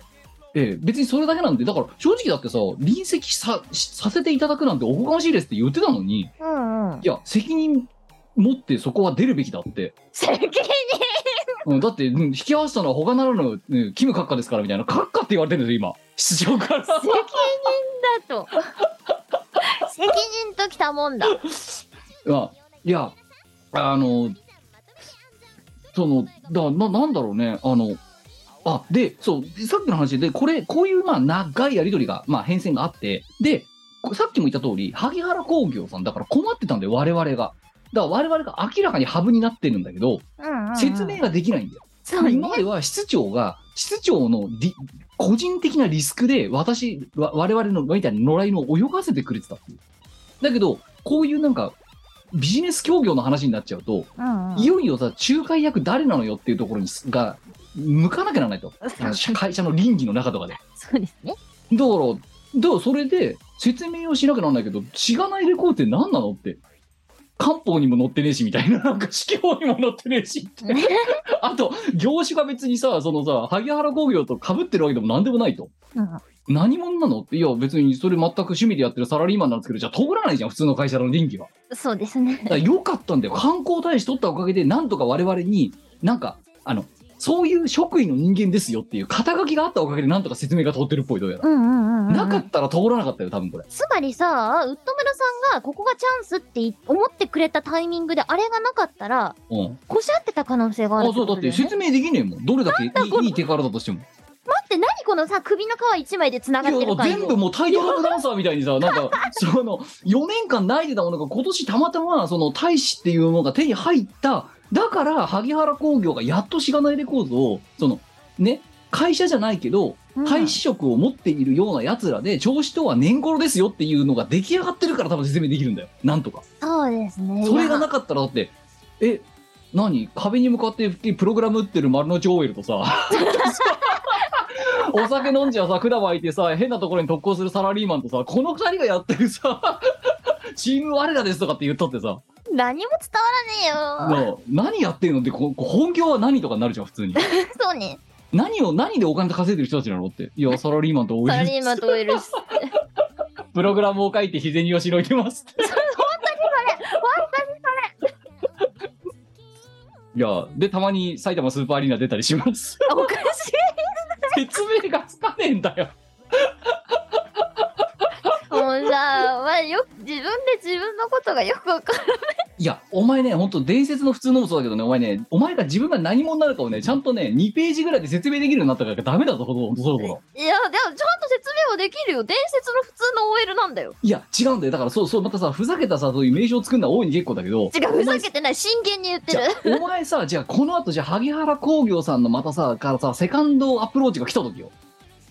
Speaker 3: ええ別にそれだけなんで、だから正直だってさ、臨席さしさせていただくなんておこがましいですって言ってたのに、
Speaker 4: うんうん
Speaker 3: いや、責任持ってそこは出るべきだって。
Speaker 4: 責任
Speaker 3: うん、だって、うん引き合わせたのは他ならぬ、うんキム閣下ですからみたいな、閣下って言われてるんですよ、今。室長から。
Speaker 4: 責任だ と責任ときたもんだ
Speaker 3: あいや、あの、その、だななんだろうね、あの、あ、で、そう、でさっきの話で、これ、こういう、まあ、長いやりとりが、まあ、変遷があって、で、さっきも言った通り、萩原工業さんだから困ってたんだよ、我々が。だから我々が明らかにハブになってるんだけど、
Speaker 4: うんうん
Speaker 3: 説明ができないんだよ。
Speaker 4: そうね
Speaker 3: 今までは室長が、室長のリ個人的なリスクで、私、わ我々の、みたいな野良犬を泳がせてくれてたっていう。だけど、こういうなんか、ビジネス協業の話になっちゃうと、
Speaker 4: うんうん
Speaker 3: いよいよさ、仲介役誰なのよっていうところにすが、向かなきゃならないと。あの社会社の倫理の中とかで。
Speaker 4: そうですね。
Speaker 3: だから、だからそれで説明をしなきゃならないけど、しがないレコーって何なのって。漢方にも載ってねえし、みたいな。なんか、四季法にも載ってねえし、って。あと、業種が別にさ、そのさ、萩原工業と被ってるわけでも何でもないと。
Speaker 4: うん
Speaker 3: 何者なのって、いや、別にそれ全く趣味でやってるサラリーマンなんですけど、じゃあ通らないじゃん、普通の会社の臨機は。
Speaker 4: そうですね
Speaker 3: だ。から良かったんだよ。観光大使取ったおかげで、なんとか我々に、なんか、あの、そういう職位の人間ですよっていう肩書きがあったおかげで、なんとか説明が通ってるっぽい、どうやら。
Speaker 4: うんうんうんうん
Speaker 3: なかったら通らなかったよ、多分これ。
Speaker 4: つまりさ、ウッド村さんがここがチャンスって思ってくれたタイミングであれがなかったら、
Speaker 3: うん。
Speaker 4: こしゃってた可能性がある
Speaker 3: あ、
Speaker 4: って
Speaker 3: そ
Speaker 4: こ
Speaker 3: う、だ
Speaker 4: と
Speaker 3: っ
Speaker 4: だよ
Speaker 3: て
Speaker 4: ね。
Speaker 3: 説明できねえもん。どれだけいいいい手柄だとしても。
Speaker 4: 待って、何このさ、首の皮一枚で繋
Speaker 3: いや
Speaker 4: がってるか
Speaker 3: 全部もうタイトルダンサーみたいにさ、なんか、その、4年間泣いてたものが今年たまたま、その、大使っていうものが手に入った。だから、萩原工業がやっとしがないレコードを、その、ね、会社じゃないけど、大使職を持っているような奴らで、調子とは年頃ですよっていうのが出来上がってるから多分説明できるんだよ。なんとか。
Speaker 4: そうですね。
Speaker 3: それが
Speaker 4: いや
Speaker 3: なかったらだって、え、何壁に向かってプログラム打ってる丸の内オーエルとさ、お酒飲んじゃさ、管巻いてさ、変なところに特攻するサラリーマンとさ、この二人がやってるさ、チーム我らですとかって言ったってさ、
Speaker 4: 何も伝わらねえよ。
Speaker 3: もう何やってるのって、ここ本業は何とかになるじゃん、普通に。
Speaker 4: そうね。
Speaker 3: 何を、何でお金稼いでる人たちなのって。いや、サラリーマンとオ
Speaker 4: サラ
Speaker 3: ー
Speaker 4: リ
Speaker 3: エ
Speaker 4: ーマンと OL です。本
Speaker 3: ル、プログラムを書いて日銭をしのいてます って。いや、で、たまに埼玉スーパーアリーナ出たりし ます。
Speaker 4: 当におかしい。
Speaker 3: 説明がつかねえんだよ。
Speaker 4: もうさ、まあ、よく自分で自分のことがよくわかる。
Speaker 3: いや、お前ね、ほんと伝説の普通のもそうだけどね、お前ね、お前が自分が何者になるかをね、ちゃんとね、2ページぐらいで説明できるようになったからダメだぞ、ほんとそろそろ。
Speaker 4: いや、でもちゃんと説明はできるよ。伝説の普通の OL なんだよ。
Speaker 3: いや、違うんだよ。だから、そうそう、またさ、ふざけたさ、そういう名称を作るのは大いに結構だけど、
Speaker 4: 違う、ふざけてない。真剣に言って
Speaker 3: じ
Speaker 4: る
Speaker 3: ゃ。あお前さ、じゃあ、この後、じゃあ、萩原工業さんのまたさ、からさ、セカンドアプローチが来た時よ。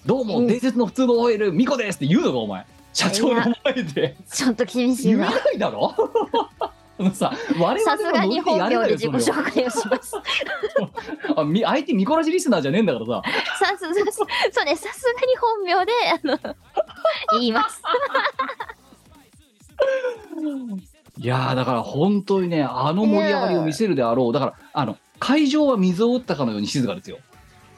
Speaker 3: どう
Speaker 4: う
Speaker 3: も、
Speaker 4: ん
Speaker 3: 伝説の普通の OL、ミコですって言うのか、お前。社長の前で。
Speaker 4: ちょっと厳しい
Speaker 3: 言え
Speaker 4: わ。
Speaker 3: ないだろ あのさ、我々
Speaker 4: さすが
Speaker 3: の
Speaker 4: に
Speaker 3: ノリでや
Speaker 4: 本
Speaker 3: れ
Speaker 4: 名
Speaker 3: ば
Speaker 4: で
Speaker 3: よ
Speaker 4: 自己
Speaker 3: それは
Speaker 4: 紹介をします。さ
Speaker 3: あみ相手ミコラジリスナーじゃねえんだからさ。
Speaker 4: す、さす、そうね、さすがに本名で、 あの、言います。
Speaker 3: いやーだから本当にね、あの盛り上がりを見せるであろう、だからあの会場は水を打ったかのように静かですよ。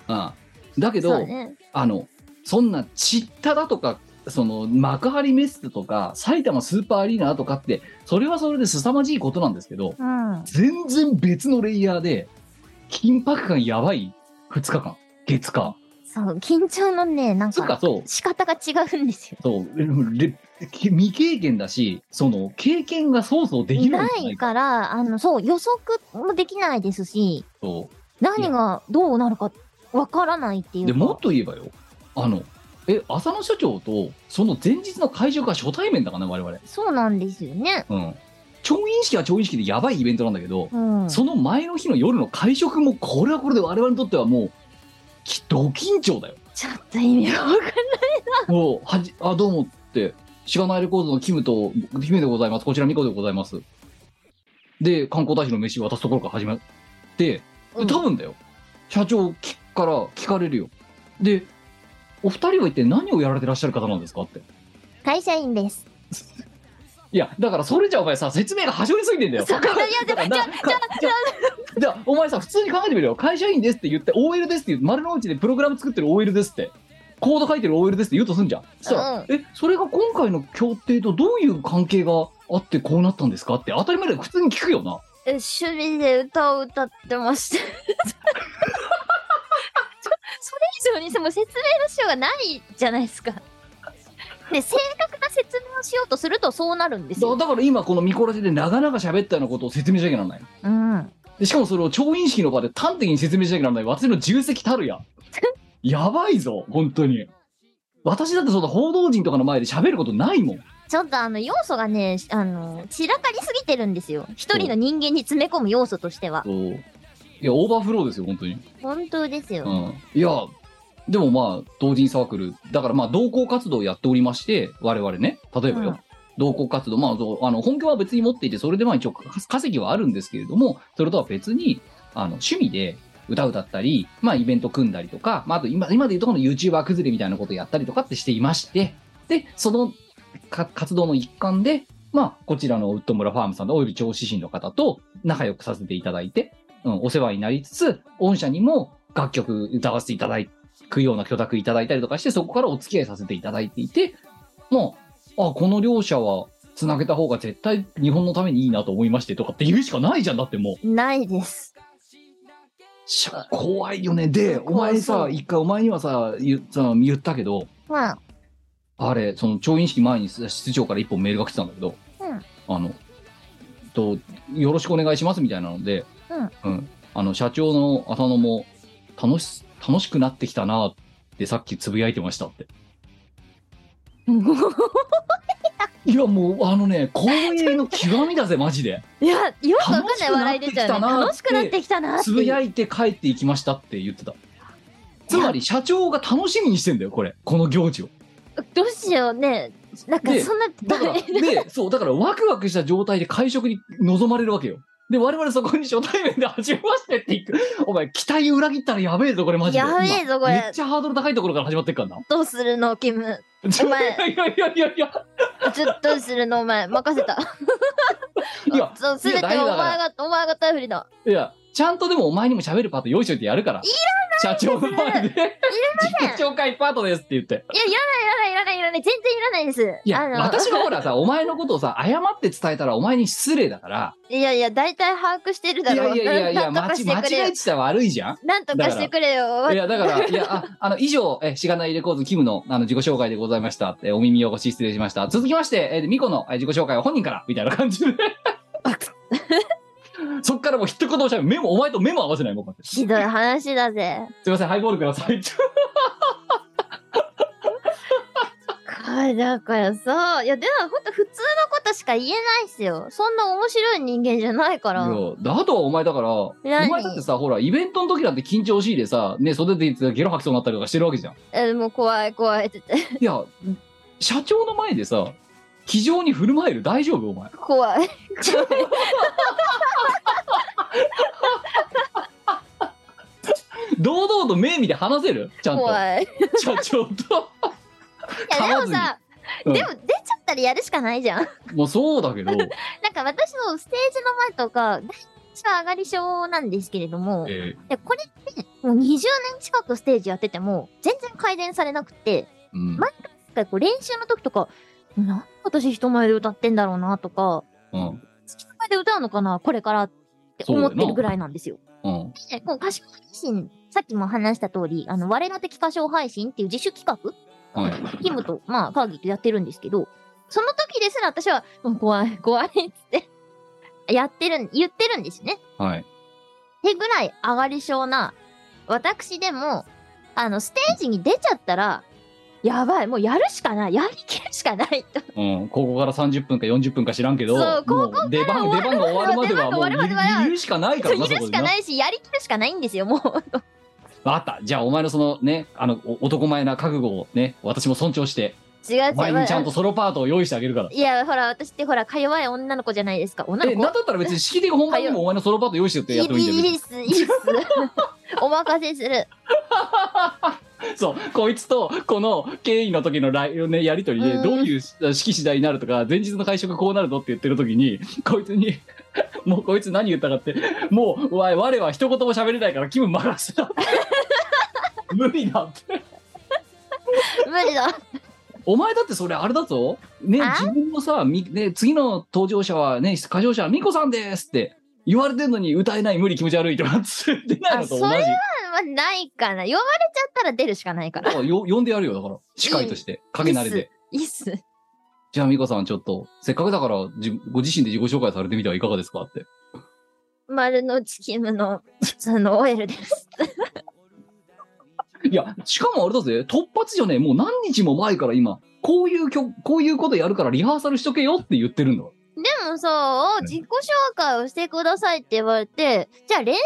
Speaker 3: うん、だけ
Speaker 4: そ
Speaker 3: ど、
Speaker 4: うね。
Speaker 3: あのそんな散っただとか、その幕張メッセとか、埼玉スーパーアリーナだとかって、それはそれで凄まじいことなんですけど、
Speaker 4: うん。
Speaker 3: 全然別のレイヤーで、緊迫感やばい2日間、月間。
Speaker 4: そう、緊張のね、なん
Speaker 3: そっか、
Speaker 4: か、
Speaker 3: そう、
Speaker 4: 仕方が違うんですよ。
Speaker 3: そう、レ未経験だし、その経験がそうそうできないん
Speaker 4: な
Speaker 3: じゃないいか
Speaker 4: から、あの、そう、予測もできないですし、
Speaker 3: と。
Speaker 4: 何がどうなるかわからないっていう
Speaker 3: で
Speaker 4: か。
Speaker 3: もっと言えばよあのえ浅野社長とその前日の会場が初対面だからね我々
Speaker 4: そうなんですよね。
Speaker 3: うん調印式は調印式でやばいイベントなんだけど、
Speaker 4: うん。
Speaker 3: その前の日の夜の会食もこれはこれで我々にとってはもうきっと緊張 だよ
Speaker 4: ちょっと意味がわかんない。
Speaker 3: もうはじあどうもってしがないレコードのキムと姫でございますこちらミコでございますで観光大使の飯渡すところから始まって
Speaker 4: うん
Speaker 3: 多分だよ社長きから聞かれるよでお二人は一体何をやられてらっしゃる方なんですかって
Speaker 4: 会社員です。
Speaker 3: いやだからそれじゃお前さ説明が端折りすぎてんだよ
Speaker 4: そういやでも
Speaker 3: じゃじゃじゃあお前さ普通に考えてみるよ会社員ですって言って OL ですって言って丸の内でプログラム作ってる OL ですってコード書いてる OL ですって言うとすんじゃんそしたら、えそれが今回の協定とどういう関係があってこうなったんですかって当たり前だよ普通に聞くよな
Speaker 4: え趣味で歌を歌ってました。そ それ以上にその説明のしようがないじゃないですか。で正確な説明をしようとするとそうなるんです
Speaker 3: だ
Speaker 4: よ。
Speaker 3: だから今このミコラジで長々喋ったようなことを説明しなきゃならない
Speaker 4: うん。
Speaker 3: でしかもそれを調印式の場で端的に説明しなきゃならない私の重責たる ややばいぞ本当に私だってそんな報道陣とかの前で喋ることないもん
Speaker 4: ちょっとあの要素がね、あの、散らかりすぎてるんですよ。一人の人間に詰め込む要素としては。
Speaker 3: そういやオーバーフローですよ本当に
Speaker 4: 本当ですよ。
Speaker 3: うん、いやでもまあ同人サークルだからまあ同行活動をやっておりまして我々ね例えばよ、
Speaker 4: うん
Speaker 3: 同行活動まあそうあの本業は別に持っていてそれでまあ一応か稼ぎはあるんですけれどもそれとは別にあの趣味で歌歌ったり、まあ、イベント組んだりとか、まあ、あと今今でいうとこの YouTuber 崩れみたいなことやったりとかってしていましてでそのか活動の一環で、まあ、こちらのウッド村ファームさんとおよび調子師の方と仲良くさせていただいてうん、お世話になりつつ、御社にも楽曲歌わせていただくような許諾いただいたりとかして、そこからお付き合いさせていただいていて、もう、あ、この両者はつなげた方が絶対日本のためにいいなと思いましてとかって言うしかないじゃん、だってもう。
Speaker 4: ないです。
Speaker 3: しゃ怖いよね。で、お
Speaker 4: 怖い
Speaker 3: 前さ、一回お前にはさ、言さ言ったけど、
Speaker 4: まあ、
Speaker 3: あれ、その調印式前に室長から一本メールが来てたんだけど、あの、と、よろしくお願いしますみたいなので、うん。あの、社長の浅野も、楽し、楽しくなってきたなってさっきつぶやいてましたって。
Speaker 4: うん。
Speaker 3: いや、もう、あのね、光栄の極みだぜ、マジ で。
Speaker 4: いや、よくわかんない笑い出ちゃうね。楽
Speaker 3: 楽
Speaker 4: し
Speaker 3: し
Speaker 4: く
Speaker 3: く
Speaker 4: な
Speaker 3: な
Speaker 4: っ
Speaker 3: ってて
Speaker 4: きたなって
Speaker 3: つぶやいて帰っていきましたって言ってた。つまり、社長が楽しみにしてんだよ、これ。この行事を。
Speaker 4: どうしようね。なんか
Speaker 3: で
Speaker 4: そんな、
Speaker 3: だから、
Speaker 4: 誰
Speaker 3: で、そう、だからワクワクした状態で会食に臨まれるわけよ。で、我々そこに初対面で初めましてって行 く。お前、期待裏切ったらやべえぞ、これマジで。
Speaker 4: やべえぞこれ
Speaker 3: 今めっちゃハードル高いところから始まってっからな。
Speaker 4: どうするの、キム。お前
Speaker 3: いやいやいやいや。
Speaker 4: ちょっとどうするの、お前。任せた。
Speaker 3: いや、
Speaker 4: そう、すべてお前
Speaker 3: いや大
Speaker 4: が、お前が頼りだ。
Speaker 3: いや、ちゃんとでもお前にも喋るパート用意しといてやるから。社長の前で。い
Speaker 4: せん
Speaker 3: 自己紹介パートですって言って。
Speaker 4: いや、いらない、いらない、いらない、いらない。全然いらないです。
Speaker 3: いや、
Speaker 4: あの
Speaker 3: 私がほらさ、お前のことをさ、謝って伝えたらお前に失礼だから。
Speaker 4: いやいや、大体把握してるだ
Speaker 3: いや
Speaker 4: ろ。
Speaker 3: いやいやいや、
Speaker 4: なんと
Speaker 3: 間
Speaker 4: かしてく
Speaker 3: 違
Speaker 4: れ
Speaker 3: え
Speaker 4: よ。
Speaker 3: てたら悪いじゃん。
Speaker 4: なんとかしてくれよ。
Speaker 3: いや、だから、いや、あ、あの、以上、え、しがないレコーズ、キムの、あの、自己紹介でございました。え、お耳をごし失礼しました。続きまして、え、ミコの、え、自己紹介は本人から、みたいな感じで。 そっからもう一言もしゃべ目も、お前と目も合わせないもん、こうやって
Speaker 4: ひどい話だぜ。
Speaker 3: すいません、ハイボールください。
Speaker 4: かだからさ、いや、でもほんと普通のことしか言えないっすよ。そんな面白い人間じゃないから。
Speaker 3: いや、あとはお前だから、お
Speaker 4: 何
Speaker 3: 前だってさ、ほら、イベントの時なんて緊張しいでさ、ね、袖でゲロ吐きそうになったりとかしてるわけじゃん。
Speaker 4: え、もう怖い怖いって言って。
Speaker 3: いや、社長の前でさ、気丈に振る舞える大丈夫お前。
Speaker 4: 怖い。
Speaker 3: 堂々と目見て話せるちゃんと。
Speaker 4: 怖い。い
Speaker 3: 社長と。
Speaker 4: や、でもさ、
Speaker 3: うん
Speaker 4: でも出ちゃったらやるしかないじゃん。
Speaker 3: まあそうだけど、
Speaker 4: なんか私のステージの前とか、私は上がり症なんですけれども、
Speaker 3: えー
Speaker 4: でこれってもう20年近くステージやってても、全然改善されなくて、
Speaker 3: うん
Speaker 4: まなんかこう練習の時とか、なんで私人前で歌ってんだろうなとか、
Speaker 3: うん
Speaker 4: 人前で歌うのかな、これからって思ってるぐらいなんですよ。
Speaker 3: うん
Speaker 4: で、こう歌唱配信、さっきも話した通り、あの、我の的歌唱配信っていう自主企画
Speaker 3: はい
Speaker 4: キムと、まあ、カーギーとやってるんですけど、その時ですら私は、もう怖い、 怖いっつって、やってるん、言ってるんですね。
Speaker 3: はい
Speaker 4: ってぐらい上がり症な、私でも、あの、ステージに出ちゃったら、やばい、もうやるしかない、やりきるしかないと。
Speaker 3: うん、ここから30分か40分か知らんけど
Speaker 4: そうここ
Speaker 3: もう出番出番が終わるまではもう
Speaker 4: 出番が終わるまでは
Speaker 3: 言うしかないからな
Speaker 4: やる
Speaker 3: そこ
Speaker 4: し
Speaker 3: で
Speaker 4: か
Speaker 3: な
Speaker 4: ないし、やりきるしかないんですよ、もう。
Speaker 3: わかったじゃあお前のそのねあのお男前な覚悟をね私も尊重して
Speaker 4: 違う違う。
Speaker 3: お前にちゃんとソロパートを用意してあげるから
Speaker 4: いや、ほら、私ってほら、か弱い女の子じゃないですか。女の
Speaker 3: え
Speaker 4: 子
Speaker 3: なんだったら別に式典本番にもお前のソロパート用意してってやってもいいんだよ
Speaker 4: いいっす、いいっす。 お任せする。
Speaker 3: そうこいつとこの経緯の時のライ、ね、やり取りで
Speaker 4: うん
Speaker 3: どういう式次第になるとか前日の会食こうなるのって言ってる時に こいつにもうこいつ何言ったかってもうわ我は一言も喋れないから気分任せたって 無理だって
Speaker 4: 無理だ。
Speaker 3: お前だってそれあれだぞね
Speaker 4: あ
Speaker 3: 自分のさ、みね、次の登場者はね歌唱者はミコさんですって言われてんのに歌えない無理気持ち悪いとかって言ってないのと同
Speaker 4: あそ
Speaker 3: じ
Speaker 4: れまあ、ないかな。呼ばれちゃったら出るしかないから。
Speaker 3: あよ呼んでやるよだから司会として陰慣れで。
Speaker 4: いいっす。いいっす
Speaker 3: じゃあ、ミコさん、ちょっと、せっかくだから、じご自身で自己紹介されてみてはいかがですかって。
Speaker 4: 丸の内キムの、その、オエルです。
Speaker 3: いや、しかもあれだぜ、突発じゃねえ、もう何日も前から今、こういう曲、こういうことやるからリハーサルしとけよって言ってるんだ。
Speaker 4: でもさ、自己紹介をしてくださいって言われて、じゃあ練習が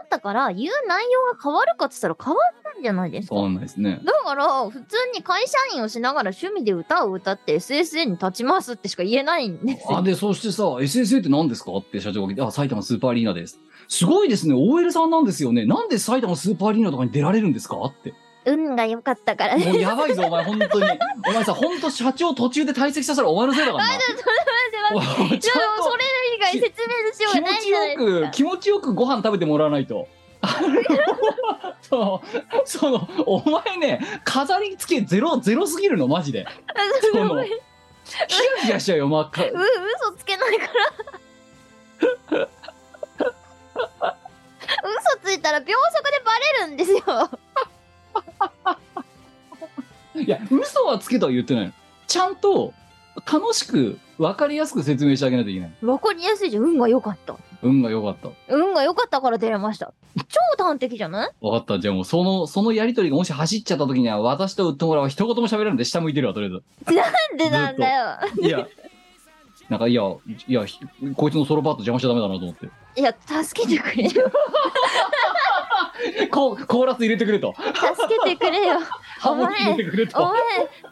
Speaker 4: あったから言う内容が変わるかって言ったら変わんないんじゃないですか。
Speaker 3: わかんないですね。
Speaker 4: だから、普通に会社員をしながら趣味で歌を歌って SSA に立ちますってしか言えないんですよ。
Speaker 3: あ、で、そしてさ、SSA って何ですかって社長が聞いて、あ、埼玉スーパーアリーナです。すごいですね、OL さんなんですよね。なんで埼玉スーパーアリーナとかに出られるんですかって。
Speaker 4: 運が良かったから ね。
Speaker 3: もうやばいぞ、お前、本当に。お前さ、本当社長途中で退席させたらお前のせいだからな。
Speaker 4: 待って待って
Speaker 3: お前
Speaker 4: ち
Speaker 3: ち
Speaker 4: ょっとそ
Speaker 3: ゃ
Speaker 4: れ以外説明のしよ
Speaker 3: ん
Speaker 4: うが
Speaker 3: と
Speaker 4: ない
Speaker 3: 気
Speaker 4: じゃない
Speaker 3: 持ちよ
Speaker 4: で
Speaker 3: く、気持ちよくご飯食べてもらわないと。 その、その、お前ね、飾り付けゼロ、ゼロすぎるの、マジで。そ
Speaker 4: すか。
Speaker 3: の、キラキラしちゃうよ、真っ赤。
Speaker 4: う嘘つけないから嘘ついたら秒速でバレるんですよ
Speaker 3: いや、嘘はつけとは言ってないの。ちゃんと、楽しく、わかりやすく説明してあげないといけない。
Speaker 4: わかりやすいじゃん運が良かった
Speaker 3: 運が良かった。
Speaker 4: 運が良かったから出れました超端的じゃない
Speaker 3: 分かった。じゃあもう、その、そのやりとりがもし走っちゃった時には、私とウッドモラは一言も喋らないで下向いてるわ、とりあ
Speaker 4: なんでなんだよ
Speaker 3: えず。いや、なんか、いや、いや、ひこいつのソロパート邪魔しちゃダメだなと思っ
Speaker 4: いや助けてくれよ
Speaker 3: て。コーコーラス入れてくれと。
Speaker 4: 助けてくれ よ
Speaker 3: ハモリ入れてくれ
Speaker 4: お前
Speaker 3: と。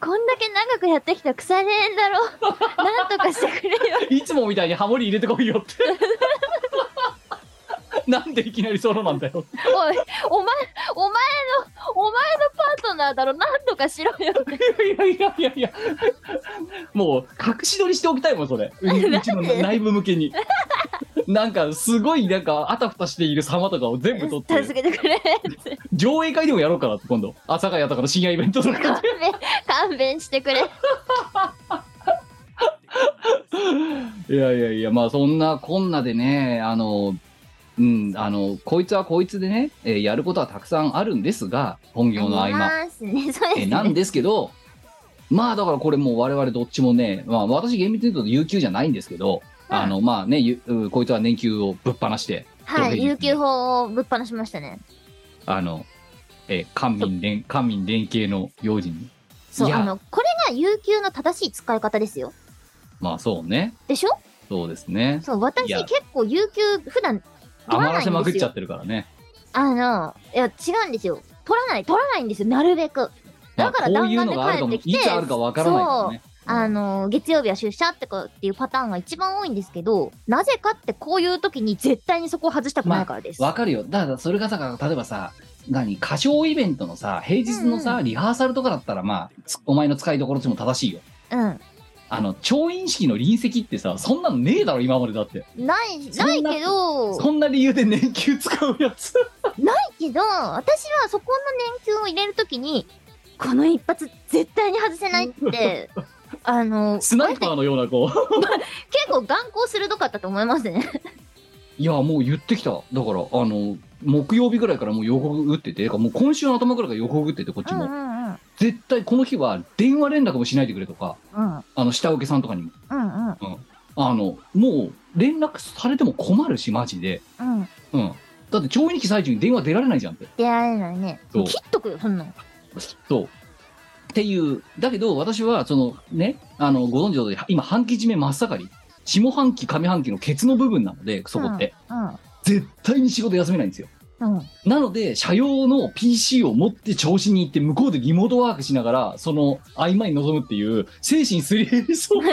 Speaker 4: こんだけ長くやってきた腐れ縁だろなんとかしてくれよ
Speaker 3: いつもみたいにハモリ入れてこいよ って。なんでいきなりソロなんだよ。
Speaker 4: おいお前お前のお前のパートナーだろなんとかしろよ
Speaker 3: いやいやいやいや、もう隠し撮りしておきたいもん、それ。ううちの内部向けに。 なんかすごいなんかあたふたしている様とかを全部撮って
Speaker 4: 助けてくれって
Speaker 3: 上映会でもやろうかな今度阿佐ヶ谷とかの深夜イベントとか
Speaker 4: 勘弁勘弁してくれ
Speaker 3: いやいやいやまあそんなこんなでねあのうんあのこいつはこいつでね、えーやることはたくさんあるんですが本業の合間
Speaker 4: ありますね そうで
Speaker 3: えー
Speaker 4: すね
Speaker 3: なんですけ ど、まあだからこれもう我々どっちもね、まあ私厳密に言うと有給じゃないんですけど、
Speaker 4: うん
Speaker 3: あのまあね、ゆうこいつは年給をぶっ放して、
Speaker 4: はい有給法をぶっ放しましたね
Speaker 3: あの、えー官民連、官民連携の用心に。
Speaker 4: そう
Speaker 3: いや
Speaker 4: あのこれが有給の正しい使い方ですよ
Speaker 3: まあそうね、
Speaker 4: でしょ
Speaker 3: そうですね。
Speaker 4: そう私
Speaker 3: いや
Speaker 4: 結構有給普段取ら
Speaker 3: 余
Speaker 4: な
Speaker 3: ら
Speaker 4: い
Speaker 3: せま
Speaker 4: ん
Speaker 3: く
Speaker 4: で
Speaker 3: っ
Speaker 4: す
Speaker 3: ちゃ
Speaker 4: よ
Speaker 3: ってるからね。
Speaker 4: あのいや違うんですよ取らない取らないんですよなるべくだから
Speaker 3: まあこういう
Speaker 4: 弾
Speaker 3: のがある
Speaker 4: 丸
Speaker 3: かも、
Speaker 4: で帰ってきて
Speaker 3: いつあるかわからないからね。
Speaker 4: あの月曜日は出社ってかっていうパターンが一番多いんですけどなぜかってこういう時に絶対にそこを外したくないからです、
Speaker 3: わかるよ。だからそれがさ、例えばさ、何歌唱イベントのさ、平日のさ、
Speaker 4: うんう
Speaker 3: リハーサルとかだったら、まあ、つお前の使いどころっちも正しいよ。あの、調印式の臨席ってさ、そんなのねえだろ、今までだって。
Speaker 4: うんない
Speaker 3: そん
Speaker 4: ない
Speaker 3: な
Speaker 4: けど
Speaker 3: そんな理由で年休使うやつ。
Speaker 4: けど私はそこの年休を入れるときにこの一発絶対に外せないって あの
Speaker 3: スナイパーのような子。
Speaker 4: 結構眼光鋭かったと思いますね
Speaker 3: いや、もう言ってきた。だから、あの、木曜日ぐらいからもう予告打ってて、てかもう今週の頭ぐらいから予告打ってて、こっち
Speaker 4: うんう
Speaker 3: も。
Speaker 4: んうん
Speaker 3: 絶対この日は電話連絡もしないでくれとか、
Speaker 4: うん
Speaker 3: あの、下請けさんとかにも。
Speaker 4: うんうん
Speaker 3: あの、もう連絡されても困るし、マジで。
Speaker 4: うん
Speaker 3: うん。だって、調印式最中に電話出られないじゃんって。
Speaker 4: 出られないね
Speaker 3: そう
Speaker 4: 切っとくよそんなの
Speaker 3: そう。っていう、だけど私は、そのね、あの、ご存知の通り、今、半期締め真っ盛り。下半期、上半期のケツの部分なので、そこって。絶対に仕事休めないんですよ。
Speaker 4: うんうん
Speaker 3: なので、社用の PC を持って調子に行って、向こうでリモートワークしながら、その合間に臨むっていう、精神すり減りそうな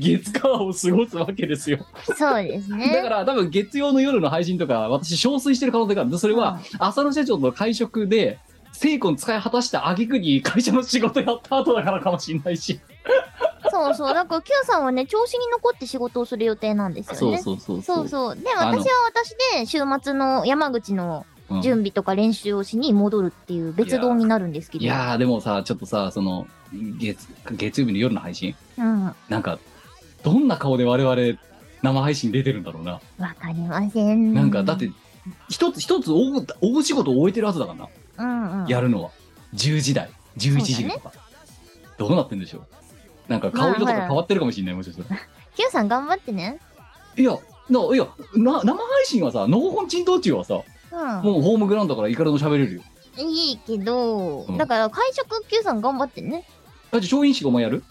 Speaker 3: 月間を過ごすわけですよ。
Speaker 4: そうです ね
Speaker 3: だから多分月曜の夜の配信とか私憔悴してる可能性があるんでそれは浅野社長の会食で精魂使い果たした挙句に会社の仕事やった後だからかもしれないし
Speaker 4: そうそうだから Q さんはね調子に残って仕事をする予定なんですよね
Speaker 3: そうそう
Speaker 4: そうそうで
Speaker 3: あの
Speaker 4: 私は私で週末の山口の
Speaker 3: うん
Speaker 4: 準備とか練習をしに戻るっていう別動になるんですけど
Speaker 3: いやーでもさちょっとさその月月曜日の夜の配信
Speaker 4: うんわ
Speaker 3: なんかどんな顔で我々生配信出てるんだろうな、
Speaker 4: かりません
Speaker 3: なんかだって一つ一つ大大仕事を終えてるはずだからな、
Speaker 4: うんうん
Speaker 3: やるのは10時台11時とか、どうなってんでしょうなんか顔色とか変わってるかもしれないもしかしたら
Speaker 4: Q さん頑張ってね
Speaker 3: いや、ないやな生配信はさ、ノーホンチン道中はさ、
Speaker 4: うん
Speaker 3: もうホームグラウンドからいくらでも喋れるよ。
Speaker 4: いいいけど、
Speaker 3: うん
Speaker 4: だから会食 Q さん頑張ってね。
Speaker 3: だって松陰子お前やる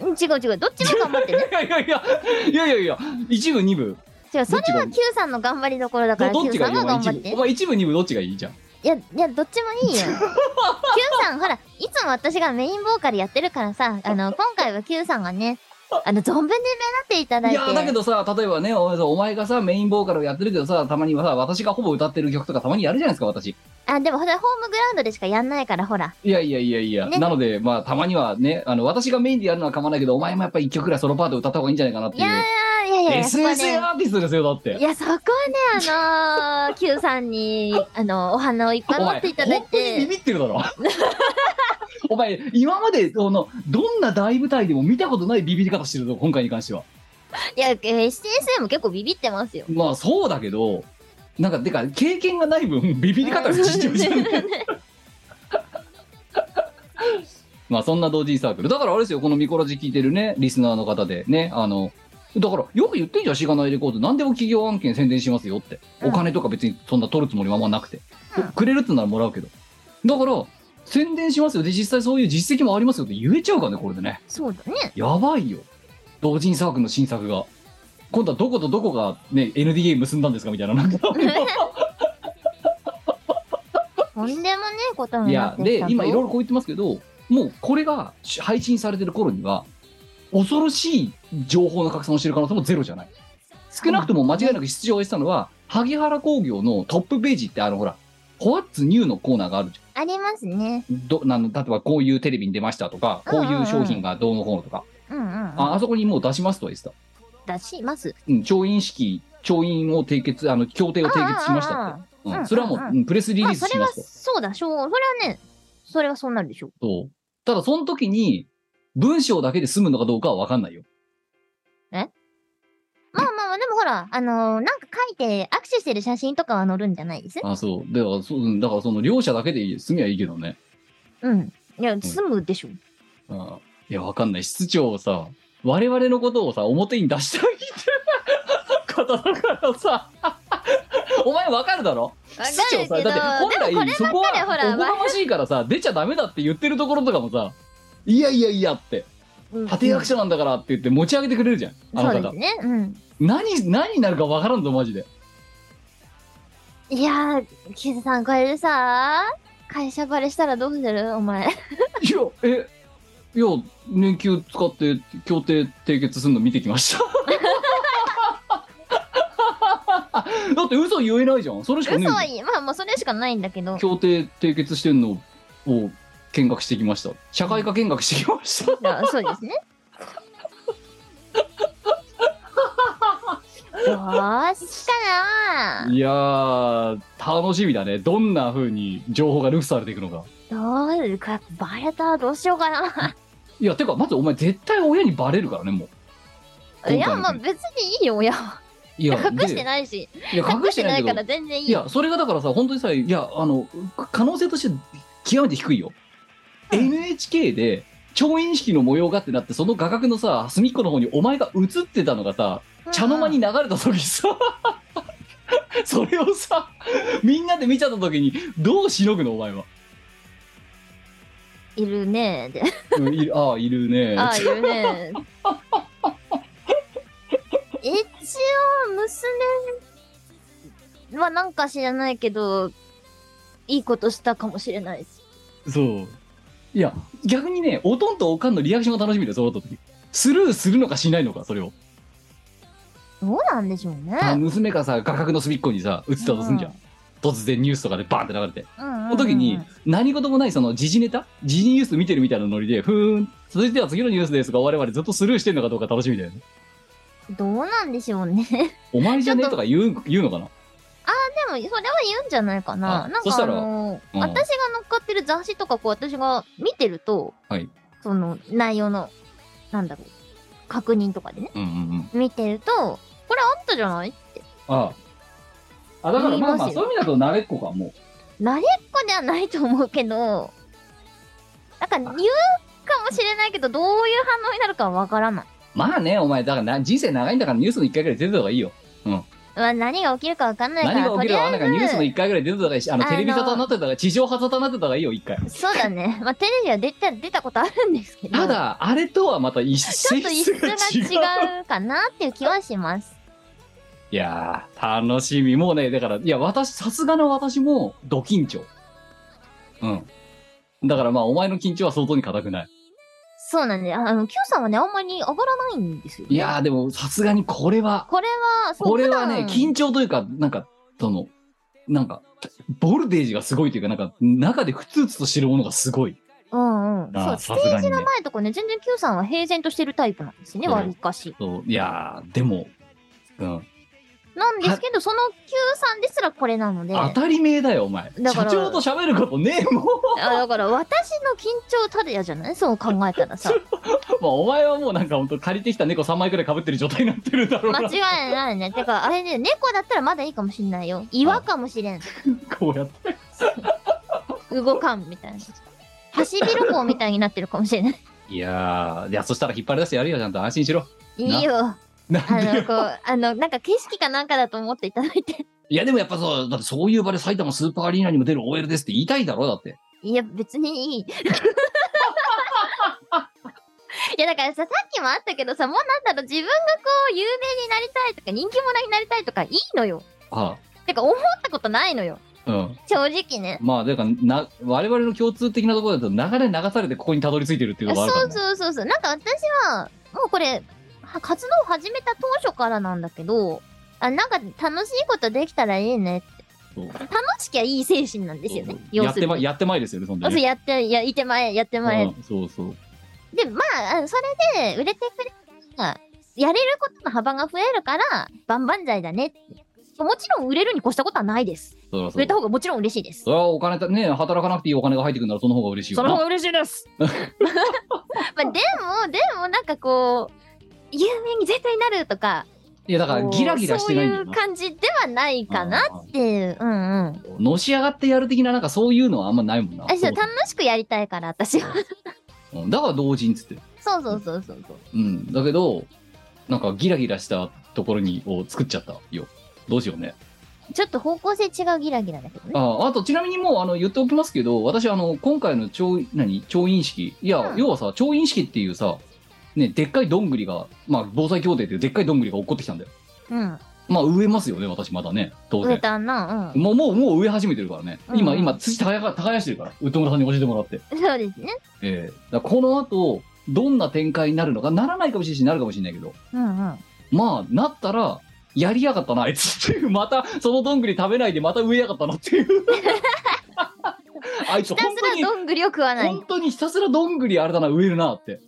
Speaker 4: うん違う違う、どっちも頑張ってね。
Speaker 3: いやいやいやいやいやいや一部二部
Speaker 4: 違う、そ
Speaker 3: どっ
Speaker 4: れ
Speaker 3: ちが
Speaker 4: は Q さんの頑張りどころだ
Speaker 3: ど
Speaker 4: から
Speaker 3: どっ
Speaker 4: Q
Speaker 3: ちが
Speaker 4: さ
Speaker 3: い
Speaker 4: ん
Speaker 3: いお
Speaker 4: が
Speaker 3: 前
Speaker 4: 頑張
Speaker 3: 一
Speaker 4: っ
Speaker 3: 部
Speaker 4: て。
Speaker 3: お前一部二部どっちがいいじゃん
Speaker 4: いや、いや、どっちもいいよ。Q さん、ほら、いつも私がメインボーカルやってるからさ、あの、今回は Q さんがね、あの、存分で目立っていただい
Speaker 3: い
Speaker 4: て。
Speaker 3: やだけどさ例えばねお前さお前がさメインボーカルをやってるけどさたまにはさ私がほぼ歌ってる曲とかたまにやるじゃないですか私
Speaker 4: あ、でもほら、ホームグラウンドでしかやんないから、ほら。
Speaker 3: いやいやいやいや、
Speaker 4: ね
Speaker 3: なのでまあたまにはねあの私がメインでやるのは構わないけどお前もやっぱり一曲ぐらいソロパート歌った方がいいんじゃないかなって
Speaker 4: い
Speaker 3: いう
Speaker 4: やー、いやいやいや、そこは
Speaker 3: SSA
Speaker 4: ね。
Speaker 3: アーティストですよだって
Speaker 4: いや、そこはね、あのー、Q さんに、あの、お花をいっぱい持っていただい
Speaker 3: お前本当にビ
Speaker 4: て。
Speaker 3: ビってるだろ お前今までそのどんな大舞台でも見たことないビビり方してるぞ今回に関してはい
Speaker 4: や、SSA も結構ビビってますよ。
Speaker 3: まあそうだけどなんかてか経験がない分 ビビり方が尋常じゃないまあそんな同時サークルだからあれですよこのミコラジ聞いてるねリスナーの方でねあのだからよく言ってんじゃんしがないレコード何でも企業案件宣伝しますよって
Speaker 4: うん
Speaker 3: お金とか別にそんな取るつもりはあんまなくて、
Speaker 4: うん
Speaker 3: くれるってならもらうけどだから宣伝しますよで実際そういう実績もありますよって言えちゃうからねこれでね
Speaker 4: そうだね。
Speaker 3: やばいよ同人サークルの新作が今度はどことどこがね NDA 結んだんですかみたいななんか
Speaker 4: とんでもねえこと
Speaker 3: い
Speaker 4: にな
Speaker 3: や
Speaker 4: ってき
Speaker 3: で
Speaker 4: たぞ
Speaker 3: 今いろいろこう言ってますけどもうこれが配信されてる頃には恐ろしい情報の拡散をしてる可能性もゼロじゃない少なくとも間違いなく出場をしたのは萩原工業のトップページってあのほら「ホワッツニュー」のコーナーがあるじゃん
Speaker 4: ありますね。
Speaker 3: どなん例えばこういうテレビに出ましたとかこういう商品がどうのこうのとか、
Speaker 4: うんうん。
Speaker 3: ああそこにもう出しますとは言ってた
Speaker 4: 出します。
Speaker 3: うん、調印式、調印を締結、あの、協定を締結しましたって。
Speaker 4: うんうんうん
Speaker 3: うんそれはもう
Speaker 4: うんうん
Speaker 3: うん、プレスリリ
Speaker 4: ま
Speaker 3: ー
Speaker 4: あ、
Speaker 3: ス
Speaker 4: そ
Speaker 3: し
Speaker 4: れ
Speaker 3: ま
Speaker 4: は
Speaker 3: すと。
Speaker 4: そうだ、しょう、それはね、それはそうなるでしょう。
Speaker 3: そうただ、その時に、文章だけで済むのかどうかは分かんないよ。
Speaker 4: まあまあまあ、でもほら、あのーなんか書いて、握手してる写真とかは載るんじゃないです
Speaker 3: あ、そう。だから、そううんだからその、両者だけで済みはいいけどね。
Speaker 4: うん。いや、済むでしょ。
Speaker 3: うん。いや、分かんない。室長をさ、我々のことをさ、表に出したいって方だからさ、 お前分かるだろ
Speaker 4: わかる
Speaker 3: 室長さ、だ
Speaker 4: け
Speaker 3: って
Speaker 4: どでも
Speaker 3: 本
Speaker 4: こ
Speaker 3: 来
Speaker 4: れ
Speaker 3: そこは
Speaker 4: ばっかりはほら
Speaker 3: おこがましいからさ、出ちゃダメだって言ってるところとかもさ、いやいやいやって。立役者なんだからって言って持ち上げてくれるじゃん、あ
Speaker 4: そ
Speaker 3: の
Speaker 4: うで
Speaker 3: 方
Speaker 4: すね。うん。
Speaker 3: 何何になるか分からんぞマジで
Speaker 4: いやー、キズさん、これでさ会社バレしたらどうするお前。
Speaker 3: いやえいや年休使って協定締結するの見てきましただって嘘言えないじゃんそれしか
Speaker 4: 嘘
Speaker 3: ねえ
Speaker 4: は言いい。まあまあ、それしかないんだけど。
Speaker 3: 協定締結してんのを見学してきました社会科見学してきました
Speaker 4: いやそうですね。よーしかない
Speaker 3: やー楽しみだねどんな風に情報がルフされていくのか
Speaker 4: どういうか、バレたらどうしようかな。
Speaker 3: いやてかまずお前絶対親にバレるからねもう回の
Speaker 4: いや、まあ別にいいよ、親は。
Speaker 3: いや
Speaker 4: 隠して
Speaker 3: で
Speaker 4: ないし。
Speaker 3: いや
Speaker 4: 隠してない
Speaker 3: けど
Speaker 4: から全然いい
Speaker 3: い
Speaker 4: よ。
Speaker 3: や、それがだからさ、本当にさ、いや、あの、か可能性として極めて低いよ。NHK で、調印式の模様がってなって、その画角のさ、隅っこの方にお前が映ってたのがさ、茶の間に流れた時さ、 それをさ、みんなで見ちゃった時に、どうしのぐの、お前は。
Speaker 4: いるねで。
Speaker 3: うんいるああ、いるね。
Speaker 4: ああ、いるね一応、娘はなんか知らないけど、いいことしたかもしれないです。
Speaker 3: そう。いや、逆にね、おとんとおかんのリアクションが楽しみだよ、その時。スルーするのかしないのか、それを。
Speaker 4: どうなんでしょうね。
Speaker 3: あ娘がさ、画角の隅っこにさ、映ったとすんじゃん。
Speaker 4: う
Speaker 3: 突然ニュースとかでバーンって流れて。
Speaker 4: の
Speaker 3: の時に何事もないその時事ネタ時事ニュース見てるみたいなノリでふーん続いては次のニュースですが我々ずっとスルーしてるのかどうか楽しみだよね
Speaker 4: どうなんでしょうね でも
Speaker 3: お前じゃねえとか言う言うのかな
Speaker 4: それは言うんじゃないかな
Speaker 3: あ
Speaker 4: なん
Speaker 3: そし
Speaker 4: か
Speaker 3: た
Speaker 4: あ
Speaker 3: ら
Speaker 4: のー
Speaker 3: うん
Speaker 4: 私が乗っかってる雑誌とかこう私が見てると、
Speaker 3: はい
Speaker 4: その内容のなんだろう確認とかでね
Speaker 3: うんうんうん
Speaker 4: 見てるとこれあったじゃない
Speaker 3: あああだからまあまあ
Speaker 4: 言いますよ
Speaker 3: そういう意味だと慣れっこかもう
Speaker 4: 慣れっこではないと思うけどなんか言うかもしれないけどどういう反応になるかはわからない
Speaker 3: まあねお前だからな人生長いんだからニュースの一回ぐらい出てた方がいいよ
Speaker 4: まあ、何が起きるかわかんないから、
Speaker 3: 何が起きるかわかんないからニュース
Speaker 4: と
Speaker 3: の
Speaker 4: り
Speaker 3: 1回ぐらい出てた方がいいしあの
Speaker 4: あの
Speaker 3: テレビ沙汰になってたから地上波沙汰になってた方がいいよ1回
Speaker 4: あえずそうだね。まあ、テレビは出た、出たことあるんですけど。
Speaker 3: ただ、あれとはまた一
Speaker 4: ちょ
Speaker 3: 性
Speaker 4: っと異
Speaker 3: 質
Speaker 4: 質
Speaker 3: が違う
Speaker 4: が違うかなっていう気はします。
Speaker 3: いやー楽しみもうねだからいや私さすがの私もド緊張うんだからまあお前の緊張は相当に硬くない
Speaker 4: そうなんで、ああの、Q さんはね、あんまり上がらないんですよ、ね。
Speaker 3: いやーでもさすがにこれは
Speaker 4: これは、そう
Speaker 3: これはね
Speaker 4: 普段
Speaker 3: 緊張というかなんかそのなんかボルテージがすごいというかなんか中でふつふつとしてるものがすごい
Speaker 4: うんうん。
Speaker 3: な
Speaker 4: そう、
Speaker 3: あ
Speaker 4: ス
Speaker 3: さ
Speaker 4: テ
Speaker 3: すがに
Speaker 4: ー
Speaker 3: ね
Speaker 4: ジの前とかね、全然 Q さんは平然としてるタイプなんですね、
Speaker 3: そう
Speaker 4: わりかし。
Speaker 3: そういやーでも、うん、
Speaker 4: なんですけど、その Q さんですらこれなので。
Speaker 3: 当たり前だよお前
Speaker 4: だ
Speaker 3: 社
Speaker 4: から
Speaker 3: 長と喋ることねえもん
Speaker 4: あだから私の緊張たるやじゃないそう考えたらさ。
Speaker 3: まあお前はもうなんか本当借りてきた猫3枚くらい被ってる状態になってるだろうな
Speaker 4: 間違いないね。てか、あれね、猫だったらまだいいかもしんないよ。岩かもしれん。
Speaker 3: こうやって
Speaker 4: 動かんみたいな。走り旅行みたいになってるかもしれない。
Speaker 3: いやーいやそしたら引っ張り出してやるよちゃんと安心しろ
Speaker 4: いいよ。
Speaker 3: な
Speaker 4: あ
Speaker 3: んで
Speaker 4: の、
Speaker 3: よ
Speaker 4: こう、 あの、なんか景色かなんかだと思っていただいて。
Speaker 3: いやでもやっぱそうだってそういう場で埼玉スーパーアリーナにも出る OL ですって言いたいだろだって
Speaker 4: いや、別にいい。い や、だからさ、さっきもあったけどさ、もうなんだろう、自分がこう、有名になりたいとか、人気者になりたいとか、いいのよ。
Speaker 3: あ
Speaker 4: てか、思ったことないのよ。
Speaker 3: あうん
Speaker 4: 正直ね。
Speaker 3: まあだからな我々の共通的なところだと流れ流されてここにたどり着いてるっていうのがあるから、
Speaker 4: そう
Speaker 3: ね、
Speaker 4: そうそうそう。なんか私は、もうこれ、は活動を始めた当初からなんだけど、あなんか楽しいことできたらいいね。
Speaker 3: そう
Speaker 4: 楽しきゃいい精神なんですよね。
Speaker 3: や
Speaker 4: 要
Speaker 3: っ
Speaker 4: す
Speaker 3: て
Speaker 4: る
Speaker 3: ま
Speaker 4: に。
Speaker 3: やってまいですよねそんで
Speaker 4: あそう
Speaker 3: ね
Speaker 4: やって、いや、いてまえ、やってまえ。
Speaker 3: うんそうそう
Speaker 4: で、まああの、それで売れてくれたら、やれることの幅が増えるから、万々歳だねって。もちろん売れるに越したことはないです。
Speaker 3: そら
Speaker 4: 売
Speaker 3: そう
Speaker 4: れた方がもちろん嬉しいです
Speaker 3: そ。れはお金だね働かなくていいお金が入ってくるならその方が嬉しいよ
Speaker 4: その
Speaker 3: な
Speaker 4: 方が嬉しい です。まあ、でも、でも、なんかこう、有名に絶対なるとか、
Speaker 3: いやだから
Speaker 4: こう
Speaker 3: ギラギラしてないんだ
Speaker 4: そ
Speaker 3: よ
Speaker 4: ういう
Speaker 3: な
Speaker 4: 感じではないかなっていう、うんうん。
Speaker 3: うんのし上がってやる的ななんかそういうのはあんまないもんな
Speaker 4: 私は
Speaker 3: そう
Speaker 4: 楽しくやりたいから、私は。
Speaker 3: うんだから同人っつってる
Speaker 4: そうそうそうそうそう。
Speaker 3: うんだけどなんかギラギラしたところにを作っちゃったよどうしようね
Speaker 4: ちょっと方向性違うギラギラだけどね。
Speaker 3: ああとちなみにもうあの言っておきますけど私あの今回の超何調印式いや、
Speaker 4: うん
Speaker 3: 要はさ調印式っていうさねでっかいどんぐりがまあ防災協定っていうでっかいどんぐりが落っこってきたんだよ
Speaker 4: うん。
Speaker 3: まあ植えますよね私まだね当
Speaker 4: 植え
Speaker 3: 然
Speaker 4: たな、
Speaker 3: もうもうもう植え始めてるからね、今
Speaker 4: うん
Speaker 3: 今土耕が耕してるから宇都村さんに教えてもらって
Speaker 4: うん。そうですね。
Speaker 3: ええだからこの後どんな展開になるのかならないかもしれないしなるかもしれないけど
Speaker 4: うんうん。
Speaker 3: まあなったらやりやがったなあい つっていうまたそのどんぐり食べないでまた植えやがったなっていう あいつ
Speaker 4: ひた
Speaker 3: 本
Speaker 4: す
Speaker 3: 当
Speaker 4: ら
Speaker 3: に
Speaker 4: どんぐりを食わない
Speaker 3: 本。当にひたすらどんぐりあれだな植えるなって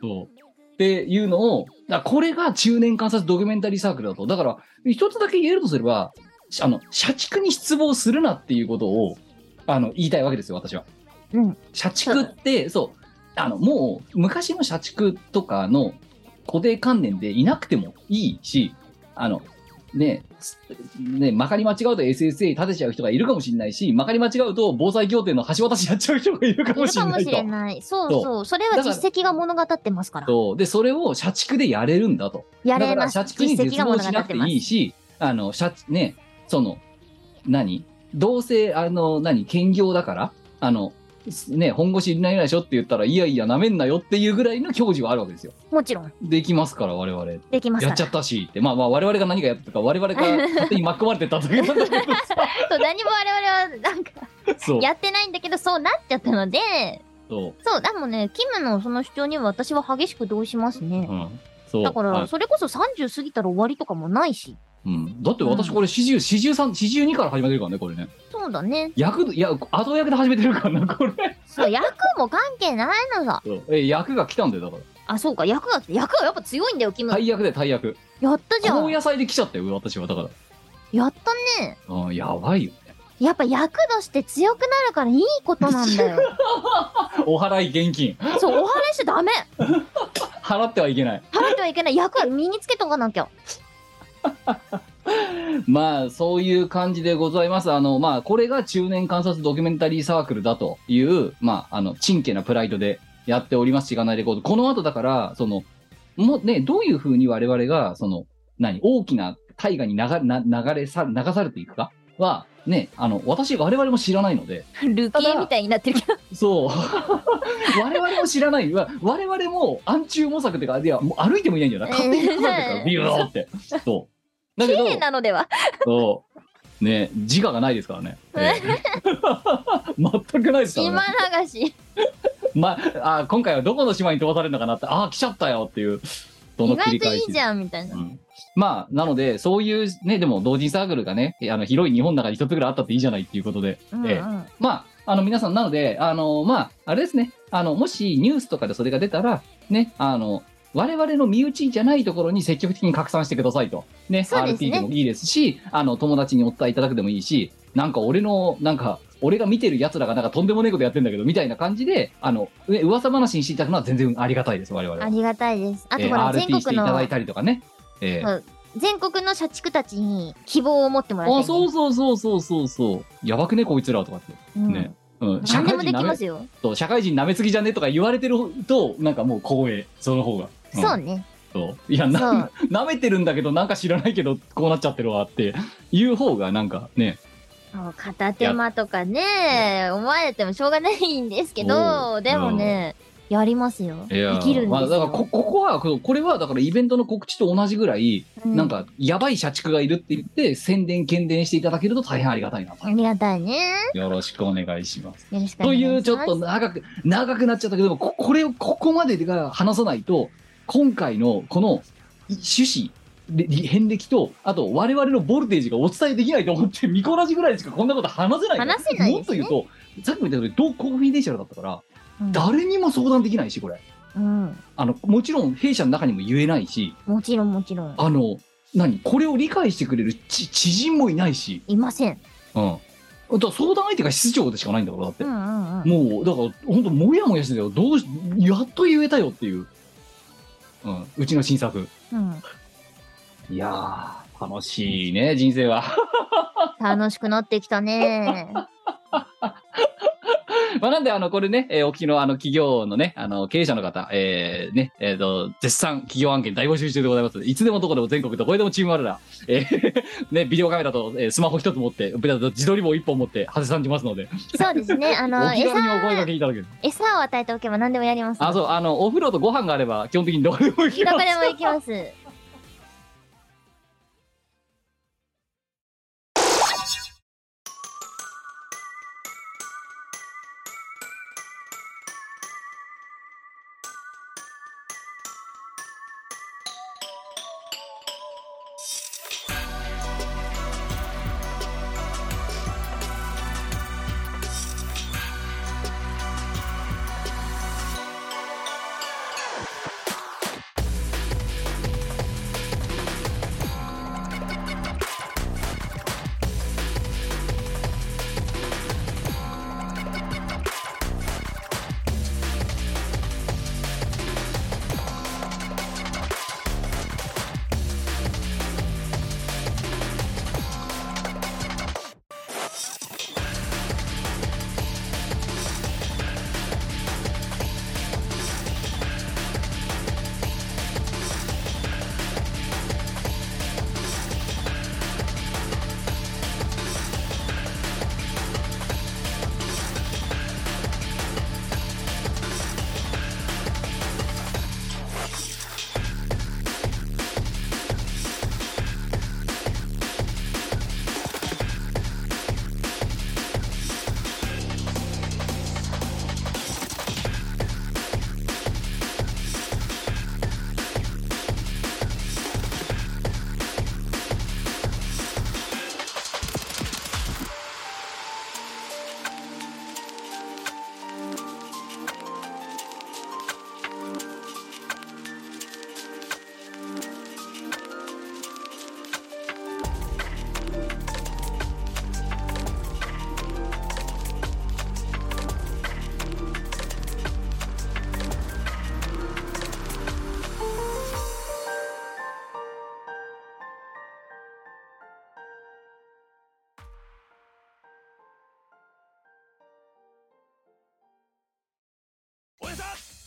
Speaker 3: そうっていうのをだからこれが中年観察ドキュメンタリーサークルだとだから一つだけ言えるとすればあの社畜に失望するなっていうことをあの言いたいわけですよ私は
Speaker 4: うん。
Speaker 3: 社畜ってそうあのもう昔の社畜とかの固定観念でいなくてもいいしあのねすねまかり間違うと SSA 立てちゃう人がいるかもしれないしまかり間違うと防災協定の橋渡しやっちゃう人がいるか
Speaker 4: い
Speaker 3: も
Speaker 4: る
Speaker 3: しれ
Speaker 4: かも
Speaker 3: ない
Speaker 4: しれ
Speaker 3: と。
Speaker 4: ない。そうそう。
Speaker 3: そ
Speaker 4: それは実績が物語ってますから。
Speaker 3: そうでそれを社畜でやれるんだと。
Speaker 4: や
Speaker 3: だ
Speaker 4: れ
Speaker 3: から
Speaker 4: ます
Speaker 3: 社。畜に
Speaker 4: 実
Speaker 3: 絶
Speaker 4: 績が
Speaker 3: 望
Speaker 4: 物
Speaker 3: し
Speaker 4: 語
Speaker 3: な
Speaker 4: っ
Speaker 3: く
Speaker 4: て
Speaker 3: て
Speaker 4: ま
Speaker 3: いい
Speaker 4: す。
Speaker 3: し、あの、社畜、ね、その、何どうせ、あの、何兼業だから、あの、すね、本腰いらないでしょって言ったら、いやいや、なめんなよっていうぐらいの教授はあるわけですよ。
Speaker 4: もちろん。
Speaker 3: できますから、我々。
Speaker 4: できます
Speaker 3: や
Speaker 4: か
Speaker 3: っ
Speaker 4: ら。
Speaker 3: ちゃったしって、まあまあ、我々が何がやってたか、我々が勝手に巻き込まれてただけなんだけどさ
Speaker 4: そう何も我々はなんか
Speaker 3: そう。
Speaker 4: やってないんだけど、そうなっちゃったので、
Speaker 3: そ
Speaker 4: そう、でもね、キムのその主張には私は激しく同意します
Speaker 3: う。
Speaker 4: ね
Speaker 3: う。ん。そう。
Speaker 4: だか
Speaker 3: あ
Speaker 4: ら、それこそ30過ぎたら終わりとかもないし。
Speaker 3: うん。だって私、これ、四十、四十三、四十二から始めてるからね、これね。
Speaker 4: そうだね。
Speaker 3: 役、いや、後役で始めてるからな、これ。
Speaker 4: そう、役も関係ないのさ。
Speaker 3: そうえ、役が来たんだよ、だから。
Speaker 4: あ、そうか、役が来て、役はやっぱ強いんだよ、キム。
Speaker 3: 大役だよ、大役。
Speaker 4: やったじゃ
Speaker 3: 高
Speaker 4: ん。
Speaker 3: 野菜で来ちゃったよ私はだか
Speaker 4: やったね。
Speaker 3: ら、うん、やばいよね
Speaker 4: やっぱ役として強くなるからいいことなんだよ。
Speaker 3: お払い現金
Speaker 4: そう、お払いしちゃダメ
Speaker 3: 払ってはいけない
Speaker 4: 払ってはいけない役は身につけとかなきゃ。
Speaker 3: まあそういう感じでございますあのまあこれが中年観察ドキュメンタリーサークルだというまああの珍家なプライドでやっておりますしがないレコードこの後だからそのもうねどういうふうに我々がその何大きな大河に流な流れさ流されていくかは、ね、あの、私、我々も知らないので、
Speaker 4: ルキーみたいになってるけど。
Speaker 3: そう。 我々も知らない。わ我々も暗中模索ってか、いや、もう歩いてもいないんだよな。勝 手に書かれてるから、ビューって。そう。だ
Speaker 4: 綺
Speaker 3: けど、
Speaker 4: 麗なのでは。
Speaker 3: そう。ね、自我がないですからね。ええ 全くないですからね
Speaker 4: 島。流し。
Speaker 3: まあ、今回はどこの島に飛ばされるのかなって、ああ、来ちゃったよっていう、そ
Speaker 4: 意
Speaker 3: の繰
Speaker 4: 外
Speaker 3: り
Speaker 4: と
Speaker 3: 返
Speaker 4: い
Speaker 3: し
Speaker 4: いじゃんみたいな
Speaker 3: う。んまあ、なので、そういうね、でも同人サークルがね、あの広い日本の中に一つぐらいあったっていいじゃないっていうことで、
Speaker 4: うんう
Speaker 3: ええ
Speaker 4: ん。
Speaker 3: まあ、あの皆さん、なので、あのまあ、あれですね、あのもしニュースとかでそれが出たら、ね、あの我々の身内じゃないところに積極的に拡散してくださいと、ね、
Speaker 4: そうですね
Speaker 3: RT でもいいですし、あの友達にお伝えいただくでもいいし、なんか俺の、なんか、俺が見てるやつらがなんかとんでもねえことやってんだけどみたいな感じで、あのう噂話にしていただくのは全然ありがたいです、我々は。
Speaker 4: ありがたいです。あ
Speaker 3: え
Speaker 4: と
Speaker 3: ー
Speaker 4: ほら、全
Speaker 3: RT して
Speaker 4: 国
Speaker 3: いただい
Speaker 4: の、
Speaker 3: たりとかね。えー
Speaker 4: 全国の社畜たちに希望を持ってもらいたい
Speaker 3: あ、
Speaker 4: ね。
Speaker 3: そうそうそうそうそうそう。やばくね、こいつらとかって。
Speaker 4: うん
Speaker 3: ねうん、社
Speaker 4: 何
Speaker 3: 会人
Speaker 4: でもでき
Speaker 3: 舐め
Speaker 4: ますよ。
Speaker 3: そう社会人舐めすぎじゃねとか言われてると、なんかもう光栄、その方が。ん
Speaker 4: そうね。
Speaker 3: そういや、な、 舐めてるんだけど、なんか知らないけど、こうなっちゃってるわっていう方が、なんかね、
Speaker 4: そう片手間とかね、思われてもしょうがないんですけ
Speaker 3: お
Speaker 4: ど、
Speaker 3: う
Speaker 4: でもね、やりますよ。
Speaker 3: い
Speaker 4: で
Speaker 3: やー
Speaker 4: きるん
Speaker 3: ま
Speaker 4: で
Speaker 3: あ、
Speaker 4: す
Speaker 3: だから
Speaker 4: よ
Speaker 3: こ、。ここは、ここれは、だからイベントの告知と同じぐらい、
Speaker 4: う
Speaker 3: なん、か、やばい社畜がいるって言って、宣伝、喧伝していただけると大変ありがたいなと
Speaker 4: あ。りがたいね。
Speaker 3: よろしくお願いします。
Speaker 4: よろしくお
Speaker 3: と
Speaker 4: 願いし
Speaker 3: い
Speaker 4: ま
Speaker 3: う
Speaker 4: す。
Speaker 3: ちょっと長く長くなっちゃったけどもここれをここまでが話さないと今回のこのい趣旨で遍歴とあと我々のボルテージがお伝えできないと思ってミコラジぐらいしかこんなこと話せないから
Speaker 4: 話せない
Speaker 3: も
Speaker 4: で
Speaker 3: っと
Speaker 4: すね
Speaker 3: 言うとさっきも言った通り同コンフィデンシャルだったから
Speaker 4: うん
Speaker 3: 誰にも相談できないしこれ
Speaker 4: うん。
Speaker 3: あのもちろん弊社の中にも言えないし
Speaker 4: もちろんもちろん。
Speaker 3: あの何これを理解してくれるち知人もいないし、
Speaker 4: いません。
Speaker 3: うん、あとは相談相手が室長でしかないんだからだって
Speaker 4: うんうんうん。
Speaker 3: もうだから本当もやもやしてたよどうしやっと言えたよっていう、うん、うちの新作
Speaker 4: うん
Speaker 3: いやー楽しいね人生は
Speaker 4: 楽しくなってきたね。
Speaker 3: まあなんであのこれね、えーお聞きのあの企業のねあの経営者の方、えーねえー、と絶賛企業案件大募集中でございますいつでもどこでも全国どこへでもチームあるな、えー ね、ビデオカメラと、えースマホ一つ持って自撮り棒一本持って長谷さん来ますので
Speaker 4: そうですね。あ
Speaker 3: お
Speaker 4: の、
Speaker 3: 気軽にお声
Speaker 4: 餌
Speaker 3: 掛、けいただける
Speaker 4: 餌を与えておけば何でもやります。
Speaker 3: あそうあのお風呂とご飯があれば基本的にどこでも行きま
Speaker 4: ど
Speaker 3: す
Speaker 4: こでも行きます。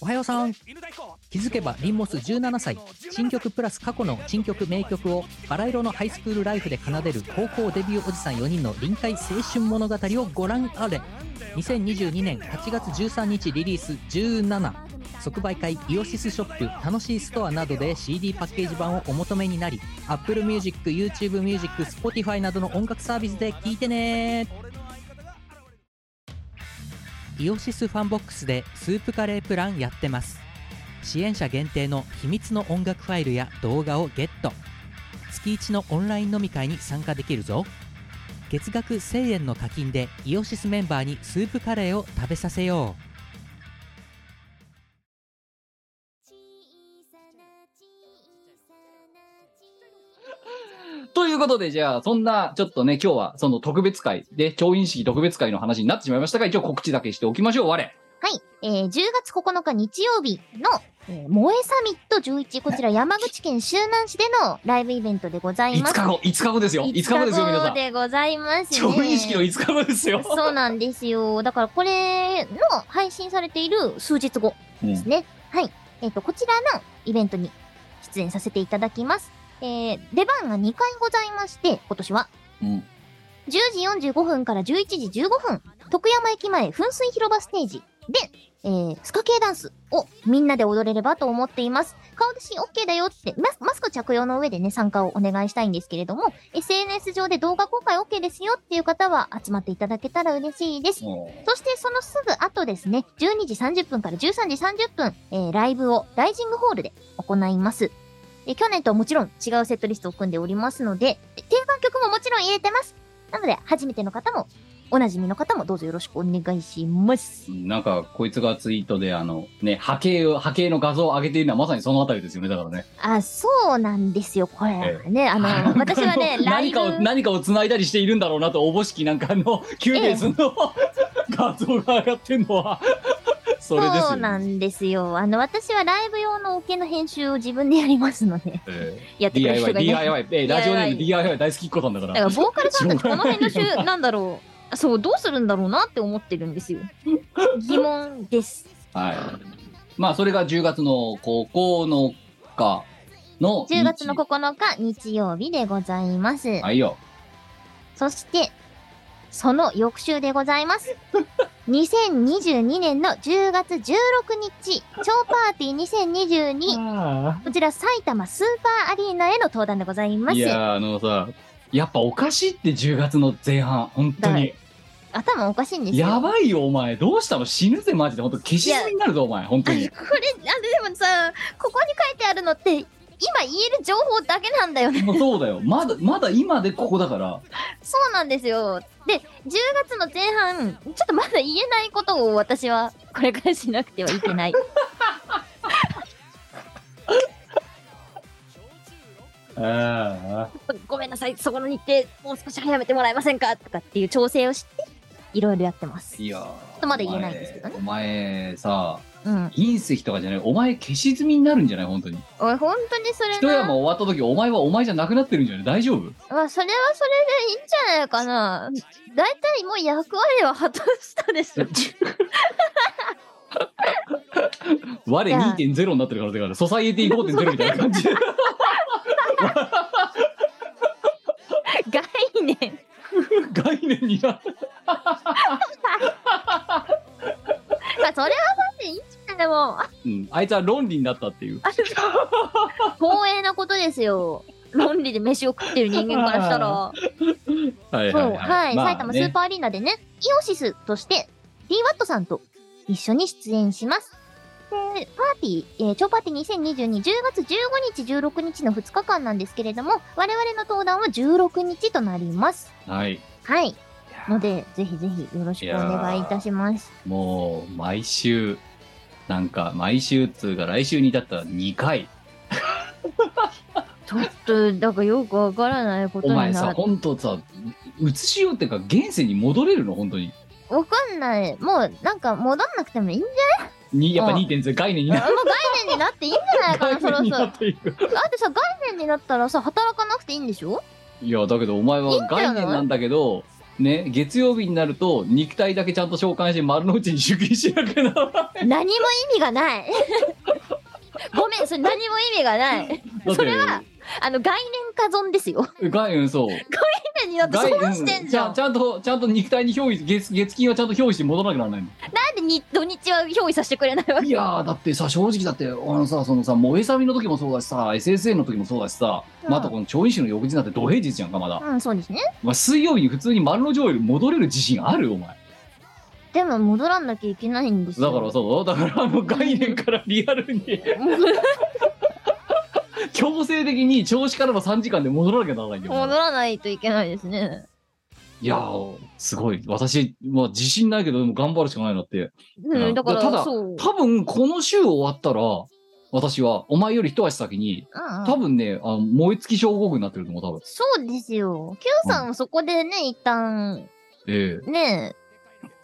Speaker 2: おはようさん気づけばリンモス17歳新曲プラス過去の新曲名曲をバラ色のハイスクールライフで奏でる高校デビューおじさん4人の臨海青春物語をご覧あれ2022年8月13日リリース17即売会イオシスショップ楽しいストアなどで CD パッケージ版をお求めになり Apple Music、YouTube Music、Spotify などの音楽サービスで聴いてねイオシスファンボックスでスープカレープランやってます支援者限定の秘密の音楽ファイルや動画をゲット月1のオンライン飲み会に参加できるぞ月額1000円の課金でイオシスメンバーにスープカレーを食べさせよう
Speaker 3: ということで、じゃあ、そんな、ちょっとね、今日は、その特別会で、調印式特別会の話になってしまいましたが、一応告知だけしておきましょう、我。
Speaker 4: はい。えー10月9日日曜日の、えー萌えサミット11、こちら山口県周南市でのライブイベントでござい
Speaker 3: 5
Speaker 4: ます。
Speaker 3: 日後、5日後ですよ。5日後ですよ、皆さん。
Speaker 4: でございますね。
Speaker 3: 調印式の5日後ですよ。
Speaker 4: そうなんですよ。だからこれの配信されている数日後
Speaker 3: うん
Speaker 4: ですね。はい。えっ、と、こちらのイベントに出演させていただきます。えー、出番が2回ございまして、今年は
Speaker 3: うん
Speaker 4: 10時45分から11時15分、徳山駅前噴水広場ステージで、えー、スカ系ダンスをみんなで踊れればと思っています。顔出し OK だよってマス、マスク着用の上でね、参加をお願いしたいんですけれども、SNS 上で動画公開 OK ですよっていう方は集まっていただけたら嬉しいです。
Speaker 3: も
Speaker 4: そしてそのすぐ後ですね、12時30分から13時30分、えーライブをライジングホールで行います。えー去年とはもちろん違うセットリストを組んでおりますので、え定番曲ももちろん入れてます。なので、初めての方も、おなじみの方もどうぞよろしくお願いします
Speaker 3: う。なんか、こいつがツイートで、あの、ね、波形を、波形の画像を上げているのはまさにそのあたりですよね、だからね。
Speaker 4: あ、そうなんですよ、これ。ね、あの、私はね、ラ
Speaker 3: 何
Speaker 4: イブ
Speaker 3: か。を、何かを繋いだりしているんだろうなと、おぼしきなんかあの、キューデーズの 画像が上がってんのは、それですよ、ね。
Speaker 4: そうなんですよ。あの、私はライブ用のオケの編集を自分でやりますので、
Speaker 3: え
Speaker 4: やっ
Speaker 3: ー
Speaker 4: てくれる人
Speaker 3: DIY、
Speaker 4: がいな
Speaker 3: DIY、
Speaker 4: い
Speaker 3: えーラジオネーム
Speaker 4: DIY
Speaker 3: DIY 大好きっ子さんだから。
Speaker 4: だからボーカルさんたちこの辺の
Speaker 3: しょ うが
Speaker 4: 週なんだろうそうどうするんだろうなって思ってるんですよ疑問 です
Speaker 3: はい。まあ、それが10月の9日の日。
Speaker 4: 10月の9日日曜日でございます、
Speaker 3: はいよ。
Speaker 4: そしてその翌週でございます 2022年の10月16日超パーティー2022こちら埼玉スーパーアリーナへの登壇でございま
Speaker 3: い
Speaker 4: す
Speaker 3: やーあのさ、やっぱおかしいって10月の前半、本当
Speaker 4: は
Speaker 3: に
Speaker 4: い。頭おかしいんですよ
Speaker 3: やばいよ、お前。どうしたの死ぬぜ、マジで。本当消しそうになるぞ、お前。本当
Speaker 4: あこ
Speaker 3: に
Speaker 4: れ。あでもさここに書いてあるのって今言える情報だけなんだよね
Speaker 3: もうそうだよ。まだ、まだ今でここだから。
Speaker 4: そうなんですよ。で、10月の前半、ちょっとまだ言えないことを私はこれからしなくてはい けない。
Speaker 3: あ
Speaker 4: ごめんなさい、そこの日程、もう少し早めてもらえませんかとかっていう調整をして、いろいろやってます。
Speaker 3: いやー
Speaker 4: まだ言えないんですけどね
Speaker 3: お前、お前さ、
Speaker 4: うん。
Speaker 3: 隕石とかじゃない。お前消し済みになるんじゃない本当に。
Speaker 4: おい、本当にそれ
Speaker 3: 一山
Speaker 4: な。
Speaker 3: 終わった時、お前はお前じゃなくなってるんじゃない大丈夫
Speaker 4: まあ、それはそれでいいんじゃないかな。大体もう役割は果たした でしょ。
Speaker 3: 我
Speaker 4: じゃあ
Speaker 3: 2.0になってるからだから、 ソサイエティ5.0みたいな感じ。
Speaker 4: 概念。
Speaker 3: 概念になって
Speaker 4: まあ、それはマジでいいんじゃないも
Speaker 3: う
Speaker 4: う。
Speaker 3: ん、あいつは論理になったっていう。
Speaker 4: 光栄なことですよ。論理で飯を食ってる人間からしたら。
Speaker 3: はい
Speaker 4: そ
Speaker 3: は
Speaker 4: う、
Speaker 3: い
Speaker 4: はい、
Speaker 3: まあ
Speaker 4: 埼玉スーパーアリーナでね、イオシスとして DWAT さんと一緒に出演します。で、パーティー、えー超パーティー2022、10月15日、16日の2日間なんですけれども、我々の登壇は16日となります。
Speaker 3: はい。
Speaker 4: はい。ので、ぜひぜひよろしくお願いいたします。
Speaker 3: もう、毎週、なんか、毎週っつうか、来週に至ったら2回。
Speaker 4: ちょっと、だからよくわからないこと
Speaker 3: お
Speaker 4: にな
Speaker 3: 前
Speaker 4: る
Speaker 3: さ、。ほんとさ、移しようっていうか、現世に戻れるの本当に。
Speaker 4: わかんない。もう、なんか戻んなくてもいいんじ
Speaker 3: にやっぱ
Speaker 4: うん
Speaker 3: 2.0概念に
Speaker 4: ゃ
Speaker 3: な
Speaker 4: ないもう概念になっていいんじゃないかな、
Speaker 3: 概
Speaker 4: そろ
Speaker 3: 念に
Speaker 4: そろ。
Speaker 3: な
Speaker 4: だ
Speaker 3: っていく。
Speaker 4: ってさ、概念になったらさ、働かなくていいんでしょ
Speaker 3: いや、だけどお前は概念なんだけど、ね、月曜日になると肉体だけちゃんと召喚して丸の内に出勤しな くなる
Speaker 4: 何も意味がないごめんそれ何も意味がないそれはあの概念化存ですよ
Speaker 3: 外うんそう
Speaker 4: 概念になって
Speaker 3: 外
Speaker 4: 損
Speaker 3: うん
Speaker 4: してん
Speaker 3: ち
Speaker 4: じゃ
Speaker 3: ゃ
Speaker 4: ん
Speaker 3: ちゃんとちゃんと肉体に憑依月月金はちゃんと憑依して戻らなくならないの
Speaker 4: なんでに土日は憑依させてくれないわけ
Speaker 3: いやーだってさ正直だってあのさそのさ萌えさみの時もそうだしさ SSA の時もそうだしさ、
Speaker 4: うん
Speaker 3: またこの調印師の翌日だって土平日じゃんかまだ、
Speaker 4: うんそうですね
Speaker 3: お前水曜日に普通に丸の上より戻れる自信あるお前
Speaker 4: でも戻らなきゃいけないんですよ
Speaker 3: だからそうだからあの概念からリアルに強制的に調子からの3時間で戻らなきゃならないんだよお前
Speaker 4: 戻らないといけないですね
Speaker 3: いやーすごい私、まあ、自信ないけどでも頑張るしかないなって
Speaker 4: うんだから
Speaker 3: ただ
Speaker 4: そう
Speaker 3: 多分この週終わったら私はお前より一足先に
Speaker 4: うんうん
Speaker 3: 多分ねあの燃え尽き症候群になってると思う多分
Speaker 4: そうですよ Q さんはそこでね一旦
Speaker 3: ええ
Speaker 4: ね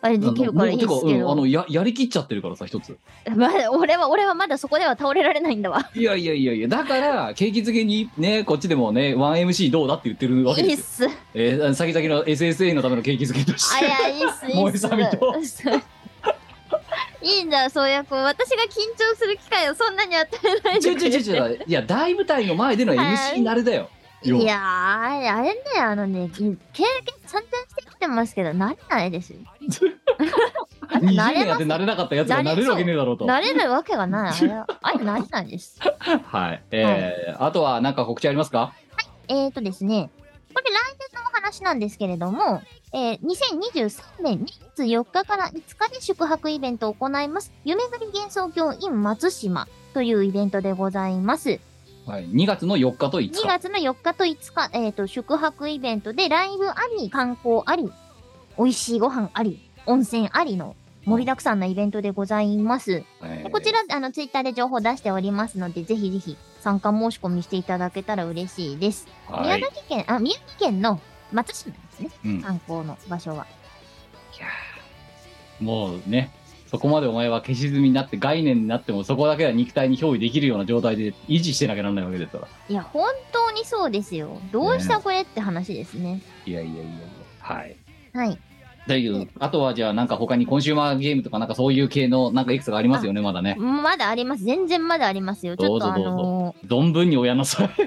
Speaker 4: あれできるからいいです
Speaker 3: あのて
Speaker 4: け
Speaker 3: かうんあ
Speaker 4: ど
Speaker 3: のややりきっちゃってるからさ一つ
Speaker 4: まあ俺は俺はまだそこでは倒れられないんだわ
Speaker 3: いやいやいやいやだから景気づけにねこっちでもね 1MC どうだって言ってるわけ
Speaker 4: いい
Speaker 3: で
Speaker 4: っ
Speaker 3: すよ、
Speaker 4: す
Speaker 3: えー、先々の SSA のための景気づけとし
Speaker 4: あい
Speaker 3: て
Speaker 4: やいいっすいい
Speaker 3: 萌
Speaker 4: っ
Speaker 3: え
Speaker 4: す
Speaker 3: さみと
Speaker 4: いいんだそうやこう私が緊張する機会をそんなに与えない
Speaker 3: ち
Speaker 4: で
Speaker 3: ょちょちょちょいや大舞台の前での
Speaker 4: はい
Speaker 3: MC になれだよ、要はい
Speaker 4: やーあれあれねあのね経験散々してきてますけど慣れないですよ
Speaker 3: 20
Speaker 4: 慣れ
Speaker 3: 年
Speaker 4: ま
Speaker 3: な
Speaker 4: す
Speaker 3: んてなれなかったやつが
Speaker 4: 慣れ
Speaker 3: なれるわけねえだろうと。
Speaker 4: 慣れるわけがないあれはあれ慣れないです
Speaker 3: はい。えーあとは何か告知ありますか
Speaker 4: えーとですね、これ来月のお話なんですけれども、えー2023年2月4日から5日で宿泊イベントを行います、夢ぐり幻想郷 in 松島というイベントでございます。
Speaker 3: はい。2月の4日と5
Speaker 4: 2
Speaker 3: 日。
Speaker 4: 月の4日と5日、えーと、宿泊イベントでライブあり、観光あり、美味しいご飯あり、温泉ありの盛りだくさんなイベントでございます。
Speaker 3: えー
Speaker 4: こちら、あの、ツイッターで情報出しておりますので、ぜひぜひ参加申し込みしていただけたら嬉しいです。
Speaker 3: は
Speaker 4: 宮
Speaker 3: い。
Speaker 4: 崎県、あ、宮城県の松島ですね。
Speaker 3: うん
Speaker 4: 観光の場所は。
Speaker 3: もうね、そこまでお前は消し済みになって概念になってもそこだけは肉体に憑依できるような状態で維持してなきゃならないわけですから。
Speaker 4: いや、本当にそうですよ。どうしたこれって話ですね。
Speaker 3: いやいやいやいや。はい。
Speaker 4: はい。
Speaker 3: だけど、あとはじゃあなんか他にコンシューマーゲームとかなんかそういう系のなんかいくつかありますよね、まだね。
Speaker 4: まだあります。全然まだありますよ。ちょっとあ
Speaker 3: どうぞどう
Speaker 4: の
Speaker 3: 存分に親のさい。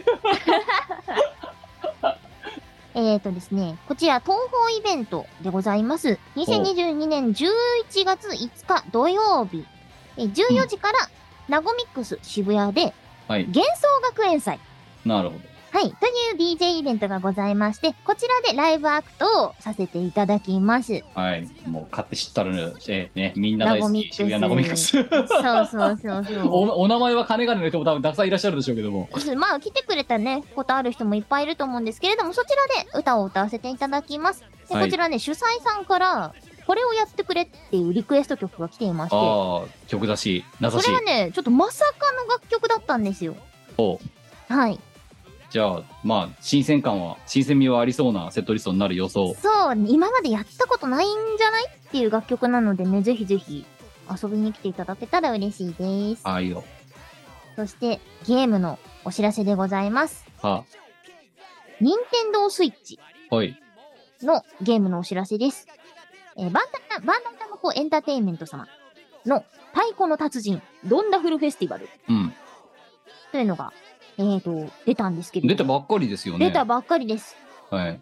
Speaker 4: ー、えっ、ー、とですね、こちら東方イベントでございます。2022年11月5日土曜日、えー14時からナゴミックス渋谷で
Speaker 3: はい。
Speaker 4: 幻想学園祭。
Speaker 3: なるほ
Speaker 4: はい。という DJ イベントがございまして、こちらでライブアクトをさせていただきます。
Speaker 3: ど。はい。もう買って知ったるね、えーね、みんな大好き、渋谷ナ
Speaker 4: ナ
Speaker 3: ゴ
Speaker 4: ゴ
Speaker 3: ミ
Speaker 4: ミ
Speaker 3: ッ
Speaker 4: ッ
Speaker 3: ク
Speaker 4: ク
Speaker 3: ス。
Speaker 4: そうそうそう そ
Speaker 3: おお名前は金がねの人も多分たくさんいらっしゃるでしょうけども。
Speaker 4: う。まあ、来てくれたね、ことある人もいっぱいいると思うんですけれども、そちらで歌を歌わせていただきます。で、
Speaker 3: はい
Speaker 4: こちらね、主催さんから、これをやってくれっていうリクエスト曲が来ていまして、
Speaker 3: ああ、曲出し、名指
Speaker 4: そ
Speaker 3: し
Speaker 4: れ。はね、ちょっとまさかの楽曲だったんですよ。
Speaker 3: お
Speaker 4: はい。
Speaker 3: じゃあ、まあ、新鮮感は、新鮮味はありそうなセットリストになる予想。
Speaker 4: そう、今までやったことないんじゃないっていう楽曲なのでね、ぜひぜひ遊びに来ていただけたら嬉しいです。
Speaker 3: ああいいよ。
Speaker 4: そして、ゲームのお知らせでございます。
Speaker 3: は
Speaker 4: 任天堂スイッチ
Speaker 3: あ、はい。
Speaker 4: のゲームのお知らせです。えーバンダイナ、バンダイナムコエンターテインメント様の太鼓の達人、ドンダフルフェスティバル
Speaker 3: うん。
Speaker 4: というのが、えーと、出たんですけれど
Speaker 3: 出たばっかりですよね。
Speaker 4: 出たばっかりです。
Speaker 3: はい。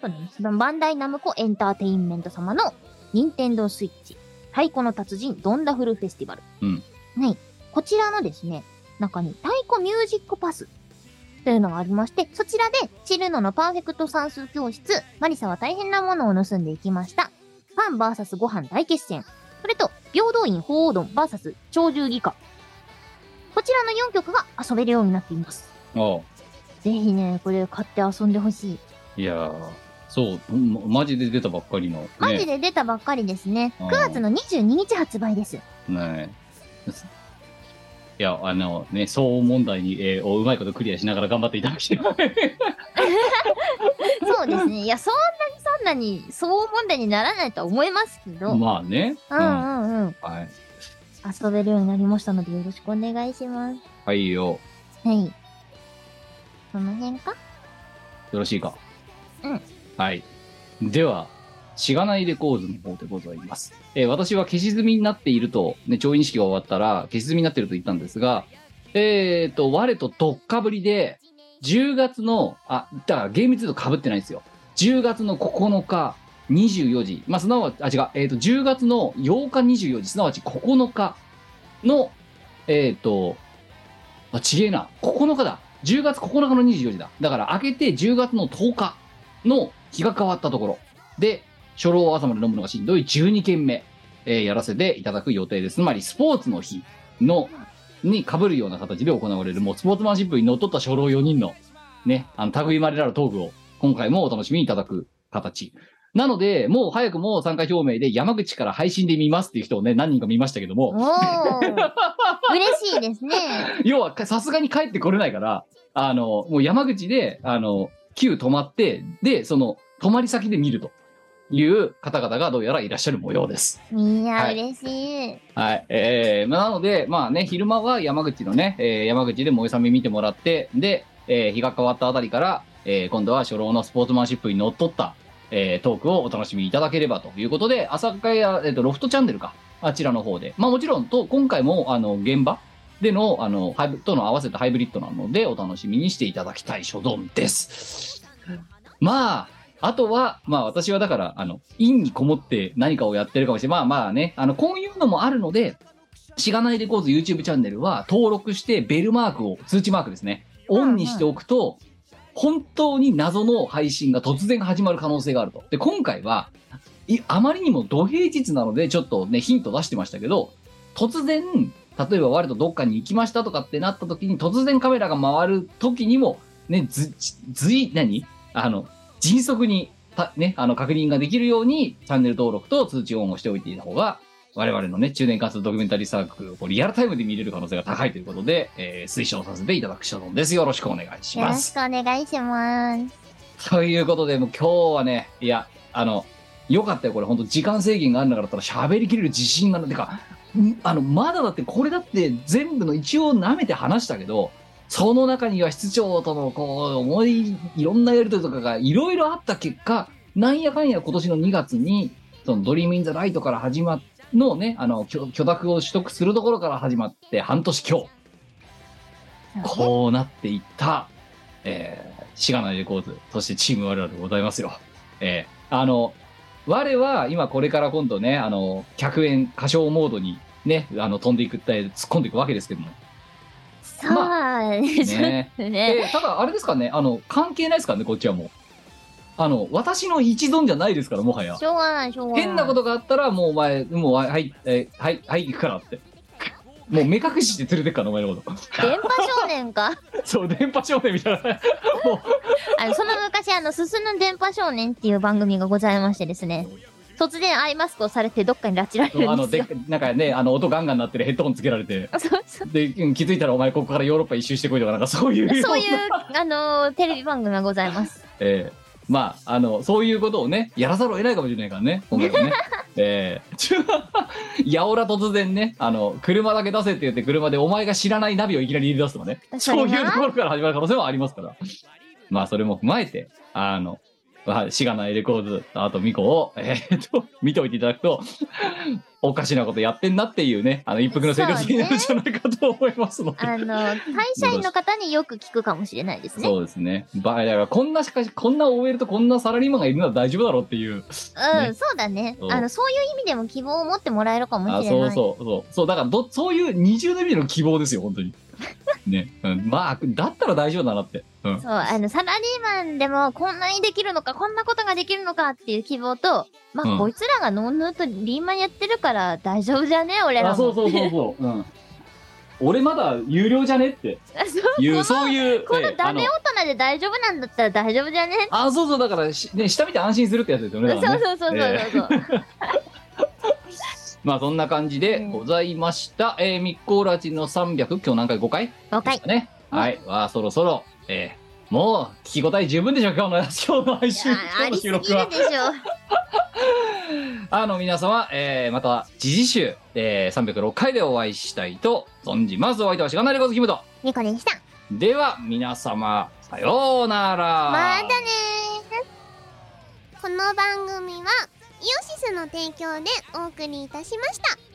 Speaker 4: そうなんです。バンダイナムコエンターテインメント様の任天堂スイッチ、太鼓の達人、ドンダフルフェスティバル。
Speaker 3: うん
Speaker 4: はい。こちらのですね、中に太鼓ミュージックパスというのがありまして、そちらでチルノのパーフェクト算数教室、マリサは大変なものを盗んでいきました。パン VS ご飯大決戦。それと、平等院鳳凰丼 VS 鳥獣戯画。こちらの4曲が遊べるようになっています。
Speaker 3: ああ、
Speaker 4: ぜひね、これ買って遊んでほしい。
Speaker 3: いやーそう、うんマジで出たばっかりの。ね、
Speaker 4: マジで出たばっかりですね。
Speaker 3: あー
Speaker 4: 9月の22日発売です。
Speaker 3: ねいや、あのね、騒音問題に、えーおうまいことクリアしながら頑張っていただきた い。
Speaker 4: そうですね。いや、そんなにそんなに、そう問題にならないとは思いますけど。
Speaker 3: まあね。
Speaker 4: うんうんうん。
Speaker 3: はい。
Speaker 4: 遊べるようになりましたので、よろしくお願いします。
Speaker 3: はいよ。
Speaker 4: はい。その辺か
Speaker 3: よろしいか。
Speaker 4: うん。
Speaker 3: はい。では、しがないレコーズの方でございます。えー私は消し済みになっていると、ね、調印式が終わったら、消し済みになっていると言ったんですが、えーと、我とどっかぶりで、10月の、あ、だから厳密に言うと被ってないんですよ。10月の9日、24時、まあ、すなわち、あ、違う、えっ、と、10月の8日24時、すなわち9日の、えっ、と、あ、ちげえな、9日だ。10月9日の24時だ。だから、明けて10月の10日の日が変わったところ。で、初老を朝まで飲むのがしんどい12件目、えーやらせていただく予定です。つまり、スポーツの日の、に被るような形で行われる、もうスポーツマンシップにのっとった初老4人の、ね、あの、類まれなるトークを、今回もお楽しみいただく形。なので、もう早くも参加表明で山口から配信で見ますっていう人をね、何人か見ましたけども、
Speaker 4: おお嬉しいですね。
Speaker 3: 要はかさすがに帰ってこれないからあのもう山口であの旧泊まってでその泊まり先で見るという方々がどうやらいらっしゃる模様です。
Speaker 4: いや、
Speaker 3: はい
Speaker 4: 嬉しい。
Speaker 3: はいえー、まあなのでまあね昼間は山口のね、えー山口で萌えさみ見てもらってで、えー日が変わったあたりから、えー今度は初老のスポーツマンシップにのっとった、えートークをお楽しみいただければということで朝会や、えー、とロフトチャンネルかあちらの方でまあもちろんと今回もあの現場での、あの、ハイブとの合わせたハイブリッドなので、お楽しみにしていただきたい所存です。まあ、あとは、まあ私はだから、あの、陰にこもって何かをやってるかもしれない。まあまあね、あの、こういうのもあるので、しがないレコーズ YouTube チャンネルは登録してベルマークを、通知マークですね、オンにしておくと、本当に謎の配信が突然始まる可能性があると。で、今回は、いあまりにも土平日なので、ちょっとね、ヒント出してましたけど、突然、例えば我とどっかに行きましたとかってなった時に、突然カメラが回る時にも、ね、ず、ずい、何あの、迅速に、たね、あの、確認ができるように、チャンネル登録と通知オンをしておいていた方が、我々のね、中年活動ドキュメンタリーサークルをこうリアルタイムで見れる可能性が高いということで、えー推奨させていただく所存です。よろしくお願いし
Speaker 4: よろ
Speaker 3: ま
Speaker 4: し
Speaker 3: す
Speaker 4: く。お願いします。
Speaker 3: ということで、もう今日はね、いや、あの、よかったよ、これ、本当時間制限があるんだからだったら、喋りきれる自信がなてか、んあの、まだだって、これだって、全部の一応舐めて話したけど、その中には室長との、こう、思い、いろんなやりとりとかが、いろいろあった結果、なんやかんや今年の2月に、その、ドリームインザライトから始まっのね、あの、許許諾を取得するところから始まって、半年今日、こうなっていった、えー、しがないレコーズ、そしてチーム我々でございますよ。えー、あの、我は今これから今度ね、あの、100円歌唱モードにね、あの、飛んでいくって、突っ込んでいくわけです けども。
Speaker 4: そう、です
Speaker 3: ね
Speaker 4: ね。
Speaker 3: えーただ、あれですかね、あの、関係ないですからね、こっちはもう。あの、私の一存じゃないですから、もはや。
Speaker 4: しょうがない、しょうがない。
Speaker 3: 変なことがあったら、もうお前、もう、はい、えーはい、はい、行くからって。もう目隠しして連れてくから、お前のこと。
Speaker 4: 電波少年か
Speaker 3: そう、電波少年みたいな。
Speaker 4: あのその昔あの「すすぬ電波少年」っていう番組がございましてですね突然アイマスクをされてどっかに拉致られ
Speaker 3: そう
Speaker 4: る
Speaker 3: あ
Speaker 4: んで
Speaker 3: の
Speaker 4: す
Speaker 3: で
Speaker 4: よ
Speaker 3: っ かなんかねあの音ガンガン鳴ってるヘッドホンつけられて
Speaker 4: そうそう
Speaker 3: でうん気づいたらお前ここからヨーロッパ一周してこいとかなんかそういうよう
Speaker 4: そう
Speaker 3: な、
Speaker 4: いうあのテレビ番組がございます
Speaker 3: ええまああのそういうことをねやらざるを得ないかもしれないからね今回 はねええ ちゅやおら突然ねあの車だけ出せって言って車でお前が知らないナビをいきなり入れ出すとかね
Speaker 4: 確か
Speaker 3: そう
Speaker 4: に
Speaker 3: いうとこ
Speaker 4: な
Speaker 3: ろから始まる可能性もありますからまあそれも踏まえてあのまあしがないレコーズあとミコをえーっと見ておいていただくとおかしなことやってんなっていうねあの一服の生活になるんじゃないかと思いますので
Speaker 4: あの会社員の方によく聞くかもしれないですね
Speaker 3: そうですね。ばだからこんなしかしこんな OL とこんなサラリーマンがいるのは大丈夫だろうっていう。
Speaker 4: うん、
Speaker 3: ね
Speaker 4: そうだね
Speaker 3: そう
Speaker 4: あのそういう意味でも希望を持ってもらえるかもしれ
Speaker 3: あ
Speaker 4: ない
Speaker 3: そうそうそうそうだからどそういう二重の意味での希望ですよ本当に。ね、うん、まあだったら大丈夫だなって。うん。
Speaker 4: そうあのサラリーマンでもこんなにできるのかこんなことができるのかっていう希望とまあ、
Speaker 3: うん
Speaker 4: こいつらがノンノーとリーマンやってるから大丈夫じゃね俺らも
Speaker 3: あそうそうそうそう。うん。俺まだ有料じゃねって
Speaker 4: そう
Speaker 3: いうそういう。
Speaker 4: こ
Speaker 3: ええ
Speaker 4: のダメ大人で大丈夫なんだったら大丈夫じゃね
Speaker 3: あのあそうそうだからしね下見て安心するってやつですよね。
Speaker 4: そ
Speaker 3: だ
Speaker 4: う
Speaker 3: から
Speaker 4: そ
Speaker 3: ね
Speaker 4: うそうそうそう、
Speaker 3: まあそんな感じでございました。えー、ミッコーラジの300今日何回5回？
Speaker 4: 了解
Speaker 3: ね。はい。は、そろそろ、えーもう、聞き応え十分でしょう、今日の、 今日の配信、
Speaker 4: あ
Speaker 3: 今
Speaker 4: あ
Speaker 3: 日
Speaker 4: り
Speaker 3: の
Speaker 4: す ぎ
Speaker 3: 収
Speaker 4: る
Speaker 3: 録
Speaker 4: でしょ
Speaker 3: は。あの、皆様、えーまた、次次週、えー、306回でお会いしたいと存じます。お相手はしがないレコーズキムと。
Speaker 1: ニコでした
Speaker 3: では、皆様、さようなら。
Speaker 4: またね
Speaker 1: このの番組はイオシスの提供でお送りいたしました